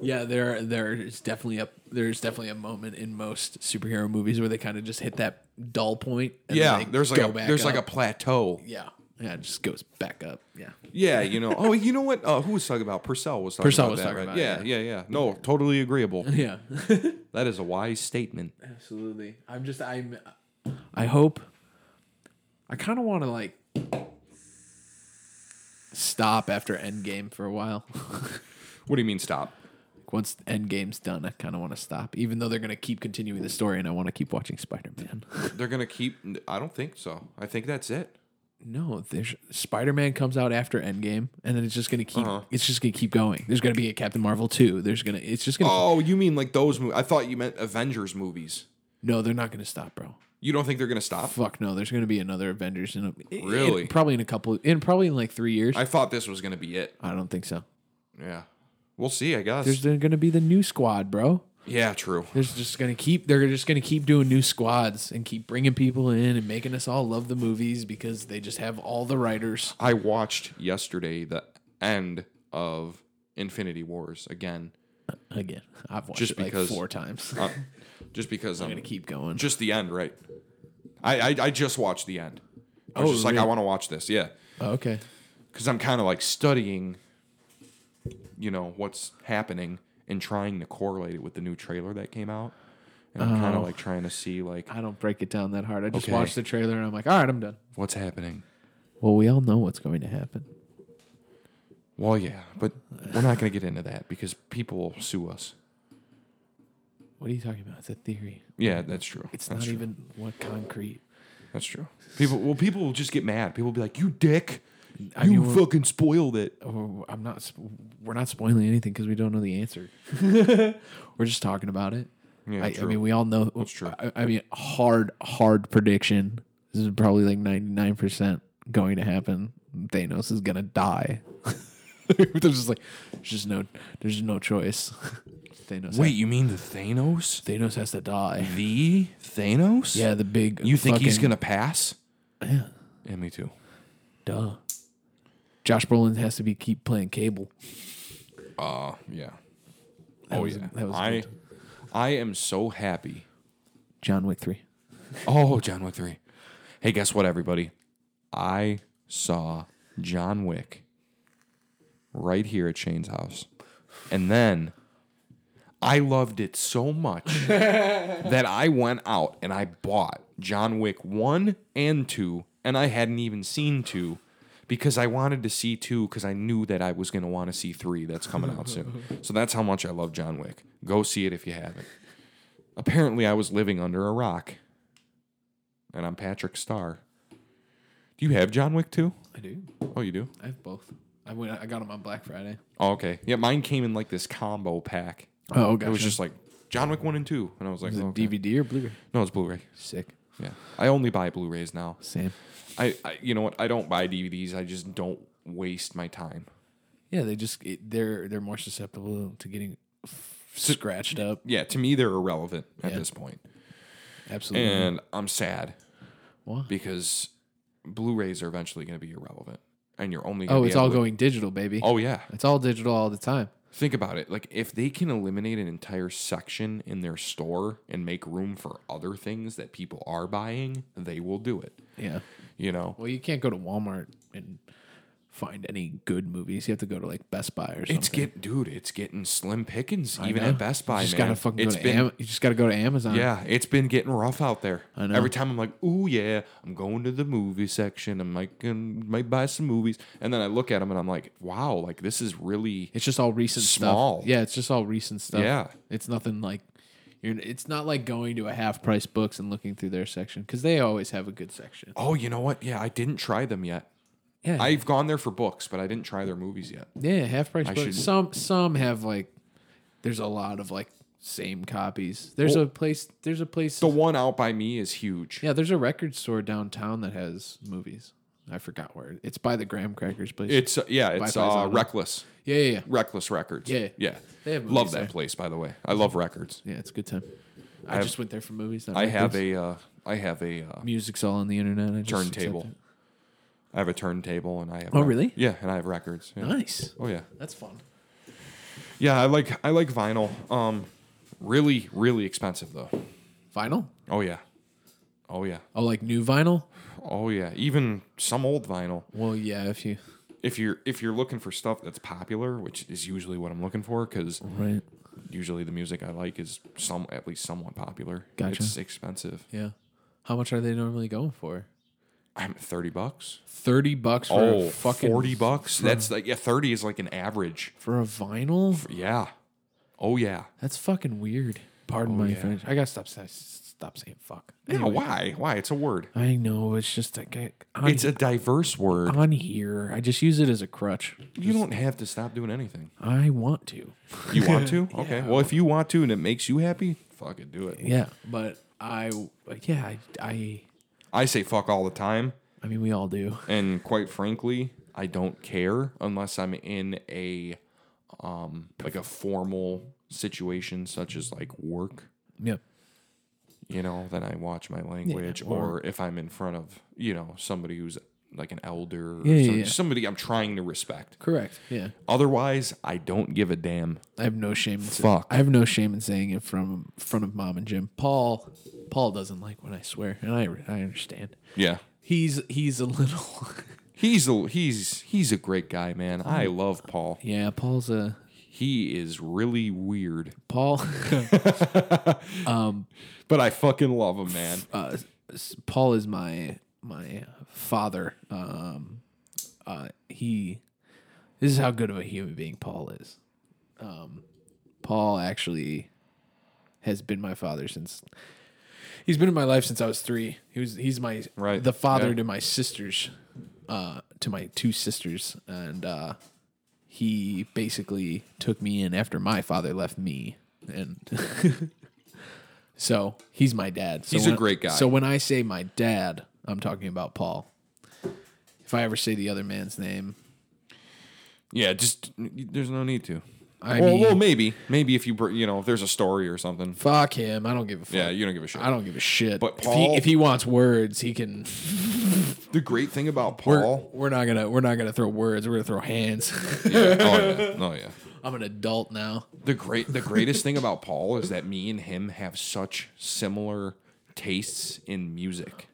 S1: Yeah, there there is definitely a there's definitely a moment in most superhero movies where they kind of just hit that dull point. And then they
S2: yeah there's like
S1: go
S2: a,
S1: back
S2: there's like a
S1: up.
S2: plateau
S1: yeah yeah it just goes back up. Yeah,
S2: yeah you know oh you know what uh, who was talking about Purcell was talking
S1: Purcell
S2: about
S1: was
S2: that
S1: talking
S2: right
S1: about it,
S2: yeah, yeah yeah no totally agreeable
S1: yeah,
S2: that is a wise statement
S1: absolutely. I'm just I'm I hope I kind of want to like stop after Endgame for a while.
S2: what do you mean stop
S1: Once Endgame's done, I kind of want to stop, even though they're gonna keep continuing the story, and I want to keep watching Spider Man.
S2: They're gonna keep. I don't think so. I think that's it.
S1: No, there's Spider-Man comes out after Endgame, and then it's just gonna keep.
S2: Uh-huh.
S1: It's just gonna keep going. There's gonna be a Captain Marvel two. There's gonna. It's just gonna.
S2: Oh, you mean like those movies? I thought you meant Avengers movies.
S1: No, they're not gonna stop, bro.
S2: You don't think they're gonna stop?
S1: Fuck no. There's gonna be another Avengers in a, in-
S2: Really?
S1: probably in a couple in probably in like three years. I,
S2: I thought this was gonna be it.
S1: don't think so.
S2: Yeah, we'll see. I guess.
S1: There's gonna be the new squad, bro.
S2: yeah, true.
S1: There's just gonna keep. They're just gonna keep doing new squads and keep bringing people in and making us all love the movies because they just have all the writers.
S2: I watched yesterday the end of Infinity Wars again,
S1: Again, I've watched
S2: Just
S1: it like
S2: because-
S1: four times.
S2: uh, just because
S1: I'm
S2: I'm
S1: gonna keep going.
S2: just the end, right? I I, I just watched the end. I was
S1: Oh,
S2: just like, I
S1: really?
S2: want to watch this. Yeah,
S1: okay.
S2: because I'm kind of like studying, you know, what's happening and trying to correlate it with the new trailer that came out. And I'm
S1: Oh.
S2: kind of like trying to see like
S1: I don't break it down that hard. I just
S2: Okay.
S1: watch the trailer and I'm like, all right, I'm done.
S2: what's happening.
S1: Well, we all know what's going to happen.
S2: Well, yeah, but we're not going to get into that because people will sue us.
S1: What are you talking about? It's a theory.
S2: Yeah, that's true.
S1: It's
S2: that's
S1: not
S2: true.
S1: even what concrete.
S2: That's true. People, well, people will just get mad. People will be like, "You dick,
S1: I
S2: you
S1: knew it-
S2: fucking spoiled it."
S1: Oh, I'm not. sp- We're not spoiling anything because we don't know the answer. we're just talking about it.
S2: Yeah,
S1: I, I
S2: true.
S1: mean, we all know.
S2: true.
S1: I, I mean, hard, hard prediction. This is probably like 99 percent going to happen. Thanos is gonna die. there's just like, there's just no, there's no choice. Thanos.
S2: Wait, you mean the Thanos?
S1: has, Thanos has to die.
S2: The Thanos?
S1: Yeah, the big.
S2: You think he's
S1: fucking-
S2: gonna pass? Yeah. Yeah, me too.
S1: Duh. Josh Brolin has to be keep playing cable.
S2: Uh, yeah.
S1: That
S2: oh
S1: was-
S2: yeah.
S1: that was
S2: I,
S1: good.
S2: I am so happy.
S1: John Wick three.
S2: Oh, John Wick three. Hey, guess what, everybody? I saw John Wick right here at Shane's house, and then I loved it so much that I went out and I bought John Wick one and two, and I hadn't even seen two. Because I wanted to see two, because I knew that I was going to want to see three that's coming out soon. So that's how much I love John Wick. Go see it if you haven't. Apparently, I was living under a rock and I'm Patrick Starr. Do you have John Wick too?
S1: I do.
S2: Oh, you do.
S1: I have both. I went. I got them on Black Friday.
S2: Oh, okay. Yeah, mine came in like this combo pack.
S1: Oh,
S2: It was
S1: gotcha.
S2: just like John Wick one and two, and I was like,
S1: Is it
S2: okay.
S1: DVD or Blu-ray?
S2: No, it's Blu-ray.
S1: Sick.
S2: Yeah, I only buy Blu-rays now.
S1: Same.
S2: I, I, you know what? I don't buy DVDs. I just don't waste my time.
S1: Yeah, they just it, they're they're more susceptible to getting f- scratched up.
S2: Yeah, to me they're irrelevant at
S1: Yeah.
S2: this point,
S1: Absolutely.
S2: and I'm sad
S1: Why?
S2: because Blu-rays are eventually going to be irrelevant, and you're only gonna
S1: oh,
S2: be
S1: it's all
S2: able to-
S1: going digital, baby.
S2: Oh yeah,
S1: It's all digital all the time.
S2: Think about it. Like if they can eliminate an entire section in their store and make room for other things that people are buying, they will do it.
S1: Yeah.
S2: You know.
S1: Well, you can't go to Walmart and find any good movies. You have to go to like Best Buy or something.
S2: It's get dude, it's getting slim pickings
S1: I
S2: even
S1: know.
S2: at Best Buy.
S1: You just
S2: man.
S1: gotta fucking
S2: It's
S1: go to
S2: been,
S1: Am- you just gotta go to Amazon.
S2: Yeah, it's been getting rough out there.
S1: I know.
S2: Every time I'm like, "Ooh yeah, I'm going to the movie section. I might gonna- might buy some movies." And then I look at them and I'm like, "Wow, like this is really
S1: It's just all recent
S2: Small.
S1: stuff. Yeah, it's just all recent stuff.
S2: Yeah.
S1: It's nothing like you're it's not like going to a half price books and looking through their section cuz they always have a good section.
S2: Oh, you know what? Yeah, I didn't try them yet.
S1: Yeah.
S2: I've gone there for books, but I didn't try their movies yet.
S1: Yeah, half price. books.
S2: should-
S1: Some some have like there's a lot of like same copies. There's a place. There's a place.
S2: The one out by me is huge.
S1: yeah, there's a record store downtown that has movies. I forgot where it- it's by the Graham Crackers place.
S2: It's uh, yeah, it's
S1: Wi-Fi's
S2: uh,
S1: on it.
S2: Reckless,
S1: yeah, yeah, yeah.
S2: Reckless Records.
S1: Yeah.
S2: yeah.
S1: They have
S2: love
S1: movies
S2: that
S1: there.
S2: place by the way. I love records.
S1: Yeah, it's a good time. I,
S2: have-
S1: just went there for movies. not
S2: I
S1: records.
S2: have a uh, I have a uh,
S1: music's all on the internet. I just
S2: turntable.
S1: accept
S2: I have a turntable and I have
S1: Oh,
S2: rec-
S1: really?
S2: Yeah, and I have records.
S1: it.
S2: yeah.
S1: Nice.
S2: Oh yeah.
S1: That's fun.
S2: Yeah, I like I like vinyl. Um really really expensive though.
S1: Vinyl?
S2: Oh yeah. Oh yeah.
S1: Oh, like new vinyl?
S2: Oh yeah. Even some old vinyl.
S1: Well, yeah. If you
S2: If you're if you're looking for stuff that's popular, which is usually what I'm looking for cuz
S1: right,
S2: usually the music I like is some at least somewhat popular.
S1: Gotcha.
S2: It's expensive.
S1: yeah. How much are they normally going for?
S2: I'm at 30 bucks.
S1: Thirty bucks for
S2: Oh,
S1: a fucking
S2: 40 bucks? That's like yeah, 30 is like an average.
S1: for a vinyl.
S2: Yeah. Oh yeah.
S1: That's fucking weird. Pardon my
S2: Oh, yeah.
S1: French. I gotta stop sa- stop saying fuck.
S2: Yeah,
S1: Anyway,
S2: why? Why? It's a word.
S1: I know it's just like I, on,
S2: It's a diverse word.
S1: on here. I just use it as a crutch.
S2: You don't have to stop doing anything.
S1: I want to.
S2: You want to? Okay. Well, if you want to and it makes you happy, fucking do it.
S1: Yeah, but I yeah I I,
S2: I say fuck all the time,
S1: I mean we all do.
S2: and quite frankly, I don't care unless I'm in a um like a formal situation such as like work,
S1: Yep.
S2: you know, then I watch my language or, if I'm in front of, you know, somebody who's like an elder or
S1: Yeah, yeah,
S2: some-
S1: yeah.
S2: somebody I'm trying to respect.
S1: Correct. Yeah.
S2: Otherwise, I don't give a damn.
S1: I have no shame. In sa-
S2: Fuck.
S1: I have no shame in saying it from front of mom and Jim. Paul, Paul doesn't like when I swear, and I I understand.
S2: Yeah.
S1: He's he's a little.
S2: He's a he's he's a great guy, man. I love Paul.
S1: yeah, Paul's a
S2: He is really weird,
S1: Paul.
S2: but I fucking love him, man.
S1: uh, s- Paul is my my father. Um, uh, he. This is how good of a human being Paul is. Um, Paul actually has been my father since. He's been in my life since I was three. He was he's my
S2: Right,
S1: the father
S2: yeah.
S1: to my sisters, uh, to my two sisters, and uh, he basically took me in after my father left me, and so he's my dad. So
S2: He's a
S1: when-
S2: great guy.
S1: So when I say my dad, I'm talking about Paul. If I ever say the other man's name,
S2: Yeah, just there's no need to.
S1: I
S2: well,
S1: mean-
S2: well, maybe, maybe if you br- you know if there's a story or something.
S1: fuck him. I don't give a fuck.
S2: Yeah, you don't give a shit.
S1: I don't give a shit.
S2: But
S1: if, he,
S2: Paul-
S1: if he wants words, he can.
S2: The great thing about
S1: We're,
S2: Paul.
S1: we're not gonna we're not gonna throw words. We're gonna throw hands.
S2: yeah, oh yeah, oh yeah.
S1: I'm an adult now.
S2: The great, the greatest thing about Paul is that me and him have such similar tastes in music,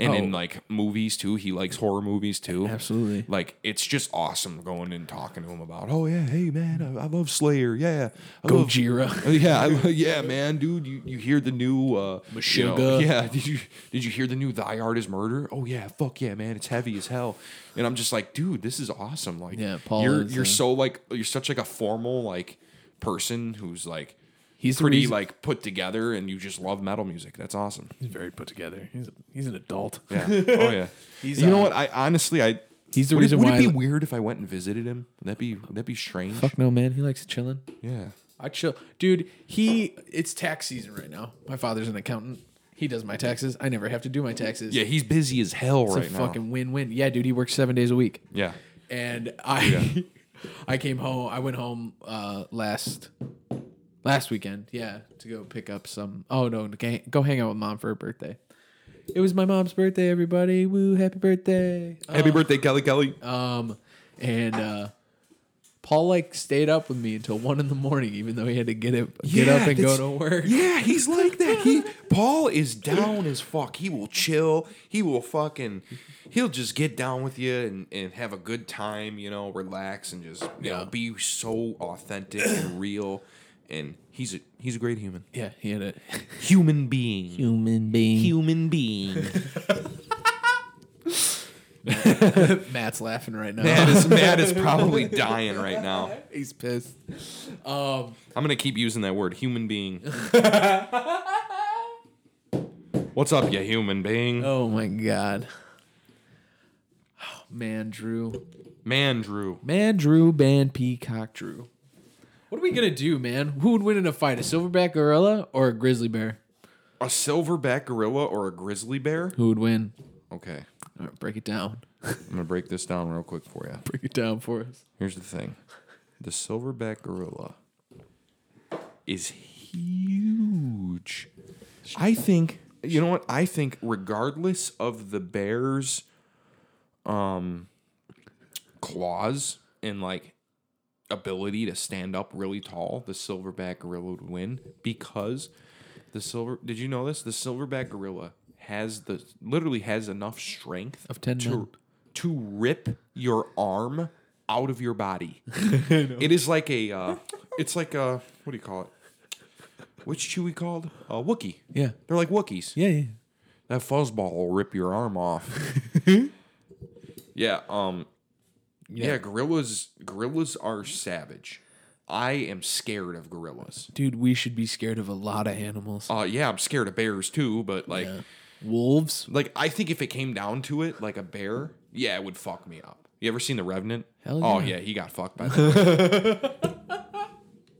S2: and in
S1: Oh.
S2: like movies too. He likes horror movies too.
S1: Absolutely.
S2: Like it's just awesome going and talking to him about, oh yeah, hey man, I, I love Slayer, yeah, I love-
S1: Gojira.
S2: yeah, I, lo- yeah, man, dude, you, you hear the new uh, you
S1: Meshuggah.
S2: know, yeah, did you did you hear the new Thy Art Is Murder? Oh yeah, fuck yeah, man, it's heavy as hell. And I'm just like, dude, this is awesome. Like,
S1: Yeah, Paul
S2: you're
S1: is,
S2: you're
S1: uh,
S2: so like you're such like a formal like person who's like
S1: He's the
S2: pretty
S1: reason-
S2: like put together, and you just love metal music. That's awesome.
S1: He's very put together. He's a, he's an adult.
S2: Yeah. Oh yeah. you know
S1: uh,
S2: what? I honestly, I
S1: He's the
S2: would
S1: reason
S2: it, would
S1: why I
S2: it be
S1: li-
S2: weird if I went and visited him? Would that be would that be strange?
S1: Fuck no, man. He likes chilling.
S2: Yeah.
S1: I chill, dude. He it's tax season right now. My father's an accountant. He does my taxes. I never have to do my taxes.
S2: Yeah, he's busy as hell
S1: it's
S2: right
S1: a
S2: now.
S1: fucking win-win. Yeah, dude. He works seven days a week.
S2: yeah.
S1: and I I came home. I went home uh, last last weekend. Yeah, to go pick up some. Oh no, to ga- go hang out with mom for her birthday. It was my mom's birthday. Everybody, woo! Happy birthday.
S2: Happy birthday, Kelly Kelly.
S1: Um, and uh, Paul like stayed up with me until one in the morning, even though he had to get it get
S2: Yeah,
S1: up and go
S2: that's-
S1: to work.
S2: Yeah, he's like that. He Paul is down as fuck. He will chill. He will fucking he'll just get down with you and, and have a good time, you know, relax and just you know, be so authentic and real. And he's a he's a great human.
S1: Yeah, he had a
S2: Human being.
S1: human being.
S2: Human being.
S1: Matt's laughing right now.
S2: Matt is Matt is probably dying right now.
S1: He's pissed.
S2: I'm gonna keep using that word, human being. What's up, you human being?
S1: Oh my god. Oh man, Drew.
S2: Man, Drew.
S1: Man, Drew, band Peacock, Drew. What are we gonna do, man? Who would win in a fight, a silverback gorilla or a grizzly bear?
S2: A silverback gorilla or a grizzly bear?
S1: Who would win?
S2: Okay.
S1: All right, break it down.
S2: I'm going to break this down real quick for you.
S1: Break it down for us.
S2: Here's the thing the silverback gorilla is huge. I think, you know what? I think, regardless of the bear's um, claws and like ability to stand up really tall, the silverback gorilla would win because the silver. Did you know this? The silverback gorilla has the literally has enough strength
S1: Of 10
S2: to
S1: men.
S2: to rip your arm out of your body. It is like a. Uh, it's like a. What do you call it? What's Chewy called? A Wookie.
S1: Yeah.
S2: They're like Wookiees.
S1: Yeah, yeah.
S2: That fuzzball will rip your arm off. yeah. Um. Yeah. gorillas. Gorillas are savage. I am scared of gorillas.
S1: Dude, we should be scared of a lot of animals.
S2: Uh, yeah, I'm scared of bears too. But like,
S1: Wolves?
S2: like I think if it came down to it, like a bear, yeah, it would fuck me up. You ever seen The Revenant?
S1: Hell
S2: Oh
S1: yeah.
S2: yeah, he got fucked by. that.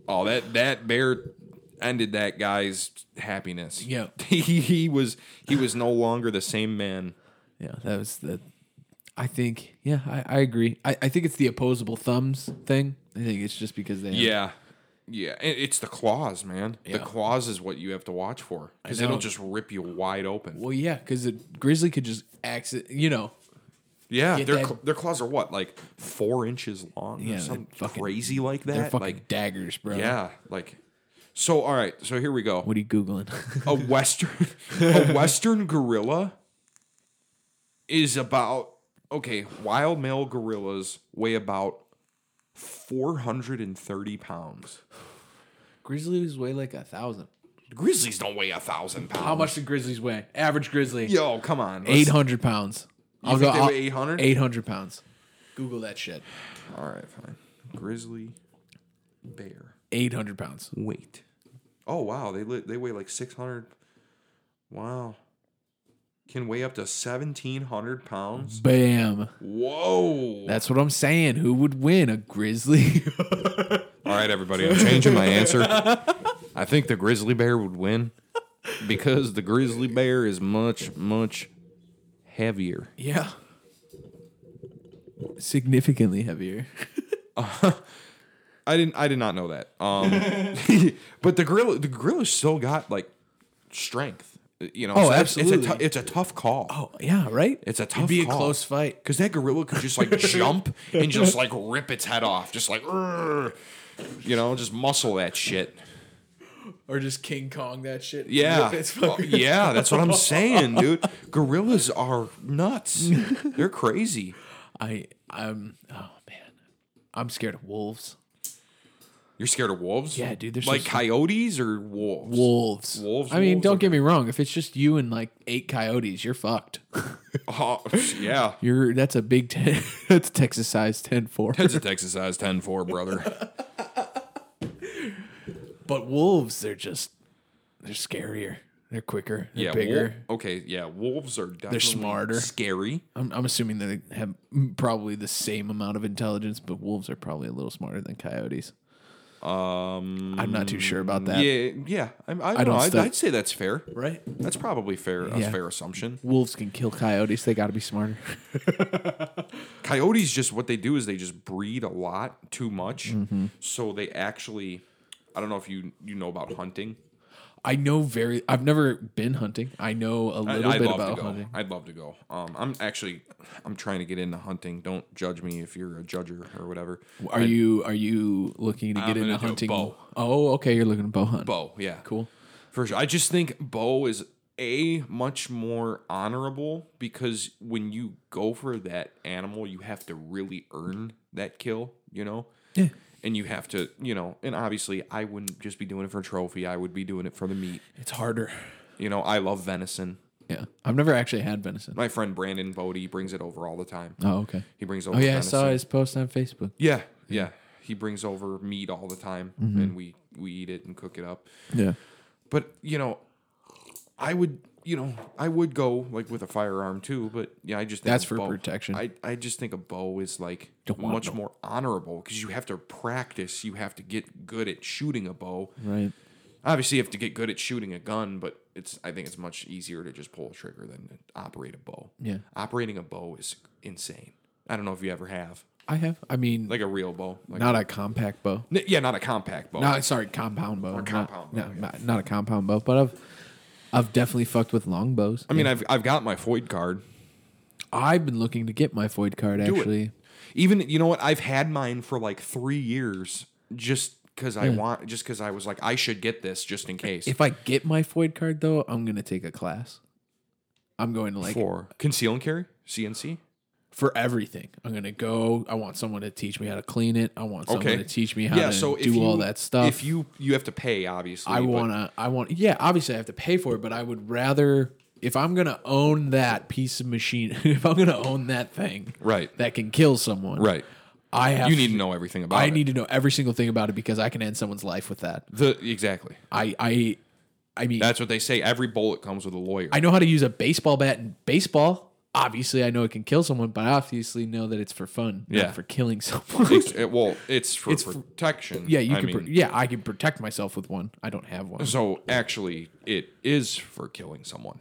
S2: oh, that that bear ended that guy's happiness.
S1: Yeah.
S2: he, he was he was no longer the same man.
S1: Yeah, that was the. I think, yeah, I, I agree. I, I think it's the opposable thumbs thing. I think it's just because they. have-
S2: Yeah. Yeah, and it's the claws, man.
S1: Yeah.
S2: The claws is what you have to watch for because
S1: know.
S2: it'll just rip you wide open.
S1: Well, yeah, because the grizzly could just accident, you know.
S2: yeah,
S1: get
S2: their
S1: that-
S2: cl- their claws are what like four inches long
S1: Yeah,
S2: or something
S1: they're fucking-
S2: crazy like
S1: They're
S2: that.
S1: fucking
S2: Like
S1: daggers, bro.
S2: Yeah, like so. All right, so here we go.
S1: What are you googling?
S2: A western, a western gorilla is about okay. Wild male gorillas weigh about four hundred and thirty pounds.
S1: grizzlies weigh like a thousand.
S2: Grizzlies don't weigh a thousand pounds.
S1: How much do grizzlies weigh? Average grizzly.
S2: Yo, come on.
S1: Eight
S2: Let's-
S1: hundred pounds. I'll
S2: think
S1: go.
S2: they
S1: I'll-
S2: weigh 800?
S1: 800 pounds. Google that shit.
S2: All right, fine. Grizzly bear
S1: Eight hundred pounds.
S2: weight. Oh wow, they li- they weigh like six hundred. Wow, can weigh up to seventeen hundred pounds.
S1: Bam.
S2: Whoa.
S1: That's what I'm saying. Who would win? A grizzly?
S2: All right, everybody, I'm changing my answer. I think the grizzly bear would win because the grizzly bear is much, much heavier.
S1: yeah. Significantly heavier.
S2: I didn't, I did not know that. Um, but the gorilla, the gorilla still got like strength. You know,
S1: Oh,
S2: that's- It's a,
S1: absolutely.
S2: tou- it's a tough call.
S1: Oh yeah, right.
S2: It's a tough.
S1: It'd be
S2: call.
S1: a close fight.
S2: because that gorilla could just like jump and just like rip its head off, just like, "Urgh," you know, just muscle that shit.
S1: Or just King Kong that shit.
S2: Yeah.
S1: It's
S2: Well,
S1: fucking-
S2: yeah, that's what I'm saying, dude. Gorillas are nuts. They're crazy.
S1: I I'm oh man. I'm scared of wolves.
S2: You're scared of wolves?
S1: Yeah, dude, they're so
S2: like
S1: sweet.
S2: coyotes or wolves.
S1: Wolves.
S2: Wolves,
S1: I mean,
S2: wolves,
S1: don't
S2: okay.
S1: get me wrong. If it's just you and like eight coyotes, you're fucked.
S2: Oh, yeah.
S1: You're that's a big ten. that's Texas size ten four.
S2: That's a Texas size 10 4, brother.
S1: But wolves, they're just they're scarier. They're quicker. They're
S2: Yeah,
S1: bigger.
S2: wol- okay, yeah, wolves are definitely
S1: smarter.
S2: scary.
S1: I'm, I'm assuming that they have probably the same amount of intelligence, but wolves are probably a little smarter than coyotes.
S2: Um,
S1: I'm not too sure about that.
S2: yeah, yeah. I, I,
S1: don't
S2: don't know. I'd,
S1: stu-
S2: I'd say that's fair.
S1: Right?
S2: That's probably fair.
S1: Yeah.
S2: A fair assumption.
S1: Wolves can kill coyotes. They got to be smarter.
S2: coyotes just what they do is they just breed a lot too much
S1: Mm-hmm.
S2: so they actually i don't know if you you know about hunting
S1: I know very. I've never been hunting. I know a
S2: I,
S1: little
S2: i'd
S1: bit
S2: love
S1: about
S2: to go
S1: hunting.
S2: i'd love to go um i'm actually i'm trying to get into hunting don't judge me if you're a judger or whatever
S1: Are you Are you looking to get
S2: I'm
S1: into
S2: gonna do
S1: hunting?
S2: bow.
S1: Oh, okay. You're looking to bow hunt.
S2: bow yeah
S1: Cool.
S2: for sure i just think bow is a much more honorable because when you go for that animal you have to really earn that kill you know
S1: Yeah.
S2: and you have to, you know, and obviously I wouldn't just be doing it for a trophy. I would be doing it for the meat.
S1: It's harder.
S2: You know, I love venison.
S1: Yeah. I've never actually had venison.
S2: My friend Brandon Bodie brings it over all the time.
S1: Oh, okay.
S2: He brings over.
S1: Oh yeah, I
S2: venison.
S1: saw his post on Facebook.
S2: Yeah, yeah. He brings over meat all the time,
S1: Mm-hmm.
S2: and we we eat it and cook it up.
S1: Yeah.
S2: But you know, I would you know, I would go like with a firearm too, but yeah, I just think
S1: That's
S2: a
S1: for
S2: bow-
S1: protection.
S2: I, I just think a bow is like
S1: Don't want
S2: much
S1: no-
S2: more honorable because you have to practice, you have to get good at shooting a bow.
S1: Right.
S2: Obviously, you have to get good at shooting a gun, but it's I think it's much easier to just pull a trigger than to operate a bow.
S1: Yeah.
S2: operating a bow is insane. I don't know if you ever have
S1: I have. I mean,
S2: like a real bow, like
S1: not a compact bow.
S2: N- yeah, not a compact bow.
S1: No, sorry, compound bow. not,
S2: compound bow,
S1: no, not, not a compound bow, but I've I've definitely fucked with long bows.
S2: I mean, I've I've got my Foyd card.
S1: I've been looking to get my Foyd card
S2: Do it.
S1: actually.
S2: Even you know what? I've had mine for like three years just because I want, just because I was like, I should get this just in case.
S1: If I get my Foyd card though, I'm gonna take a class. I'm going to like
S2: for conceal and carry CNC.
S1: for everything. I'm gonna go. I want someone to teach me how to clean it. I want someone
S2: Okay,
S1: to teach me how to do
S2: you,
S1: all that stuff.
S2: If you you have to pay, obviously.
S1: I
S2: but-
S1: wanna, I want. Yeah, obviously I have to pay for it, but I would rather if I'm gonna own that piece of machine, if I'm gonna own that thing,
S2: Right.
S1: that can kill someone,
S2: right.
S1: I have.
S2: You need to know everything about.
S1: I
S2: it.
S1: need to know every single thing about it because I can end someone's life with that.
S2: the exactly.
S1: I, I, I mean,
S2: That's what they say. Every bullet comes with a lawyer.
S1: I know how to use a baseball bat in baseball. Obviously, I know it can kill someone, but I obviously know that it's for fun,
S2: Yeah.
S1: not for killing someone.
S2: It's- it- well, it's for
S1: It's for-
S2: protection.
S1: yeah, you
S2: I
S1: can.
S2: mean,
S1: pro- yeah, I can protect myself with one. I don't have one.
S2: So actually, it is for killing someone,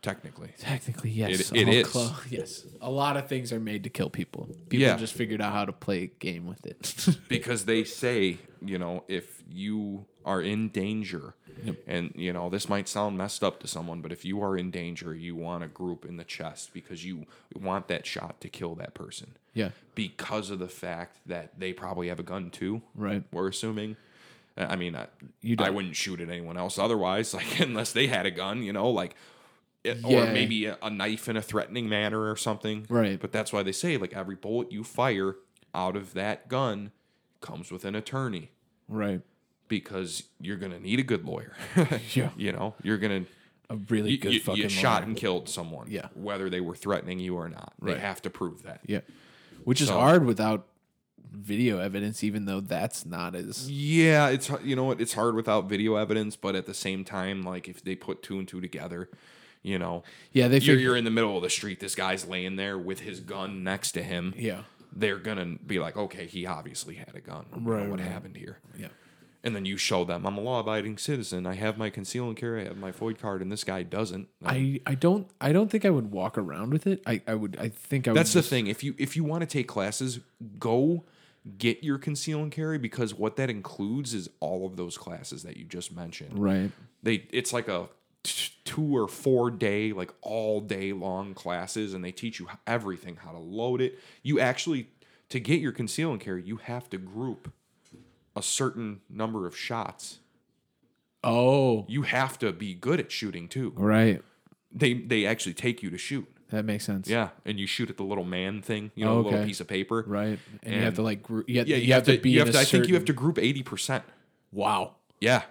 S2: technically.
S1: Technically, yes.
S2: It- it
S1: All
S2: is.
S1: clo- yes. A lot of things are made to kill people. People
S2: Yeah.
S1: just figured out how to play a game with it.
S2: because they say, you know, if you are in danger, and you know, this might sound messed up to someone, but if you are in danger, you want a group in the chest because you want that shot to kill that person.
S1: yeah.
S2: Because of the fact that they probably have a gun too.
S1: Right.
S2: We're assuming. I I mean, I,
S1: You
S2: I
S1: don't-
S2: wouldn't shoot at anyone else otherwise, like unless they had a gun, you know, like. It, Or
S1: Yeah.
S2: maybe a, a knife in a threatening manner or something.
S1: Right.
S2: But that's why they say like every bullet you fire out of that gun comes with an attorney
S1: Right.
S2: because you're gonna need a good lawyer.
S1: Yeah.
S2: You know, you're gonna
S1: A really
S2: you,
S1: good
S2: you- you
S1: fucking
S2: shot
S1: lawyer.
S2: and killed someone.
S1: Yeah.
S2: Whether they were threatening you or not,
S1: Right.
S2: they have to prove that.
S1: Yeah. Which is
S2: So-
S1: hard without video evidence, even though that's not as.
S2: Yeah, it's h- you know what it's hard without video evidence, but at the same time, like if they put two and two together, you know,
S1: Yeah, they
S2: you're,
S1: figured.
S2: you're in the middle of the street. This guy's laying there with his gun next to him.
S1: Yeah.
S2: they're gonna be like, okay, he obviously had a gun. We know
S1: Right,
S2: what
S1: right.
S2: happened here?
S1: Yeah.
S2: And then you show them, I'm a law-abiding citizen. I have my conceal and carry. I have my FOID card, and this guy doesn't.
S1: I, I don't I don't think I would walk around with it. I, I would I think I
S2: That's
S1: would
S2: the thing. If you if you want to take classes, go get your conceal and carry because what that includes is all of those classes that you just mentioned.
S1: right
S2: they it's like a t- two or four day like all day long classes and they teach you everything how to load it you actually to get your conceal and carry you have to group a certain number of shots
S1: oh
S2: you have to be good at shooting too
S1: right
S2: they they actually take you to shoot
S1: that makes sense
S2: yeah and you shoot at the little man thing you know
S1: Oh,
S2: the little
S1: okay.
S2: piece of paper
S1: right and, you have
S2: And-
S1: to like gr- you have,
S2: yeah
S1: you, have, to, be
S2: you
S1: in
S2: have to,
S1: a
S2: i think you have
S1: certain-
S2: to group 80%
S1: wow
S2: yeah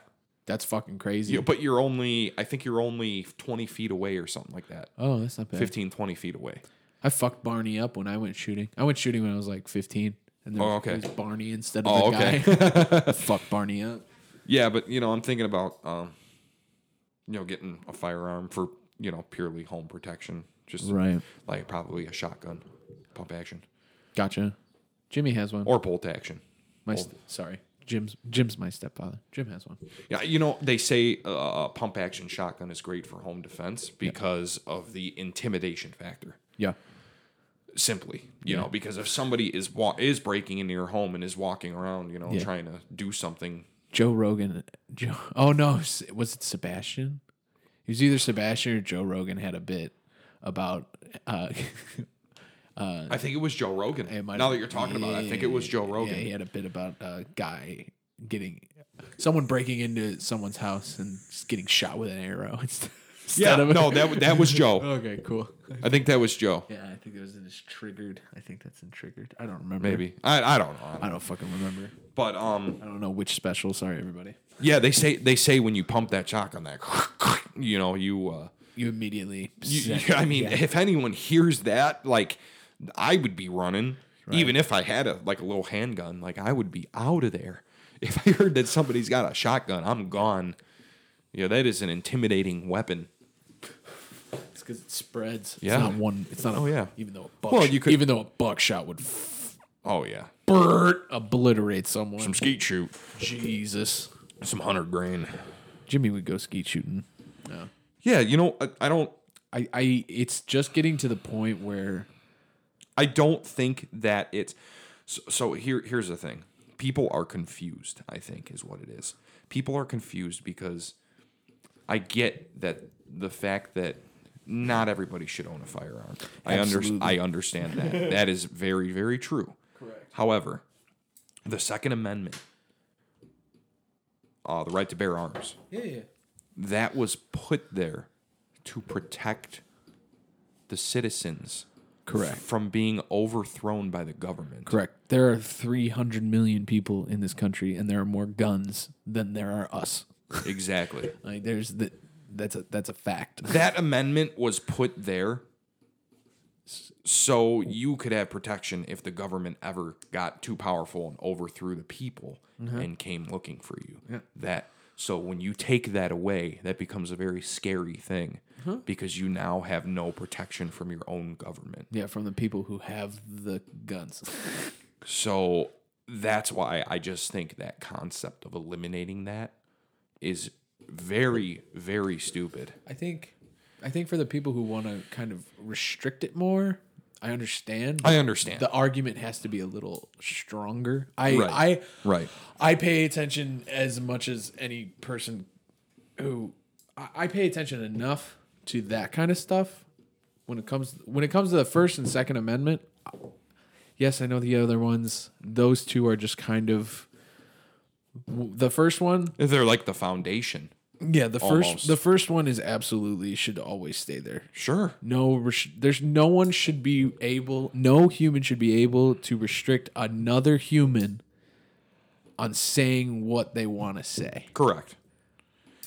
S1: that's fucking crazy
S2: You- but you're only i think you're only 20 feet away or something like that
S1: oh that's not bad
S2: 15 20 feet away
S1: I fucked Barney up when I went shooting. I went shooting when I was like 15. And then
S2: Oh, okay.
S1: it was Barney instead of
S2: Oh,
S1: the
S2: okay.
S1: guy. Fuck Barney up.
S2: Yeah, but you know, I'm thinking about um, you know, getting a firearm for you know purely home protection, just
S1: Right.
S2: like probably a shotgun, pump action,
S1: Gotcha. Jimmy has one.
S2: or bolt action. Oh.
S1: my st- sorry. Jim's Jim's my stepfather. Jim has one.
S2: Yeah, you know, they say uh, a pump action shotgun is great for home defense because of the intimidation factor.
S1: Yeah.
S2: Simply, you know, because if somebody is wa- is breaking into your home and is walking around, you know,
S1: Yeah.
S2: trying to do something.
S1: Joe Rogan. Joe, oh no, S- was it Sebastian? It was either Sebastian or Joe Rogan had a bit about uh
S2: I think it was Joe Rogan.
S1: It might
S2: Now
S1: have-
S2: that you're talking about it, I think it was Joe Rogan.
S1: Yeah, he had a bit about a guy getting someone breaking into someone's house and just getting shot with an arrow instead instead
S2: Yeah,
S1: of
S2: no, that that was Joe.
S1: Okay, cool.
S2: I think that was Joe.
S1: Yeah, I think it was in his triggered. I think that's in triggered. I don't remember.
S2: Maybe I I don't know. I
S1: I don't fucking remember.
S2: But um,
S1: I don't know which special. Sorry, everybody.
S2: yeah, they say they say when you pump that shotgun, that you know you. Uh,
S1: You immediately.
S2: you,
S1: set-
S2: you- I mean,
S1: yeah.
S2: if anyone hears that, like, I would be running, even if I had a like a little handgun. Like, I would be out of there. If I heard that somebody's got a shotgun, I'm gone. Yeah, that is an intimidating weapon.
S1: It's because it spreads.
S2: Yeah.
S1: It's not one. It's not.
S2: Oh,
S1: a,
S2: yeah.
S1: Even though a buck.
S2: Well,
S1: Well,
S2: you
S1: you
S2: could-
S1: Even though a buckshot would
S2: Oh yeah,
S1: burr, obliterate someone.
S2: some skeet shoot,
S1: Jesus.
S2: some hundred grain.
S1: Jimmy would go skeet shooting.
S2: Yeah, you know, I, I don't,
S1: I, I. It's just getting to the point where
S2: I don't think that it's. So, so here, here's the thing: people are confused. I think is what it is. People are confused because I get that the fact that not everybody should own a firearm. I under, I understand that. that is very, very true.
S3: Correct.
S2: However, the Second Amendment, uh, the right to bear arms,
S1: yeah, yeah.
S2: that was put there to protect the citizens
S1: Correct.
S2: from being overthrown by the government.
S1: Correct. There are 300 million people in this country, and there are more guns than there are us.
S2: Exactly.
S1: Like there's the, that's a that's a fact.
S2: that amendment was put there so you could have protection if the government ever got too powerful and overthrew the people and came looking for you. That so when you take that away, that becomes a very scary thing because you now have no protection from your own government.
S1: Yeah, from the people who have the guns.
S2: So that's why I just think that concept of eliminating that is very, very stupid.
S1: I think, I think for the people who want to kind of restrict it more, I understand.
S2: I understand.
S1: the argument has to be a little stronger. I
S2: Right.
S1: I
S2: Right.
S1: I pay attention as much as any person who I, I pay attention enough to that kind of stuff when it comes when it comes to the first and second amendment. Yes, I know the other ones. Those two are just kind of w- the first one
S2: They're like the foundation.
S1: yeah the
S2: Almost.
S1: first the first one is absolutely should always stay there
S2: Sure.
S1: no res- there's no one should be able no human should be able to restrict another human on saying what they want to say
S2: Correct.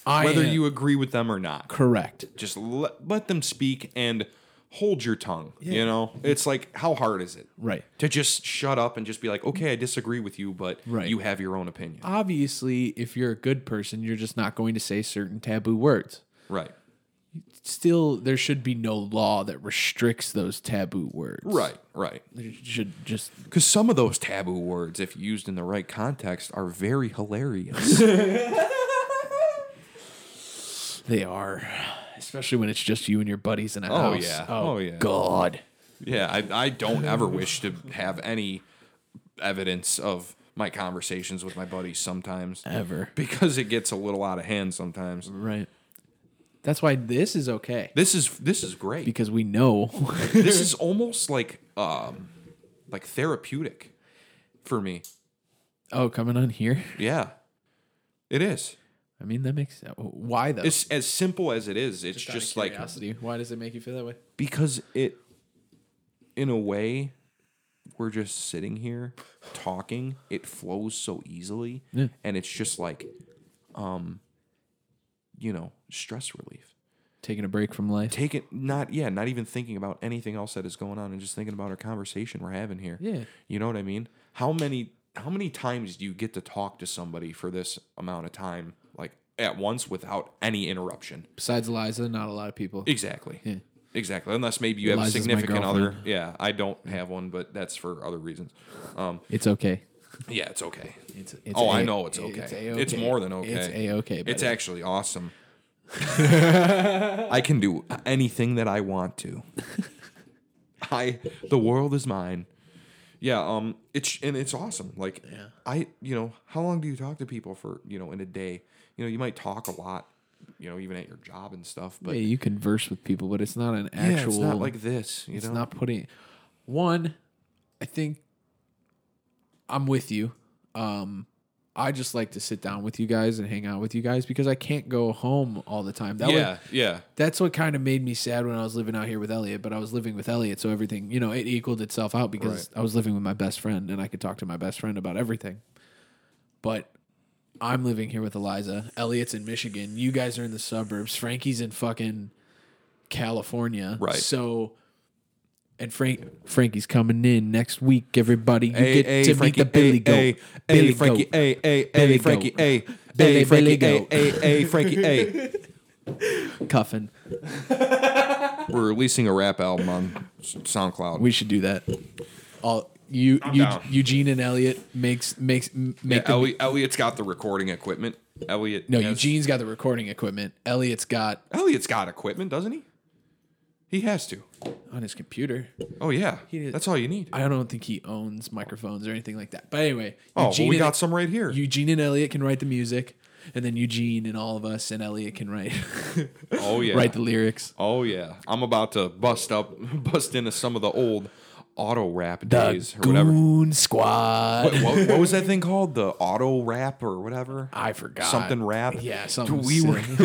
S1: I
S2: Whether
S1: am
S2: you agree with them or not,
S1: correct
S2: just let, let them speak and hold your tongue. You know, it's like, how hard is it?
S1: right
S2: To just shut up and just be like, okay, I disagree with you, but
S1: Right.
S2: you have your own opinion.
S1: obviously if you're a good person you're just not going to say certain taboo words
S2: right.
S1: still there should be no law that restricts those taboo words
S2: Right. Right.
S1: there should just
S2: Because some of those taboo words, if used in the right context, are very hilarious.
S1: they are especially when it's just you and your buddies in a
S2: Oh,
S1: house
S2: yeah.
S1: oh
S2: Oh, yeah.
S1: god
S2: yeah, I, I don't ever wish to have any evidence of my conversations with my buddies sometimes
S1: ever
S2: because it gets a little out of hand sometimes.
S1: Right. That's why this is okay
S2: This is this is great.
S1: because we know.
S2: this is almost like um like therapeutic for me
S1: oh, coming on here.
S2: yeah it is
S1: I mean, that makes why though.
S2: it's as simple as it is it's just, like
S1: why does it make you feel that way?
S2: because it in a way we're just sitting here talking it flows so easily
S1: Yeah.
S2: and it's just like um you know stress relief
S1: Taking a break from life.
S2: take it not yeah not even thinking about anything else that is going on and just thinking about our conversation we're having here
S1: Yeah.
S2: you know what i mean how many how many times do you get to talk to somebody for this amount of time like at once without any interruption
S1: Besides Liza, not a lot of people.
S2: exactly
S1: Yeah.
S2: exactly unless maybe you have
S1: Liza's my
S2: a significant other
S1: girlfriend.
S2: yeah i don't have one but that's for other reasons um
S1: It's okay.
S2: yeah it's okay
S1: It's, it's
S2: oh
S1: I
S2: I know it's okay. It's, more than okay.
S1: It's a okay.
S2: It's actually awesome. I can do anything that I want to. I the world is mine. Yeah, um it's and it's awesome. Like I, you know, how long do you talk to people for, you know, in a day? You know, you might talk a lot, you know, even at your job and stuff, but
S1: yeah, you converse with people, but it's not an
S2: yeah,
S1: actual.
S2: it's not like this, you
S1: it's
S2: know.
S1: not putting one i think i'm with you um i just like to sit down with you guys and hang out with you guys because i can't go home all the time that
S2: yeah,
S1: would-
S2: yeah.
S1: that's what kind of made me sad when i was living out here with elliot but i was living with elliot so everything you know it equaled itself out because i was living with my best friend and i could talk to my best friend about everything but i'm living here with eliza elliot's in michigan you guys are in the suburbs frankie's in fucking california
S2: Right.
S1: so and Frank Frankie's coming in next week. Everybody, you
S2: Hey,
S1: get
S2: hey,
S1: to
S2: Frankie,
S1: meet the Billy Goat.
S2: hey, hey,
S1: Billy
S2: hey, Frankie,
S1: Goat.
S2: hey, hey, hey,
S1: Billy
S2: Frankie,
S1: Goat.
S2: hey,
S1: Billy,
S2: hey,
S1: Billy
S2: Frankie, hey,
S1: Goat.
S2: hey, hey, Frankie, hey.
S1: cuffing.
S2: We're releasing a rap album on S- SoundCloud.
S1: We should do that. All you,
S2: I'm
S1: you
S2: down.
S1: Eugene and Elliot makes makes m-
S2: yeah,
S1: make the
S2: Elliot, Elliot's got the recording equipment. Elliot.
S1: no.
S2: has-
S1: Eugene's got the recording equipment. Elliot's got
S2: Elliot's got equipment, doesn't he? He has to.
S1: on his computer.
S2: Oh yeah, that's all you need.
S1: I don't think he owns microphones or anything like that. But anyway,
S2: oh, well, we
S1: and-
S2: got some right here.
S1: Eugene and Elliot can write the music, and then Eugene and all of us and Elliot can write
S2: oh yeah,
S1: write the lyrics.
S2: Oh yeah, I'm about to bust up, bust into some of the old auto rap days or whatever.
S1: Goon Squad.
S2: What, what, what was that thing called? The auto rap or whatever.
S1: I forgot
S2: something rap.
S1: Yeah,
S2: Dude,
S1: something.
S2: we were we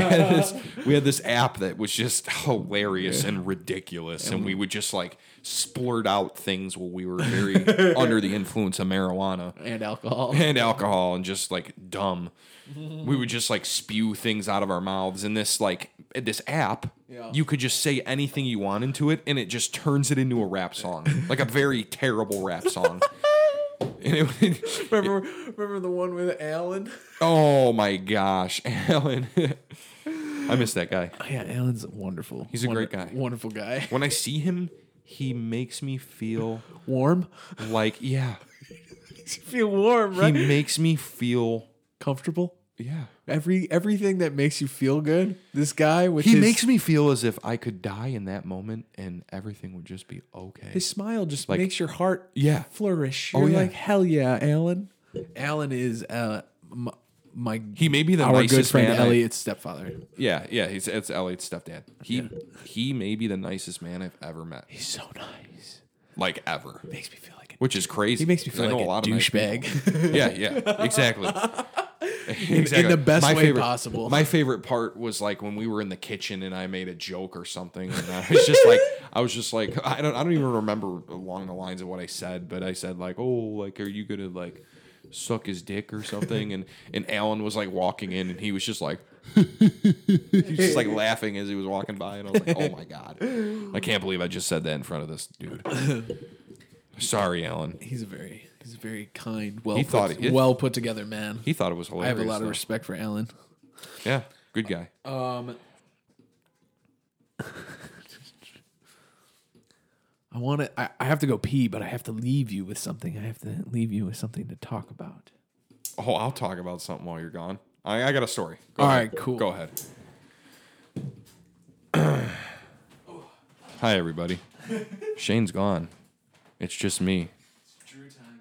S2: had this we had this app that was just hilarious and ridiculous, and we would just like splurt out things while we were very under the influence of marijuana
S1: and alcohol.
S2: and alcohol and just like dumb. We would just like spew things out of our mouths and this like this app.
S1: Yeah.
S2: You could just say anything you want into it and it just turns it into a rap song. like a very terrible rap song. and it would,
S1: remember, remember the one with Alan?
S2: oh my gosh, Alan. I miss that guy.
S1: Yeah, Alan's wonderful.
S2: He's a
S1: Wonder-
S2: great guy.
S1: Wonderful guy.
S2: When I see him, he makes me feel
S1: Warm.
S2: like yeah.
S1: Feel warm,
S2: He makes me feel
S1: Comfortable.
S2: yeah.
S1: Every everything that makes you feel good. This guy with
S2: He
S1: his,
S2: makes me feel as if I could die in that moment and everything would just be okay.
S1: his smile just
S2: Like-
S1: makes your heart
S2: Yeah.
S1: flourish.
S2: Oh,
S1: You're
S2: yeah.
S1: like hell yeah, Alan. Alan is uh my, my
S2: He may be the
S1: our
S2: nicest
S1: good friend
S2: man. I-
S1: Elliot's stepfather.
S2: yeah, yeah, he's it's Elliot's stepdad. He he may be the nicest man I've ever met,
S1: He's so nice.
S2: like ever,
S1: Makes me feel like a,
S2: which is crazy.
S1: he makes me feel
S2: I know
S1: like a,
S2: of nice
S1: douchebag.
S2: people. yeah, yeah, exactly. exactly.
S1: the best way
S2: favorite,
S1: possible.
S2: My favorite part was like when we were in the kitchen and I made a joke or something, and I was just like, I was just like, I don't, I don't even remember along the lines of what I said, but I said like, oh, like, are you gonna like suck his dick or something? And and Alan was like walking in, and he was just like. he was just like laughing as he was walking by, and I was like, "Oh my god, I can't believe I just said that in front of this dude." Sorry, Alan.
S1: he's a very he's a very kind, well
S2: He
S1: put,
S2: thought it-
S1: well put together man.
S2: He thought it was
S1: I
S2: hilarious.
S1: have a lot of
S2: though.
S1: respect for Alan.
S2: Yeah, good guy.
S1: Um, I want to. I, I have to go pee, but I have to leave you with something. I have to leave you with something to talk about.
S2: Oh, I'll talk about something while you're gone. I, I got a story. Go
S1: All
S2: ahead.
S1: right, cool.
S2: Go ahead. Hi, everybody. Shane's gone. It's just me.
S1: Drew time.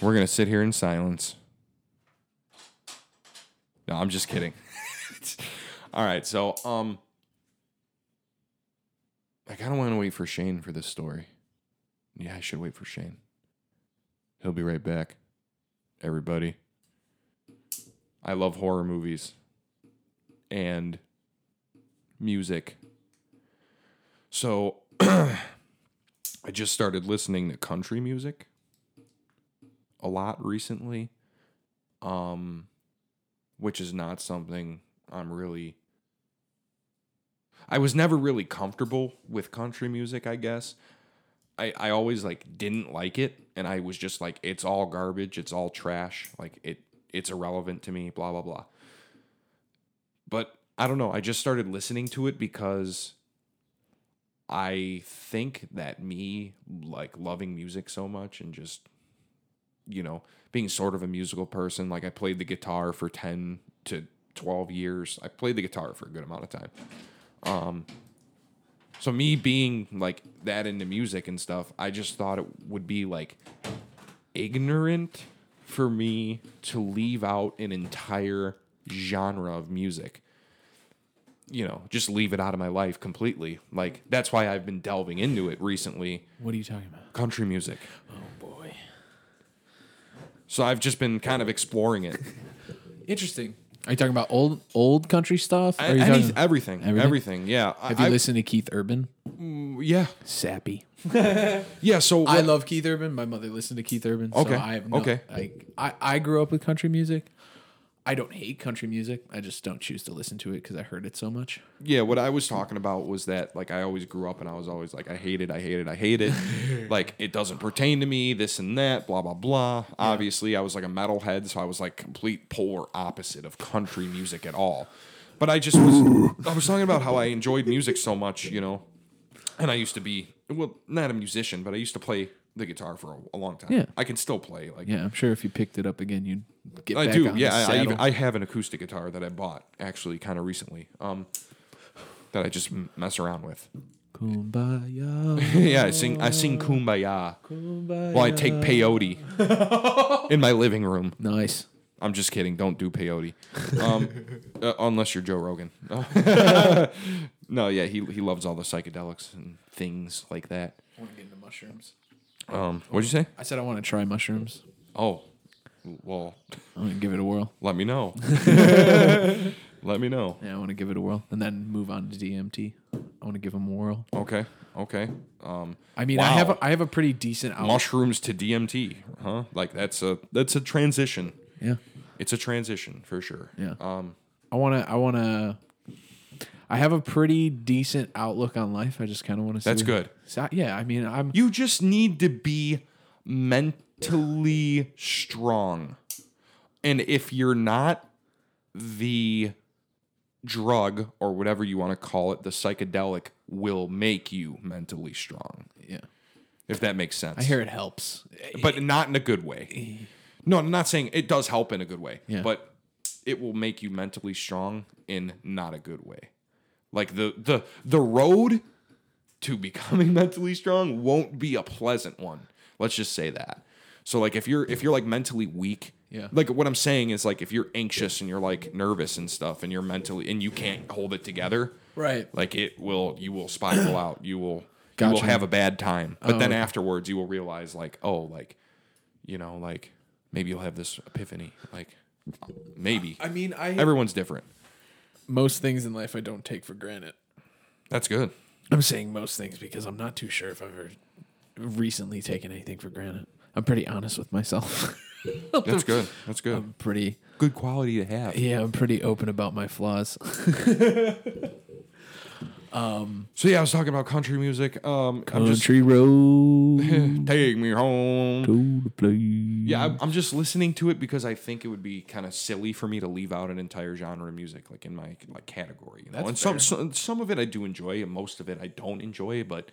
S2: We're going to sit here in silence. No, I'm just kidding. All right, so um I kind of want to wait for Shane for this story. Yeah, I should wait for Shane. He'll be right back. Everybody. I love horror movies and music. So I just started listening to country music a lot recently um which is not something i'm really i was never really comfortable with country music i guess i i always like didn't like it and i was just like it's all garbage it's all trash like it it's irrelevant to me blah blah blah but i don't know i just started listening to it because i think that me like loving music so much and just you know, being sort of a musical person. Like I played the guitar for 10 to 12 years. I played the guitar for a good amount of time. Um so me being like that into music and stuff, I just thought it would be like ignorant for me to leave out an entire genre of music. You know, just leave it out of my life completely. Like that's why I've been delving into it recently,
S1: What are you talking about?
S2: country music.
S1: Oh boy.
S2: So I've just been kind of exploring it.
S1: Interesting. Are you talking about old old country stuff? Or Are you
S2: Any-
S1: talking-
S2: everything,
S1: everything?
S2: everything, Yeah, I-
S1: have you
S2: I-
S1: listened to Keith Urban?
S2: Yeah,
S1: Sappy.
S2: yeah. So
S1: I
S2: what-
S1: love Keith Urban. My mother listened to Keith Urban.
S2: Okay,
S1: So I have no,
S2: okay.
S1: Like I, I grew up with country music. I don't hate country music. I just don't choose to listen to it because I heard it so much.
S2: yeah. What I was talking about was that like I always grew up and I was always like I hate it, I hate it, I hate it. like it doesn't pertain to me. This and that, blah blah blah. Obviously, I was like a metalhead, so I was like complete polar opposite of country music at all. But I just was I was talking about how I enjoyed music so much, you know. And I used to be well, not a musician, but I used to play the guitar for a, a long time.
S1: Yeah.
S2: I can still play. Like
S1: Yeah, I'm sure if you picked it up again, you'd get
S2: I
S1: back
S2: do.
S1: on the
S2: Yeah, I, I,
S1: saddle.
S2: even, I have an acoustic guitar that I bought actually kind of recently. Um, that I just m- mess around with.
S1: Kumbaya,
S2: yeah, I sing. I sing Kumbaya
S1: kumbaya.
S2: while I take peyote in my living room.
S1: Nice.
S2: I'm just kidding. Don't do peyote, um, uh, unless you're Joe Rogan. no, yeah, he he loves all the psychedelics and things like that.
S1: I want to get into mushrooms.
S2: Um, what'd you say?
S1: I said I want to try mushrooms.
S2: Oh, well,
S1: I want to give it a whirl.
S2: let me know. let me know.
S1: Yeah, I want to give it a whirl and then move on to DMT. I want to give them a whirl.
S2: Okay, okay. Um,
S1: I mean, I
S2: Wow.
S1: have a, I have a pretty decent out.
S2: mushrooms to DMT, huh? Like that's a that's a transition.
S1: yeah,
S2: It's a transition for sure.
S1: Yeah.
S2: Um.
S1: I want to I want to. I have a pretty decent outlook on life. I just kind of want to.
S2: That's
S1: see,
S2: good.
S1: So- yeah, I mean, I'm.
S2: You just need to be mentally strong. And if you're not, the drug or whatever you want to call it, the psychedelic will make you mentally strong,
S1: Yeah,
S2: if that makes sense.
S1: I hear it helps.
S2: But not in a good way. No, I'm not saying it does help in a good way,
S1: Yeah.
S2: but it will make you mentally strong in not a good way. Like the the the road to becoming mentally strong won't be a pleasant one. Let's just say that. So like if you're if you're like mentally weak,
S1: Yeah.
S2: Like what I'm saying is like if you're anxious and you're like nervous and stuff and you're mentally and you can't hold it together,
S1: Right.
S2: Like it will you will spiral out. You will you
S1: Gotcha.
S2: will have a bad time. But then
S1: okay.
S2: afterwards you will realize like, oh, like you know, like maybe you'll have this epiphany. Like maybe.
S1: I mean, I
S2: Everyone's different.
S1: most things in life I don't take for granted.
S2: That's good.
S1: I'm saying most things because I'm not too sure if I've ever recently taken anything for granted. I'm pretty honest with myself.
S2: That's good. That's good.
S1: I'm pretty
S2: good quality to have.
S1: yeah, I'm pretty open about my flaws.
S2: So yeah, I was talking about country music. Um, I'm just
S1: Country road
S2: take me home.
S1: to the place.
S2: Yeah, I'm- I'm just listening to it because I think it would be kind of silly for me to leave out an entire genre of music, like in my like category. You know,
S1: That's
S2: and some, some some of it I do enjoy, and most of it I don't enjoy. But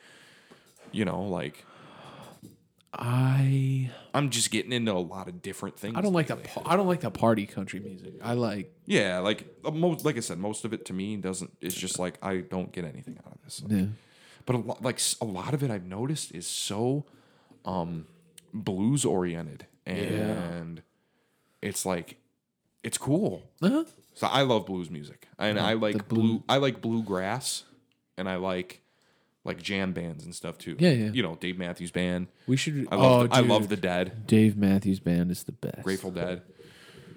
S2: you know, like
S1: I
S2: I'm just getting into a lot of different things.
S1: I don't like the pa- I don't like the party country music. I like
S2: Yeah, like uh, most, like I said, most of it to me doesn't. It's just like I don't get anything out of this. Like,
S1: yeah.
S2: But a lot, like s- a lot of it, I've noticed is so um, blues oriented, and it's like it's cool.
S1: Uh-huh.
S2: So I love blues music, and I like blue. I like bluegrass, and I like like jam bands and stuff too.
S1: Yeah, yeah.
S2: You know, Dave Matthews Band.
S1: We should
S2: I love.
S1: oh,
S2: the, I love
S1: dude.
S2: the Dead,
S1: Dave Matthews Band is the best.
S2: Grateful Dead.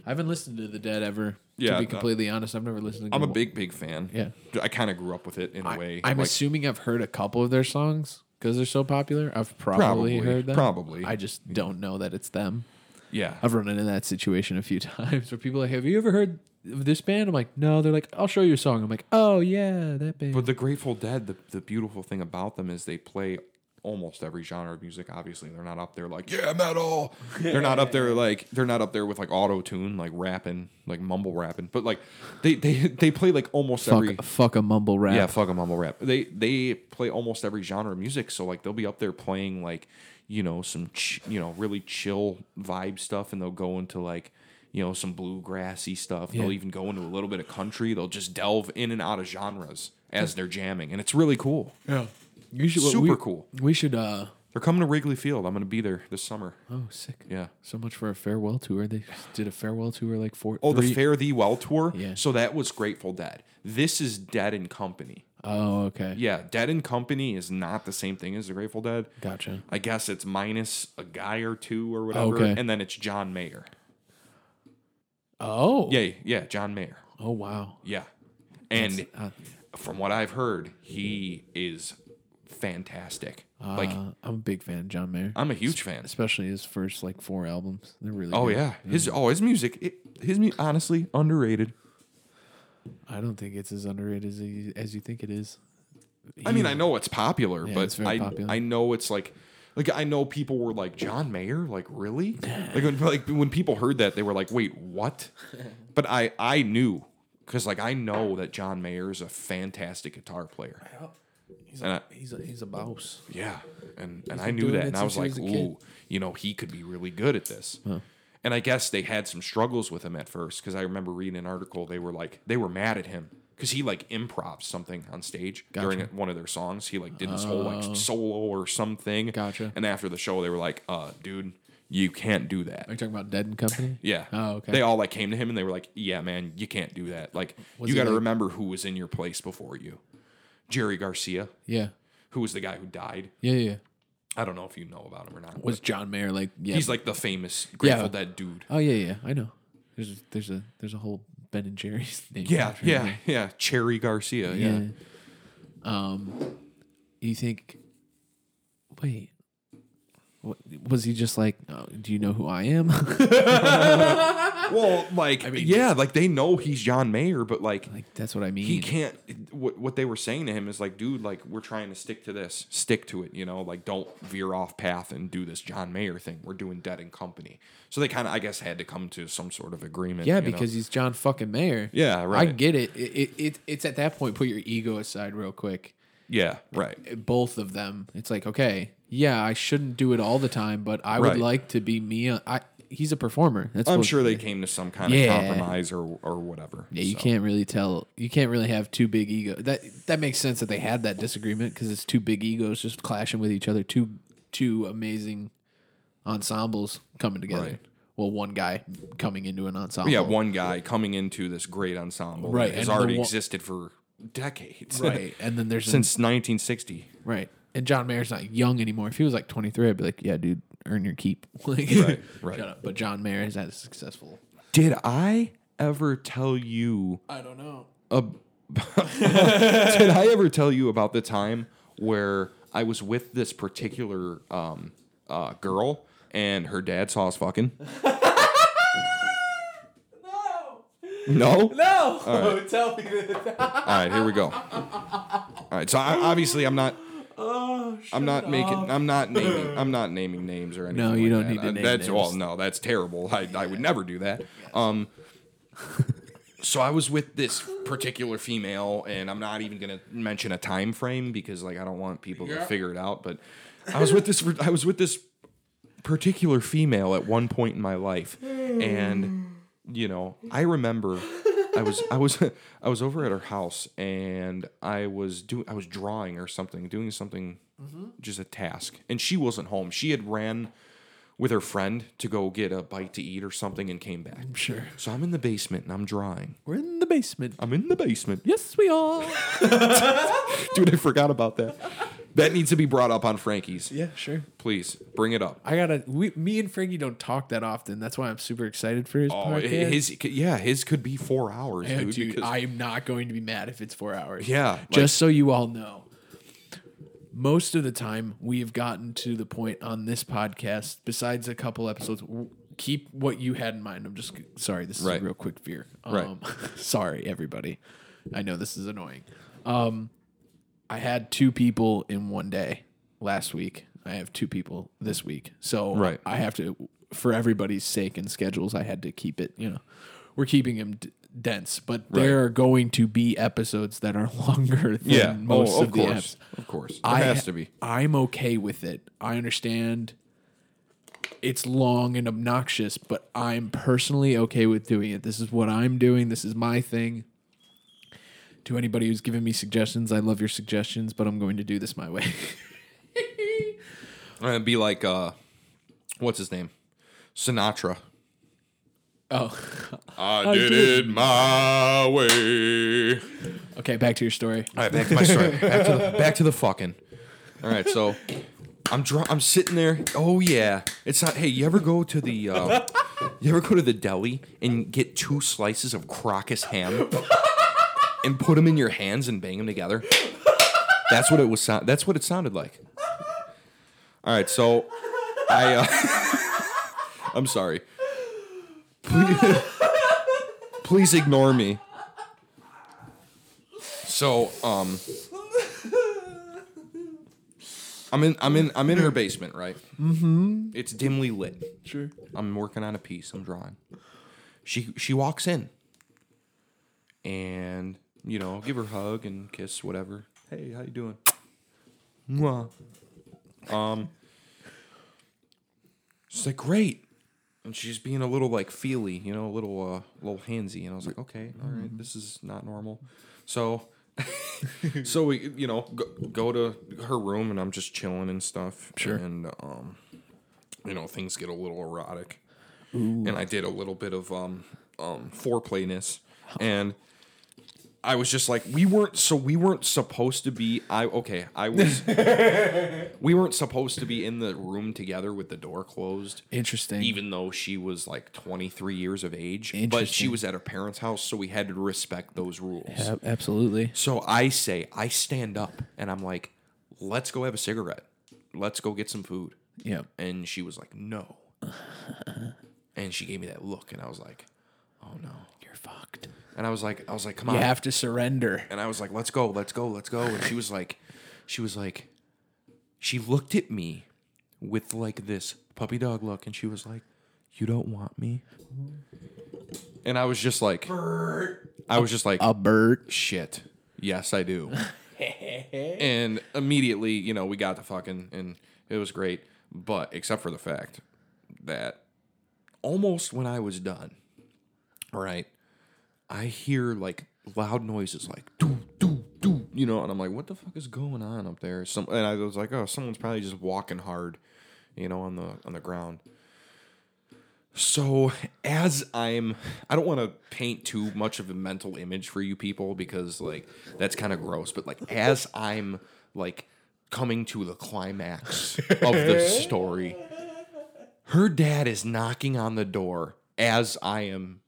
S1: I haven't listened to the Dead ever.
S2: Yeah,
S1: to be
S2: uh,
S1: completely honest, I've never listened. to
S2: I'm a
S1: Gilmore-
S2: big, big fan.
S1: Yeah.
S2: I kind of grew up with it in a way.
S1: I'm
S2: like,
S1: assuming I've heard a couple of their songs because they're so popular. I've probably,
S2: Probably,
S1: heard them.
S2: probably.
S1: I just don't know that it's them.
S2: yeah.
S1: I've run into that situation a few times where people are like, "Have you ever heard of this band?" I'm like, "No." They're like, "I'll show you a song." I'm like, "Oh yeah, that band."
S2: But the Grateful Dead, the, the beautiful thing about them is they play almost every genre of music. Obviously, they're not up there like yeah metal. They're not up there like they're not up there with like auto tune, like rapping, like mumble rapping. But like they they they play like almost
S1: fuck,
S2: every
S1: fuck a mumble rap.
S2: yeah fuck a mumble rap. They they play almost every genre of music. So like they'll be up there playing like you know some ch- you know really chill vibe stuff, and they'll go into like. You know, some bluegrassy stuff. They'll even go into a little bit of country. They'll just delve in and out of genres as they're jamming. And it's really cool.
S1: yeah. You should
S2: Super
S1: we-
S2: cool.
S1: We should. uh
S2: They're coming to Wrigley Field. I'm going to be there this summer.
S1: Oh, sick.
S2: Yeah.
S1: So much for a farewell tour. They did a farewell tour like four.
S2: Oh,
S1: three-
S2: the Fare Thee Well tour.
S1: Yeah.
S2: So that was Grateful Dead. This is Dead and Company.
S1: Oh, okay.
S2: Yeah, Dead and Company is not the same thing as the Grateful Dead.
S1: Gotcha.
S2: I guess it's minus a guy or two or whatever,
S1: Okay.
S2: and then it's John Mayer.
S1: Oh.
S2: Yeah, yeah, John Mayer.
S1: Oh wow.
S2: Yeah, and
S1: Uh,
S2: from what I've heard, he is fantastic. like
S1: uh, I'm a big fan of John Mayer.
S2: I'm a huge fan.
S1: especially his first like four albums. They're really.
S2: Oh
S1: good.
S2: yeah,
S1: Mm.
S2: his oh his music, it, his mu- honestly underrated.
S1: I don't think it's as underrated as you, as you think it is.
S2: I mean, I know it's popular, but
S1: it's very
S2: I
S1: popular.
S2: I know it's like like I know people were like John Mayer, like really? Like when like when people heard that they were like, "Wait, what?" But I I knew because like I know that John Mayer is a fantastic guitar player.
S1: He's
S2: And
S1: a, he's a, he's a boss.
S2: Yeah, and and I
S1: been
S2: knew
S1: doing
S2: that,
S1: it
S2: and I was
S1: since he was
S2: like,
S1: a kid.
S2: ooh, you know, he could be really good at this. And I guess they had some struggles with him at first because I remember reading an article. They were like, they were mad at him because he like improv something on stage during one of their songs. He like did this whole like solo or something.
S1: Oh. Gotcha.
S2: And after the show, they were like, uh, dude, you can't do that.
S1: Are you talking about Dead and Company?
S2: Yeah.
S1: Oh, okay.
S2: They all like came to him and they were like, "Yeah, man, you can't do that. Like,
S1: Was
S2: you
S1: he,
S2: got to
S1: like-
S2: remember who was in your place before you, Jerry Garcia,
S1: Yeah.
S2: who was the guy who died.
S1: Yeah. Yeah.
S2: I don't know if you know about him or not.
S1: Was John Mayer like? Yeah.
S2: He's like the famous Grateful
S1: Yeah.
S2: Dead dude.
S1: oh yeah, yeah. I know. There's there's a there's a whole Ben and Jerry's name.
S2: Yeah,
S1: after
S2: yeah,
S1: him.
S2: yeah. Cherry Garcia. Yeah.
S1: Um, you think? Wait. What, was he just like? Oh, do you know who I am?
S2: Well, like, yeah, like they know he's John Mayer, but like,
S1: like that's what I mean.
S2: he can't. What, what they were saying to him is like, dude, like we're trying to stick to this, stick to it, you know, like don't veer off path and do this John Mayer thing. We're doing Dead and Company, so they kind of, I guess, had to come to some sort of agreement.
S1: yeah,
S2: you know?
S1: because he's John fucking Mayer.
S2: Yeah,
S1: I
S2: right.
S1: get it. It, it, it. It's at that point. Put your ego aside real quick.
S2: yeah, right.
S1: both of them. It's like, okay, yeah, I shouldn't do it all the time, but I would
S2: Right.
S1: like to be me. I he's a performer. That's
S2: I'm
S1: what-
S2: sure they came to some kind
S1: Yeah.
S2: of compromise or or whatever.
S1: Yeah, you
S2: so.
S1: can't really tell. You can't really have two big ego. That that makes sense that they had that disagreement because it's two big egos just clashing with each other. Two two amazing ensembles coming together.
S2: Right.
S1: Well, one guy coming into an ensemble.
S2: Yeah, one guy coming into this great ensemble
S1: Oh, Right,
S2: that has
S1: and the
S2: already
S1: wa-
S2: existed for decades.
S1: right, and then there's
S2: Since 1960.
S1: right, and John Mayer's not young anymore. If he was like 23, I'd be like, yeah, dude, earn your keep. Like,
S2: Right, right.
S1: Shut up. But John Mayer has had a successful.
S2: Did I ever tell you
S1: I don't know.
S2: did I ever tell you about the time where I was with this particular um, uh, girl and her dad saw us fucking? no. No?
S3: No! Tell me that.
S2: All right, here we go. All right, so I, obviously I'm not. I'm not making. I'm not naming. I'm not naming names or anything.
S1: No, you
S2: like
S1: don't
S2: that.
S1: need to
S2: Uh,
S1: name
S2: That's well,
S1: names.
S2: no, that's terrible. I, I would never do that. Um, so I was with this particular female, and I'm not even gonna mention a time frame because like I don't want people to figure it out. But I was with this. I was with this particular female at one point in my life, and you know, I remember I was I was I was over at her house and I was doing I was drawing or something, doing something just a task. And she wasn't home. She had ran with her friend to go get a bite to eat or something and came back.
S1: Sure.
S2: So I'm in the basement and I'm drawing.
S1: We're in the basement.
S2: I'm in the basement.
S1: Yes, we are.
S2: Dude, I forgot about that. That needs to be brought up on Frankie's.
S1: yeah, sure.
S2: Please bring it up.
S1: I gotta. We, me and Frankie don't talk that often. That's why I'm super excited for his
S2: Oh,
S1: podcast.
S2: his yeah, his could be four hours,
S1: Yeah,
S2: dude.
S1: dude,
S2: because-
S1: I am not going to be mad if it's four hours.
S2: Yeah, like-
S1: Just so you all know, most of the time we have gotten to the point on this podcast, besides a couple episodes, w- keep what you had in mind. I'm just sorry. This is
S2: Right.
S1: a real quick veer.
S2: Right.
S1: Um, sorry, everybody. I know this is annoying. Um, I had two people in one day last week. I have two people this week. So
S2: Right.
S1: I have to, for everybody's sake and schedules, I had to keep it, you know, we're keeping them d- dense, but there are going to be episodes that are longer than
S2: yeah,
S1: most
S2: oh,
S1: of,
S2: of,
S1: the
S2: course,
S1: eps-
S2: of course, it
S1: I
S2: has to be.
S1: I'm okay with it. I understand it's long and obnoxious, but I'm personally okay with doing it. This is what I'm doing. This is my thing. To anybody who's given me suggestions, I love your suggestions, but I'm going to do this my way.
S2: And it'd be like, uh, what's his name? Sinatra.
S1: oh,
S2: I did it my way. All
S1: okay. Back to your story.
S2: right, back to my story. Back to the, back to the fucking. All right, so I'm drunk. I'm sitting there. Oh yeah, it's not. Hey, you ever go to the? Uh, you ever go to the deli and get two slices of Crocus ham and put them in your hands and bang them together? That's what it was. sou- That's what it sounded like. All right, so I. Uh, I'm sorry. Please, please ignore me. So, um, I'm in, I'm in, I'm in her basement, right? Mm-hmm. It's dimly lit.
S1: Sure.
S2: I'm working on a piece. I'm drawing. She she walks in, and you know give her a hug and kiss whatever. Hey, how you doing? Mwah. Um, she's like great, and she's being a little like feely, you know, a little uh, little handsy, and I was like, okay, all right, this is not normal. So, so we you know go, go to her room, and I'm just chilling and stuff. Sure. And um, you know things get a little erotic and I did a little bit of um um foreplayness and I was just like we weren't so we weren't supposed to be I okay I was we weren't supposed to be in the room together with the door closed
S1: Interesting.
S2: even though she was like 23 years of age but she
S1: Interesting.
S2: was at her parents house so we had to respect those rules
S1: Ab- absolutely.
S2: so I say I stand up and I'm like let's go have a cigarette let's go get some food
S1: Yeah.
S2: and she was like, no. and she gave me that look, and I was like, oh no.
S1: You're fucked.
S2: And I was like, I was like, come on.
S1: You have to surrender.
S2: And I was like, let's go, let's go, let's go. And she was like, she was like, she looked at me with like this puppy dog look, and she was like, you don't want me. And I was just like, I was just like,
S1: A bird.
S2: shit. Yes, I do. and immediately, you know, we got to fucking, and it was great. But except for the fact that almost when I was done, all right, I hear like loud noises, like doo doo doo, you know, and I'm like, what the fuck is going on up there? Some, and I was like, oh, someone's probably just walking hard, you know, on the on the ground. So as I'm I don't want to paint too much of a mental image for you people because like that's kind of gross, but like as I'm like coming to the climax of the story, her dad is knocking on the door as I am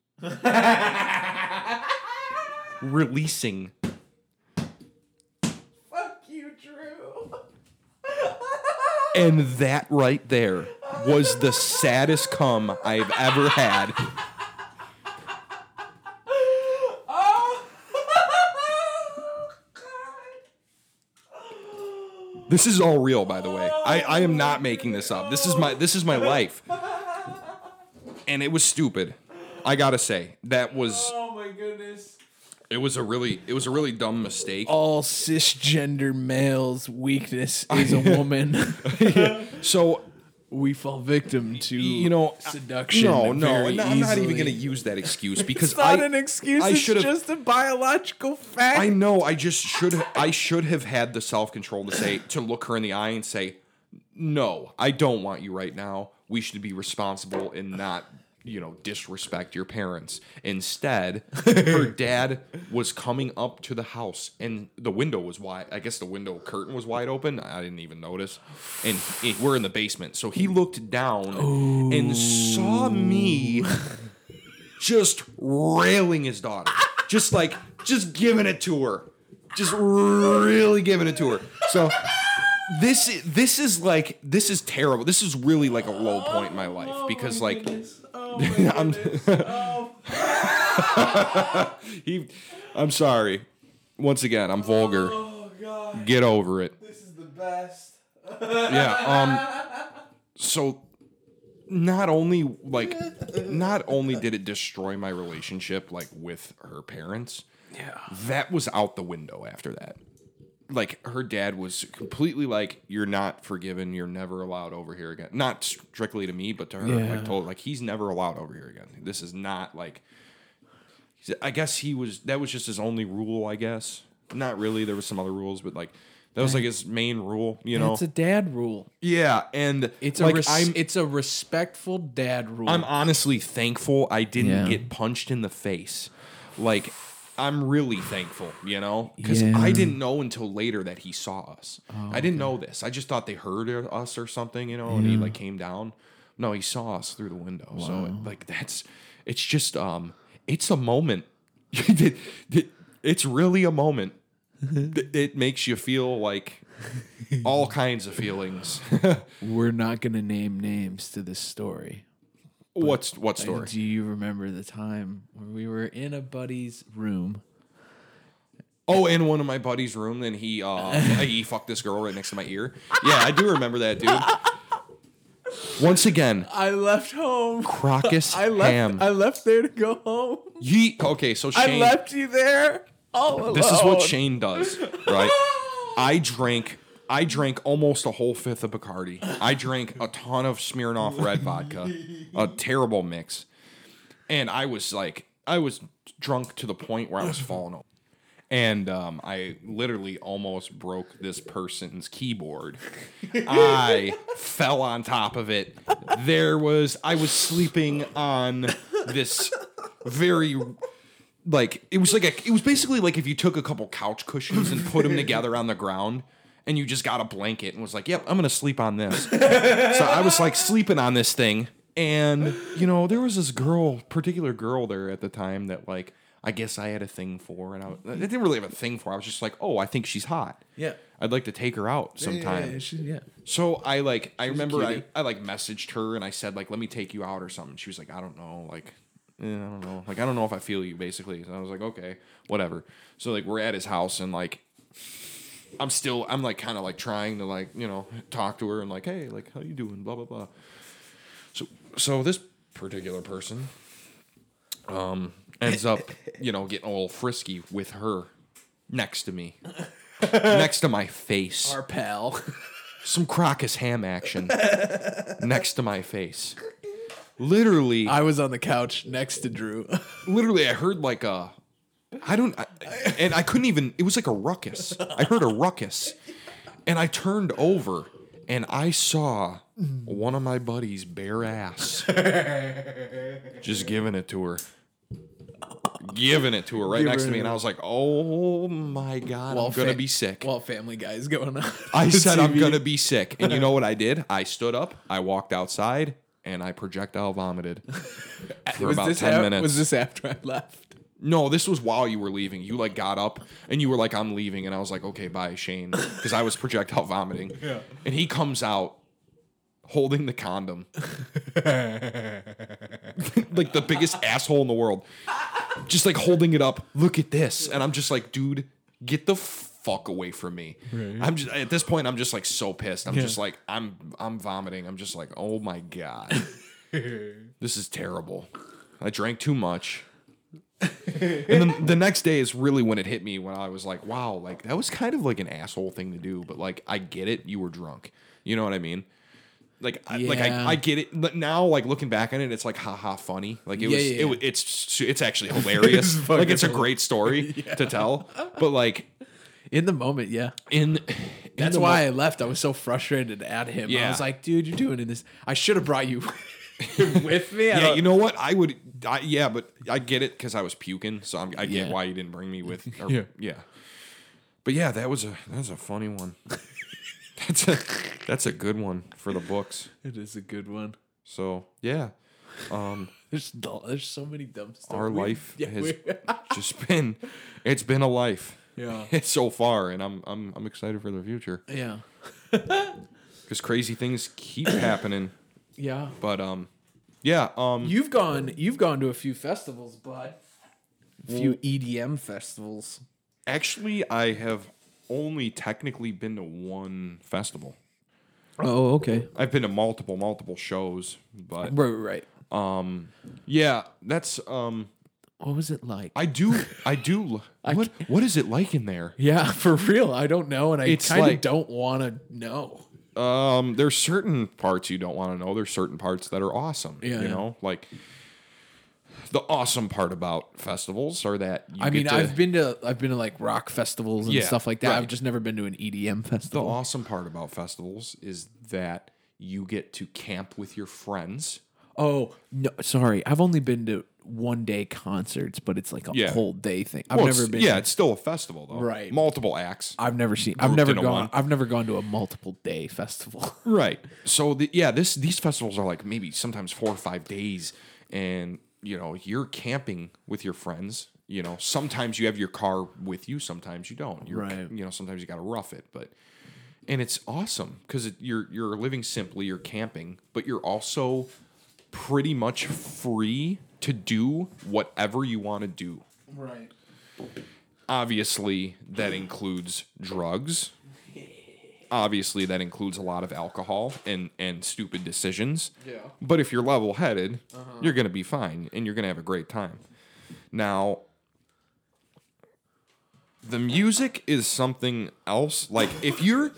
S2: releasing
S3: Fuck you, Drew.
S2: and that right there was the saddest cum I've ever had.
S3: Oh. God.
S2: This is all real, by the way. I, I am not making this up. This is my this is my life. And it was stupid. I gotta say that was
S3: Oh my goodness.
S2: it was a really it was a really dumb mistake.
S1: All cisgender males' weakness is a woman.
S2: So
S1: we fall victim to
S2: you know
S1: seduction.
S2: No, no,
S1: very
S2: and I'm not even
S1: easily.
S2: gonna use that excuse because
S1: It's not
S2: I,
S1: an excuse.
S2: I
S1: it's
S2: should've-
S1: just a biological fact.
S2: I know. I just should. ha- I should have had the self control to say to look her in the eye and say, "No, I don't want you right now. We should be responsible and not, you know, disrespect your parents." Instead, her dad was coming up to the house, and the window was wide. I guess the window curtain was wide open. I didn't even notice. And he- we're in the basement, so he looked down and saw me just railing his daughter. Just like, just giving it to her. Just really giving it to her. So this i- this is like this is terrible. This is really like a low point in my life because like
S3: Oh my goodness. Oh.
S2: he I'm sorry. Once again, I'm vulgar.
S3: Oh god.
S2: Get over it.
S3: This is the best.
S2: Yeah. Um so not only like not only did it destroy my relationship like with her parents,
S1: Yeah.
S2: that was out the window after that. Like her dad was completely like, "You're not forgiven. You're never allowed over here again." Not strictly to me, but to her,
S1: Yeah.
S2: like told like he's never allowed over here again. This is not like. he's- I guess he was. That was just his only rule. I guess not really. There was some other rules, but like that was like his main rule. You know.
S1: It's a dad rule.
S2: yeah, and
S1: It's
S2: like
S1: a res-
S2: I'm.
S1: it's a respectful dad rule.
S2: I'm honestly thankful I didn't
S1: Yeah.
S2: get punched in the face. Like, I'm really thankful, you know? Because
S1: Yeah. Oh,
S2: I didn't know until later that he saw us. I didn't know this. I just thought they heard us or something, you know, and he like came down. No, he saw us through the window. So it, like that's it's just um it's a moment. It- it- it's really a moment. It- it makes you feel like all kinds of feelings.
S1: We're not gonna name names to this story.
S2: What's what story?
S1: Do you remember the time when we were in a buddy's room?
S2: Oh, in one of my buddy's room, and he uh, he fucked this girl right next to my ear. Yeah, I do remember that, dude. Once again,
S1: I left home.
S2: Crocus
S1: I left.
S2: Ham.
S1: I left there to go home.
S2: Ye okay, so
S4: I
S2: Shane
S4: left you there all alone.
S2: This is what Shane does, right? I drank I drank almost a whole fifth of Bacardi. I drank a ton of Smirnoff red vodka, a terrible mix. And I was like I was drunk to the point where I was falling over. And um, I literally almost broke this person's keyboard. I fell on top of it. There was I was sleeping on this very like it was like a it was basically like if you took a couple couch cushions and put them together on the ground and you just got a blanket and was like, "Yep, I'm going to sleep on this." so I was like sleeping on this thing and you know, there was this girl, particular girl there at the time that like I guess I had a thing for and I, I didn't really have a thing for. I was just like, "Oh, I think she's hot."
S1: Yeah.
S2: I'd like to take her out sometime.
S1: Yeah, she- yeah.
S2: So I like I remember I, I like messaged her and I said like let me take you out or something. She was like I don't know like eh, I don't know like I don't know if I feel you basically. And I was like okay whatever. So like we're at his house and like I'm still I'm like kind of like trying to like you know talk to her and like hey like how you doing blah blah blah. So so this particular person um ends up you know getting all frisky with her next to me next to my face
S1: Our pal.
S2: some crocus ham action next to my face. Literally,
S1: I was on the couch next to Drew.
S2: literally, I heard like a, I don't, I, and I couldn't even. It was like a ruckus. I heard a ruckus, and I turned over and I saw one of my buddies bare ass, just giving it to her, giving it to her right next to me, and I was like, oh my god, I'm gonna
S1: fa-
S2: be sick.
S1: While Family Guy's going on.
S2: I
S1: the
S2: said I'm
S1: TV.
S2: gonna be sick, and you know what I did? I stood up, I walked outside, and I projectile vomited for
S1: Was
S2: about
S1: this
S2: ten
S1: af-
S2: minutes.
S1: Was this after I left?
S2: no, this was while you were leaving. You like got up and you were like, "I'm leaving," and I was like, "Okay, bye, Shane," because I was projectile vomiting. Yeah. And he comes out holding the condom, like the biggest asshole in the world, just like holding it up. Look at this, and I'm just like, dude, get the fuck away from me. I'm just at this point, I'm just like so pissed. I'm just like, I'm I'm vomiting. I'm just like, oh my god, this is terrible. I drank too much. and then the next day is really when it hit me when I was like, wow, like that was kind of like an asshole thing to do, but like I get it, you were drunk. You know what I mean? Like, I, like
S1: Yeah.
S2: I, I get it. But Now, like looking back on it, it's like haha funny. Like it
S1: Yeah,
S2: was,
S1: yeah,
S2: it was, it's it's actually hilarious. like it's a great story to tell. But like
S1: In the moment, yeah.
S2: in, in
S1: That's
S2: the
S1: why
S2: mo-
S1: I left. I was so frustrated at him. I
S2: Yeah.
S1: was like, dude, you're doing this. I should have brought you with me. I
S2: yeah,
S1: don't-
S2: you know what? I would. I, yeah, but I get it because I was puking, so I'm, I get
S1: Yeah.
S2: why you didn't bring me with. Or, yeah, But yeah, that was a that's a funny one. that's a that's a good one for the books.
S1: It is a good one.
S2: So yeah, um,
S1: There's dull, there's so many dumb stuff.
S2: our
S1: We-
S2: life
S1: yeah,
S2: has
S1: we-
S2: just been it's been a life.
S1: Yeah.
S2: so far, and I'm I'm I'm excited for the future
S1: yeah.
S2: because crazy things keep happening.
S1: Yeah.
S2: But um, yeah, um,
S1: You've gone you've gone to a few festivals, bud. A few EDM festivals.
S2: Actually, I have only technically been to one festival.
S1: Oh, okay.
S2: I've been to multiple, multiple shows, but
S1: Right, right, right.
S2: yeah, that's um.
S1: What was it like?
S2: I do, I do. what what is it like in there?
S1: yeah, for real. I don't know, and I
S2: It's
S1: kind of
S2: like-
S1: don't want to know.
S2: Um, there's certain parts you don't want to know. There's certain parts that are awesome.
S1: Yeah,
S2: you
S1: yeah.
S2: know, like the awesome part about festivals are that you
S1: I mean,
S2: to,
S1: I've been to I've been to like rock festivals and
S2: Yeah,
S1: stuff like that. I've
S2: right.
S1: just never been to an EDM
S2: The
S1: festival.
S2: awesome part about festivals is that you get to camp with your friends.
S1: Oh no, sorry. I've only been to one day concerts, but it's like a
S2: Yeah.
S1: whole day thing. I've
S2: Well,
S1: never
S2: it's-
S1: been.
S2: Yeah, it's still a festival though.
S1: Right.
S2: Multiple acts.
S1: I've never seen. I've never
S2: into
S1: gone.
S2: one.
S1: I've never gone to a multiple day festival.
S2: Right. So the, yeah, this these festivals are like maybe sometimes four or five days, and you know you're camping with your friends. You know, sometimes you have your car with you, sometimes you don't. You're,
S1: Right.
S2: You know, sometimes you got to rough it, but and it's awesome because you're you're living simply, you're camping, but you're also pretty much free to do whatever you want to do
S1: right.
S2: obviously that includes drugs obviously that includes a lot of alcohol and and stupid decisions
S1: Yeah.
S2: but if you're level-headed you're gonna be fine and you're gonna have a great time Now, the music is something else. Like if you're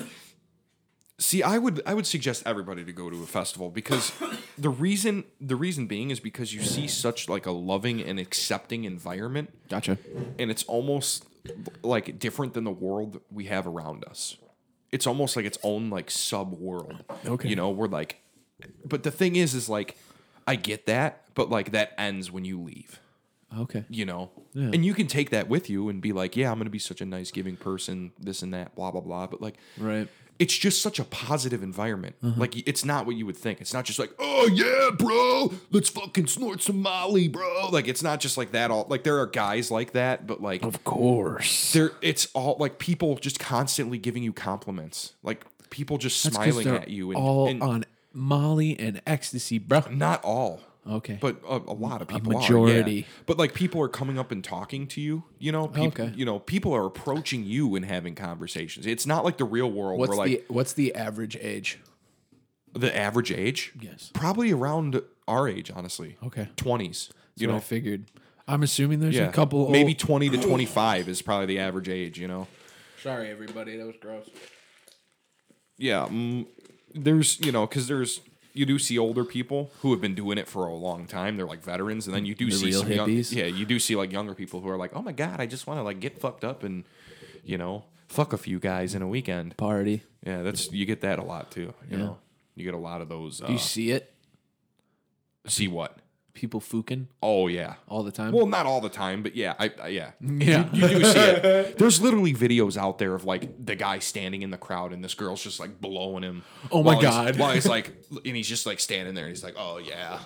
S2: See, I would I would suggest everybody to go to a festival because the reason the reason being is because you see such like a loving and accepting environment
S1: Gotcha.
S2: and it's almost like different than the world we have around us. It's almost like its own like sub world.
S1: Okay.
S2: You know, we're like but the thing is is like I get that, but like that ends when you leave
S1: Okay.
S2: you know and you can take that with you and be like yeah i'm gonna be such a nice giving person this and that blah blah blah but like
S1: Right. Uh-huh.
S2: it's just such a positive environment like it's not what you would think it's not just like oh yeah bro let's fucking snort some molly bro like it's not just like that all like there are guys like that but like
S1: Of course.
S2: there it's all like people just constantly giving you compliments like people just
S1: That's 'cause
S2: smiling
S1: they're
S2: at you and,
S1: all
S2: and
S1: on Molly and ecstasy, bro.
S2: not all
S1: Okay.
S2: but a, a lot of people are, yeah.
S1: majority.
S2: But like people are coming up and talking to you. You know, people,
S1: Okay.
S2: you know, people are approaching you and having conversations. It's not like the real world
S5: What's
S2: where like
S5: the what's the average age?
S2: the, average age.
S1: Yes.
S2: probably around our age, honestly.
S1: Okay.
S2: twenties. You
S1: you know, I
S2: know,
S1: figured. I'm assuming there's
S2: yeah,
S1: a couple.
S2: maybe
S1: old-
S2: twenty to twenty-five is probably the average age. You know,
S5: Sorry, everybody, that was gross.
S2: yeah. mm, there's you know because there's. You do see older people who have been doing it for a long time. They're like veterans, and then you do see
S1: real
S2: some young,
S1: hippies?
S2: yeah, you do see like younger people who are like, "Oh my god, I just want to like get fucked up and you know fuck a few guys in a weekend."
S1: party.
S2: Yeah, that's you get that a lot too. You know, you get a lot of those. Uh,
S1: Do you see it?
S2: see what?
S1: People fucking
S2: Oh yeah.
S1: all the time.
S2: Well, not all the time, but yeah, I, I yeah,
S1: yeah.
S2: you do see it. There's literally videos out there of like the guy standing in the crowd and this girl's just like blowing him.
S1: Oh my
S2: while he's-
S1: God.
S2: While he's like, and he's just like standing there and he's like, oh yeah,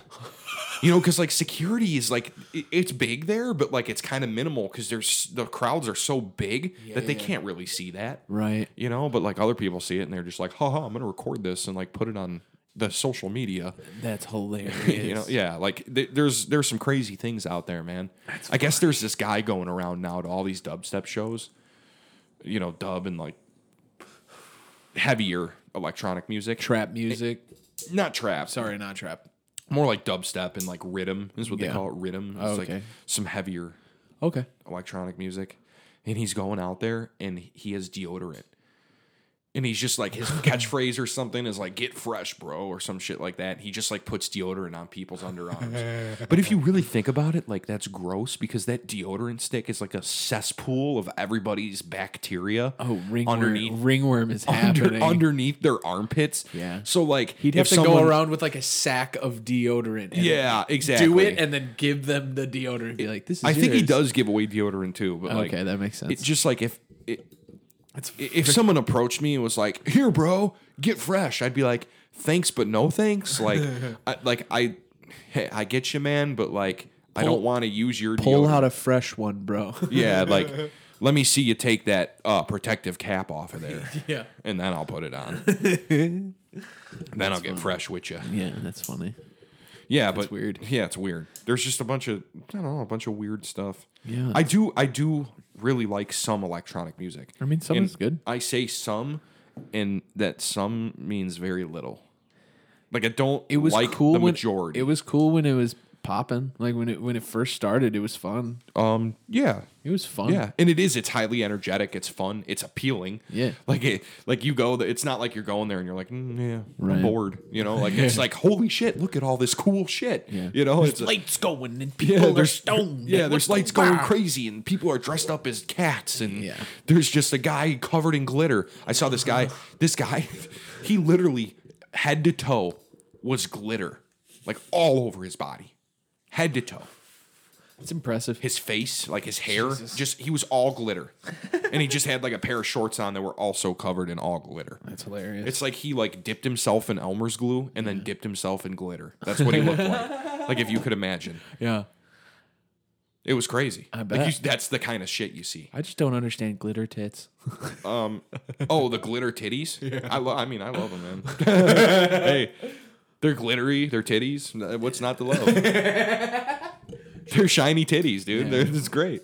S2: you know, because like security is like it- it's big there, but like it's kind of minimal because there's the crowds are so big that they can't really see that.
S1: right.
S2: you know but like other people see it and they're just like haha i'm gonna record this and like put it on the social media
S1: That's hilarious.
S2: you know yeah like th- there's there's some crazy things out there man i guess there's this guy going around now to all these dubstep shows you know dub and like heavier electronic music
S1: Trap music.
S2: not trap
S5: Sorry, not trap.
S2: more like dubstep and like rhythm is what they
S1: Yeah.
S2: call it rhythm it's
S1: Oh,
S2: like
S1: okay.
S2: some heavier
S1: Okay.
S2: electronic music and he's going out there and he has deodorant and he's just like his catchphrase or something is like get fresh bro or some shit like that he just like puts deodorant on people's underarms but if you really think about it like that's gross because that deodorant stick is like a cesspool of everybody's bacteria
S1: Oh, ringworm.
S2: underneath
S1: Ringworm is
S2: under,
S1: happening.
S2: underneath their armpits
S1: Yeah.
S2: so like
S5: He'd
S2: if
S5: have to
S2: someone-
S5: go around with like a sack of deodorant. And
S2: yeah exactly
S5: Do it and then give them the deodorant. And be like, this is.
S2: i think he
S5: yours.
S2: does give away deodorant too but like
S1: okay, that makes sense.
S2: it's just like if it, if someone approached me and was like, "Here, bro, get fresh," I'd be like, "Thanks, but no thanks." Like, I, like I, hey, I get you, man, but like, I don't want to use your
S1: Pull
S2: deodorant.
S1: out a fresh one, bro.
S2: yeah, like, let me see you take that uh, protective cap off of there,
S5: Yeah.
S2: and then I'll put it on. then I'll get fresh with you.
S1: yeah, that's funny.
S2: Yeah, but
S1: weird.
S2: Yeah, it's weird. There's just a bunch of I don't know, a bunch of weird stuff.
S1: Yeah.
S2: I do I do really like some electronic music.
S1: I mean, some
S2: And
S1: is good.
S2: I say some, and that some means very little. Like I don't.
S1: It was
S2: like
S1: cool
S2: the
S1: when
S2: majority.
S1: it was cool when it was popping. Like when it when it first started, it was fun.
S2: Um. Yeah.
S1: It was fun.
S2: Yeah, and it is. It's highly energetic. It's fun. It's appealing.
S1: Yeah.
S2: like it. Like you go. It's not like you're going there and you're like, mm, yeah, I'm
S1: Right.
S2: bored. You know, like it's like, holy shit, look at all this cool shit.
S1: Yeah.
S2: You know, it's
S5: Lights going and people are stoned.
S2: Yeah,
S5: and
S2: there's
S5: what's
S2: lights
S5: going
S2: going
S5: on?
S2: crazy, and people are dressed up as cats, and
S1: Yeah.
S2: there's just a guy covered in glitter. I saw this guy. This guy, he literally head to toe was glitter, like all over his body, head to toe.
S1: It's impressive.
S2: His face, like his hair, just he was all glitter, and he just had like a pair of shorts on that were also covered in all glitter.
S1: That's hilarious.
S2: It's like he like dipped himself in Elmer's glue and then dipped himself in glitter. That's what he looked like. Like if you could imagine.
S1: yeah.
S2: It was crazy. I
S1: bet.
S2: that's the kind of shit you see.
S1: I just don't understand glitter tits.
S2: Oh, the glitter titties. I, lo- I mean, I love them, man. hey, they're glittery. They're titties. uh, What's not to love? they're shiny titties, dude. They're, it's great.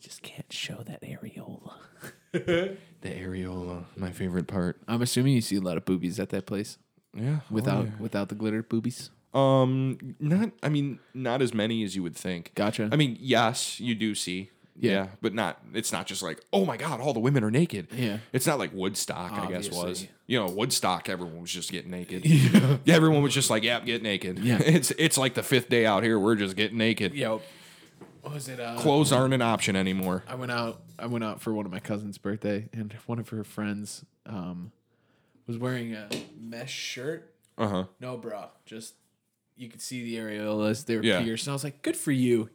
S1: Just can't show that areola.
S2: The areola, my favorite part. Oh,
S1: I'm assuming you see a lot of boobies at that place
S2: Yeah.
S1: without without the glitter boobies.
S2: Um, not. I mean, not as many as you would think.
S1: Gotcha.
S2: I mean, yes, you do see. Yeah. but not. It's not just like, oh my god, all the women are naked.
S1: Yeah.
S2: It's not like Woodstock. I guess was.
S1: Obviously.
S2: You know, Woodstock, everyone was just getting naked. Yeah. everyone was just like, yeah, get naked.
S1: Yeah.
S2: It's it's like the fifth day out here. We're just getting naked.
S1: Yo, what was it? Uh,
S2: Clothes aren't an option anymore.
S1: I went out. I went out for one of my cousin's birthday, and one of her friends um, was wearing a mesh shirt,
S2: Uh huh.
S1: no bra, just you could see the areolas. They were
S2: Yeah.
S1: pierced, and I was like, "Good for you,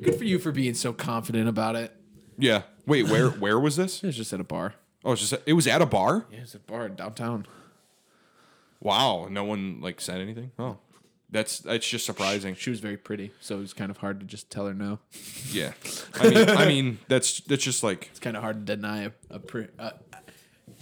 S1: good for you for being so confident about it."
S2: Yeah. Wait, where where was this?
S1: It was just at a bar.
S2: Oh, it's just it was at a bar.
S1: Yeah, it was at a bar downtown.
S2: Wow. No one like said anything. Oh, that's that's just surprising.
S1: She was very pretty, so it was kind of hard to just tell her no.
S2: Yeah. I mean, I mean that's that's just like
S1: It's kind of hard to deny a, a pre, uh,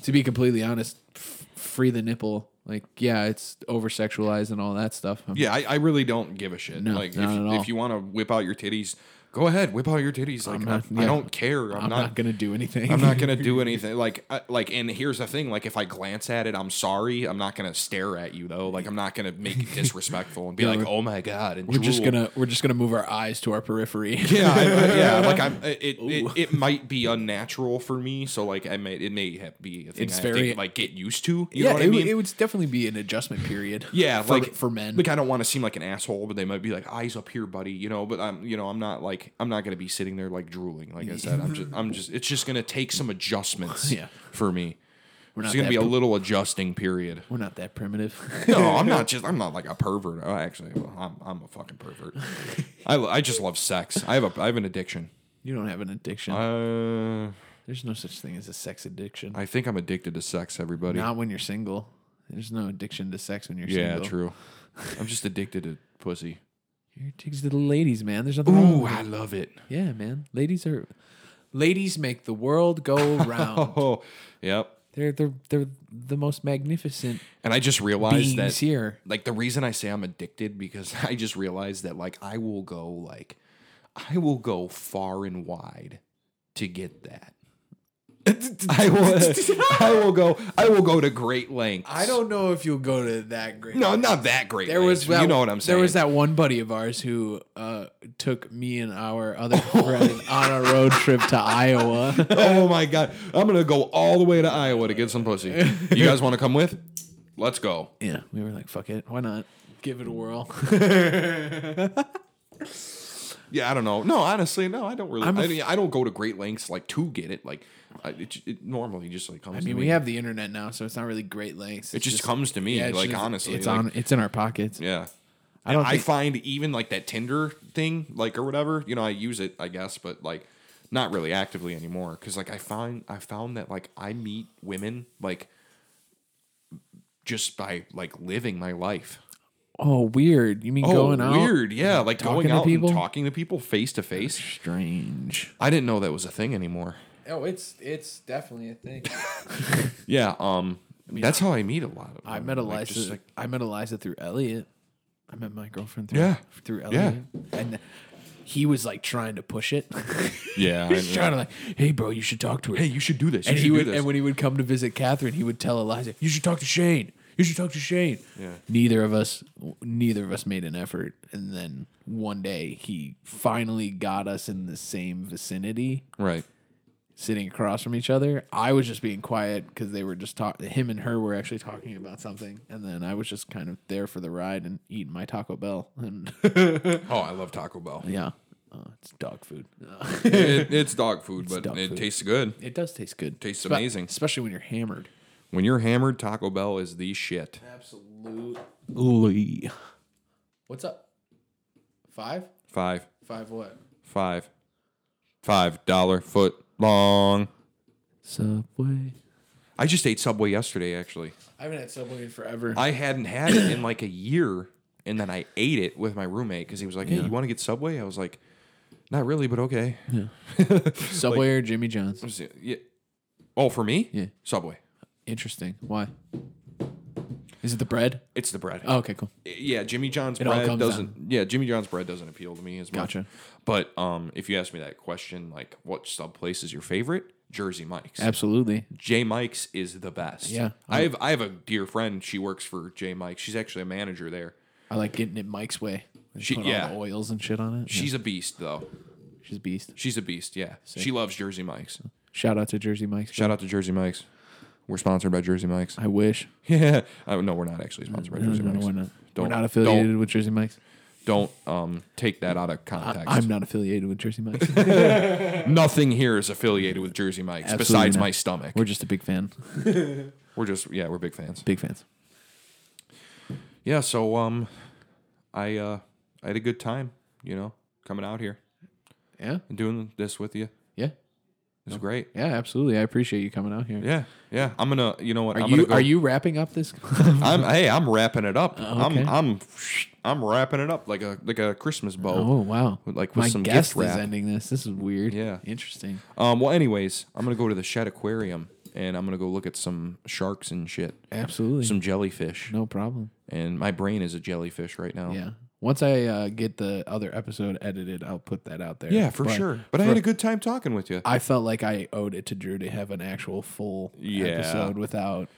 S1: to be completely honest, f- free the nipple. Like, yeah, it's over sexualized and all that stuff. I'm-
S2: yeah. I, I really don't give a shit.
S1: No,
S2: like
S1: not
S2: if,
S1: at all.
S2: if you want to whip out your titties, go ahead, whip out your titties. Like
S1: not-
S2: I, I
S1: yeah.
S2: don't care. I'm,
S1: I'm,
S2: not.
S1: not, gonna do anything.
S2: I'm not gonna do anything like I, like. And here's the thing: like, if I glance at it, I'm sorry. I'm not gonna stare at you though. Like, I'm not gonna make it disrespectful and be like, "Oh my god!" And
S1: We're just
S2: drool.
S1: gonna we're just gonna move our eyes to our periphery.
S2: yeah, I, I- yeah. Like I'm, it, it, it might be unnatural for me, so like I may, it may have be a thing
S1: It's
S2: I
S1: very-
S2: think, like get used to.
S1: yeah,
S2: You know what
S1: it,
S2: I
S1: would-
S2: mean?
S1: it would definitely be an adjustment period.
S2: yeah,
S1: for,
S2: like
S1: for men.
S2: Like I don't want to seem like an asshole, but they might be like eyes up here, buddy. You know, but I'm, you know, I'm not like I'm not gonna be sitting there like drooling. Like I said, I'm just, I'm just. It's just gonna take some adjustments.
S1: Yeah.
S2: for me.
S1: We're
S2: It's
S1: not
S2: gonna
S1: that
S2: be a
S1: pr-
S2: little adjusting period.
S1: We're not that primitive.
S2: No, I'm not just. I'm not like a pervert. Oh, actually, well, I'm I'm a fucking pervert. I, I just love sex. I have a I have an addiction.
S1: you don't have an addiction.
S2: Uh,
S1: There's no such thing as a sex addiction.
S2: I think I'm addicted to sex, everybody.
S1: not when you're single. There's no addiction to sex when you're
S2: yeah,
S1: single.
S2: true. I'm just addicted to pussy.
S1: You're addicted to the ladies, man. There's nothing. wrong
S2: Ooh,
S1: with it.
S2: I love it.
S1: Yeah, man. Ladies are ladies make the world go round.
S2: Oh, yep.
S1: they're they're they're the most magnificent
S2: And I just
S1: beings
S2: realized that,
S1: here.
S2: like, the reason I say I'm addicted because I just realized that, like, I will go, like, I will go far and wide to get that. I will, I will go, I will go to great lengths.
S1: I don't know if you'll go to that great.
S2: no, not that great.
S1: There was
S2: lengths.
S1: that-
S2: you know what I'm saying.
S1: There was that one buddy of ours who uh, took me and our other friend on a road trip to Iowa.
S2: oh my god, I'm gonna go all the way to Iowa to get some pussy. You guys want to come with? Let's go.
S1: yeah, we were like, "Fuck it, why not? Give it a whirl."
S2: Yeah, I don't know. No, honestly, no, I don't really.
S1: I'm a
S2: I
S1: f-
S2: mean, I don't go to great lengths like to get it. Like, I, it, it normally just like comes.
S1: I
S2: to
S1: mean,
S2: me.
S1: we have the internet now, so it's not really great lengths.
S2: it just, comes to me.
S1: yeah, it's
S2: like
S1: just-
S2: honestly,
S1: it's
S2: like,
S1: on. It's in our pockets.
S2: Yeah,
S1: I don't.
S2: I
S1: think-
S2: find even like that Tinder thing, like or whatever. You know, I use it, I guess, but like not really actively anymore. Because like I find I found that like I meet women like just by like living my life.
S1: oh, weird. You mean going out?
S2: Weird, yeah. Like
S1: talking
S2: going
S1: to
S2: out
S1: people?
S2: and talking to people face to face.
S1: Strange.
S2: I didn't know that was a thing anymore.
S1: Oh, it's it's definitely a thing.
S2: Yeah. Um. that's how I meet a lot of.
S1: I
S2: women,
S1: met
S2: like,
S1: Eliza.
S2: just, like-
S1: I met Eliza through Elliot. I met my girlfriend through
S2: Yeah.
S1: through
S2: Yeah.
S1: Elliot, and he was like trying to push it.
S2: yeah.
S1: He's
S2: I-
S1: trying to like, hey, bro, you should talk to her.
S2: Hey, you should do this. You
S1: and
S2: should
S1: he
S2: do
S1: would,
S2: this.
S1: and when he would come to visit Catherine, he would tell Eliza, you should talk to Shane. You should talk to Shane.
S2: Yeah.
S1: Neither of us, neither of us made an effort, and then one day he finally got us in the same vicinity
S2: right.
S1: sitting across from each other. I was just being quiet because they were just talking. Him and her were actually talking about something, and then I was just kind of there for the ride and eating my Taco Bell. And
S2: Oh, I love Taco Bell.
S1: yeah, uh, it's dog food. Uh,
S2: it, it's dog food, but
S1: dog
S2: it
S1: food.
S2: tastes good.
S1: it does taste good.
S2: Tastes
S1: Spe-
S2: amazing.
S1: especially when you're hammered.
S2: When you're hammered, Taco Bell is the shit.
S1: Absolutely. What's up? Five?
S2: Five,
S1: Five what?
S2: five, five dollar foot long.
S1: Subway.
S2: I just ate Subway yesterday. Actually,
S1: I haven't had Subway in forever.
S2: I hadn't had it in like a year, and then I ate it with my roommate because he was like, "Hey, you want to get Subway?" I was like, "Not really, but okay."
S1: Subway or Jimmy John's?
S2: Was it- yeah. Oh, for me?
S1: Yeah.
S2: Subway.
S1: Interesting. Why? Is it the bread?
S2: It's the bread.
S1: Oh, okay, cool.
S2: Yeah, Jimmy John's
S1: all
S2: bread
S1: comes
S2: doesn't. Yeah, Jimmy John's bread doesn't appeal to me as much.
S1: Gotcha.
S2: But um, if you ask me that question, like, what sub place is your favorite? Jersey Mike's.
S1: Absolutely.
S2: J Mike's is the best.
S1: Yeah.
S2: I have I have a dear friend. She works for J Mike's. She's actually a manager there.
S1: I like getting it Mike's way. And
S2: She-
S1: put
S2: yeah.
S1: all the oils and shit on it. Yeah.
S2: She's a beast, though.
S1: she's a beast.
S2: She's a beast. Yeah, she loves Jersey Mike's.
S1: Shout out to Jersey Mike's.
S2: Shout out to Jersey Mike's. We're sponsored by Jersey Mike's.
S1: I wish.
S2: Yeah. Uh, no, we're not actually sponsored by
S1: No,
S2: Jersey
S1: no, no,
S2: Mike's.
S1: we're not.
S2: Don't-
S1: we're not affiliated
S2: don't-
S1: with Jersey Mike's.
S2: Don't um take that out of
S1: I,
S2: context.
S1: I'm not affiliated with Jersey Mike's.
S2: Nothing here is affiliated with Jersey Mike's
S1: Absolutely
S2: besides
S1: not.
S2: my stomach.
S1: we're just a big fan.
S2: We're just yeah, we're big fans.
S1: Big fans.
S2: Yeah, so um I uh I had a good time, you know, coming out here
S1: Yeah.
S2: and doing this with you.
S1: Yeah.
S2: It's great.
S1: Yeah. Absolutely. I appreciate you coming out here.
S2: Yeah. Yeah, I'm going to you know what?
S1: Are
S2: I'm
S1: you
S2: gonna go,
S1: are you wrapping up this?
S2: I'm hey, I'm wrapping it up.
S1: okay.
S2: I'm I'm I'm wrapping it up like a like a Christmas bow.
S1: oh wow!
S2: Like with
S1: My
S2: some
S1: guest
S2: gift wrap.
S1: is ending this. This is weird.
S2: Yeah.
S1: Interesting.
S2: Um well anyways, I'm going to go to the Shed Aquarium and I'm going to go look at some sharks and shit.
S1: Absolutely.
S2: Some jellyfish.
S1: no problem.
S2: And my brain is a jellyfish right now.
S1: Yeah. Once I uh, get the other episode edited, I'll put that out there.
S2: Yeah, for
S1: But
S2: sure. But I had a good time talking with you.
S1: I felt like I owed it to Drew to have an actual full
S2: Yeah.
S1: episode without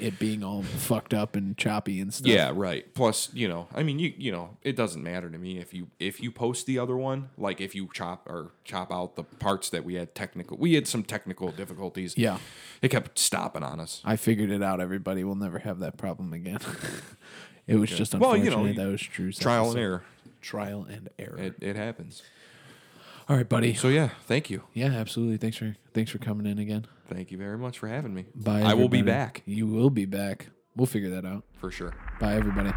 S1: it being all fucked up and choppy and stuff.
S2: Yeah, right. Plus, you know, I mean, you you know, it doesn't matter to me if you if you post the other one, like if you chop or chop out the parts that we had technical. We had some technical difficulties.
S1: Yeah.
S2: it kept stopping on us.
S1: I figured it out. Everybody will never have that problem again. it was just
S2: Well,
S1: unfortunate
S2: you know,
S1: that was Drew's
S2: Trial
S1: episode.
S2: and error.
S1: Trial and error.
S2: It it happens.
S1: all right, buddy.
S2: So yeah, thank you,
S1: yeah, absolutely. Thanks for thanks for coming in again.
S2: thank you very much for having me.
S1: Bye.
S2: I will be
S1: everybody.
S2: back
S1: You will be back. We'll figure that out.
S2: for sure.
S1: Bye, everybody.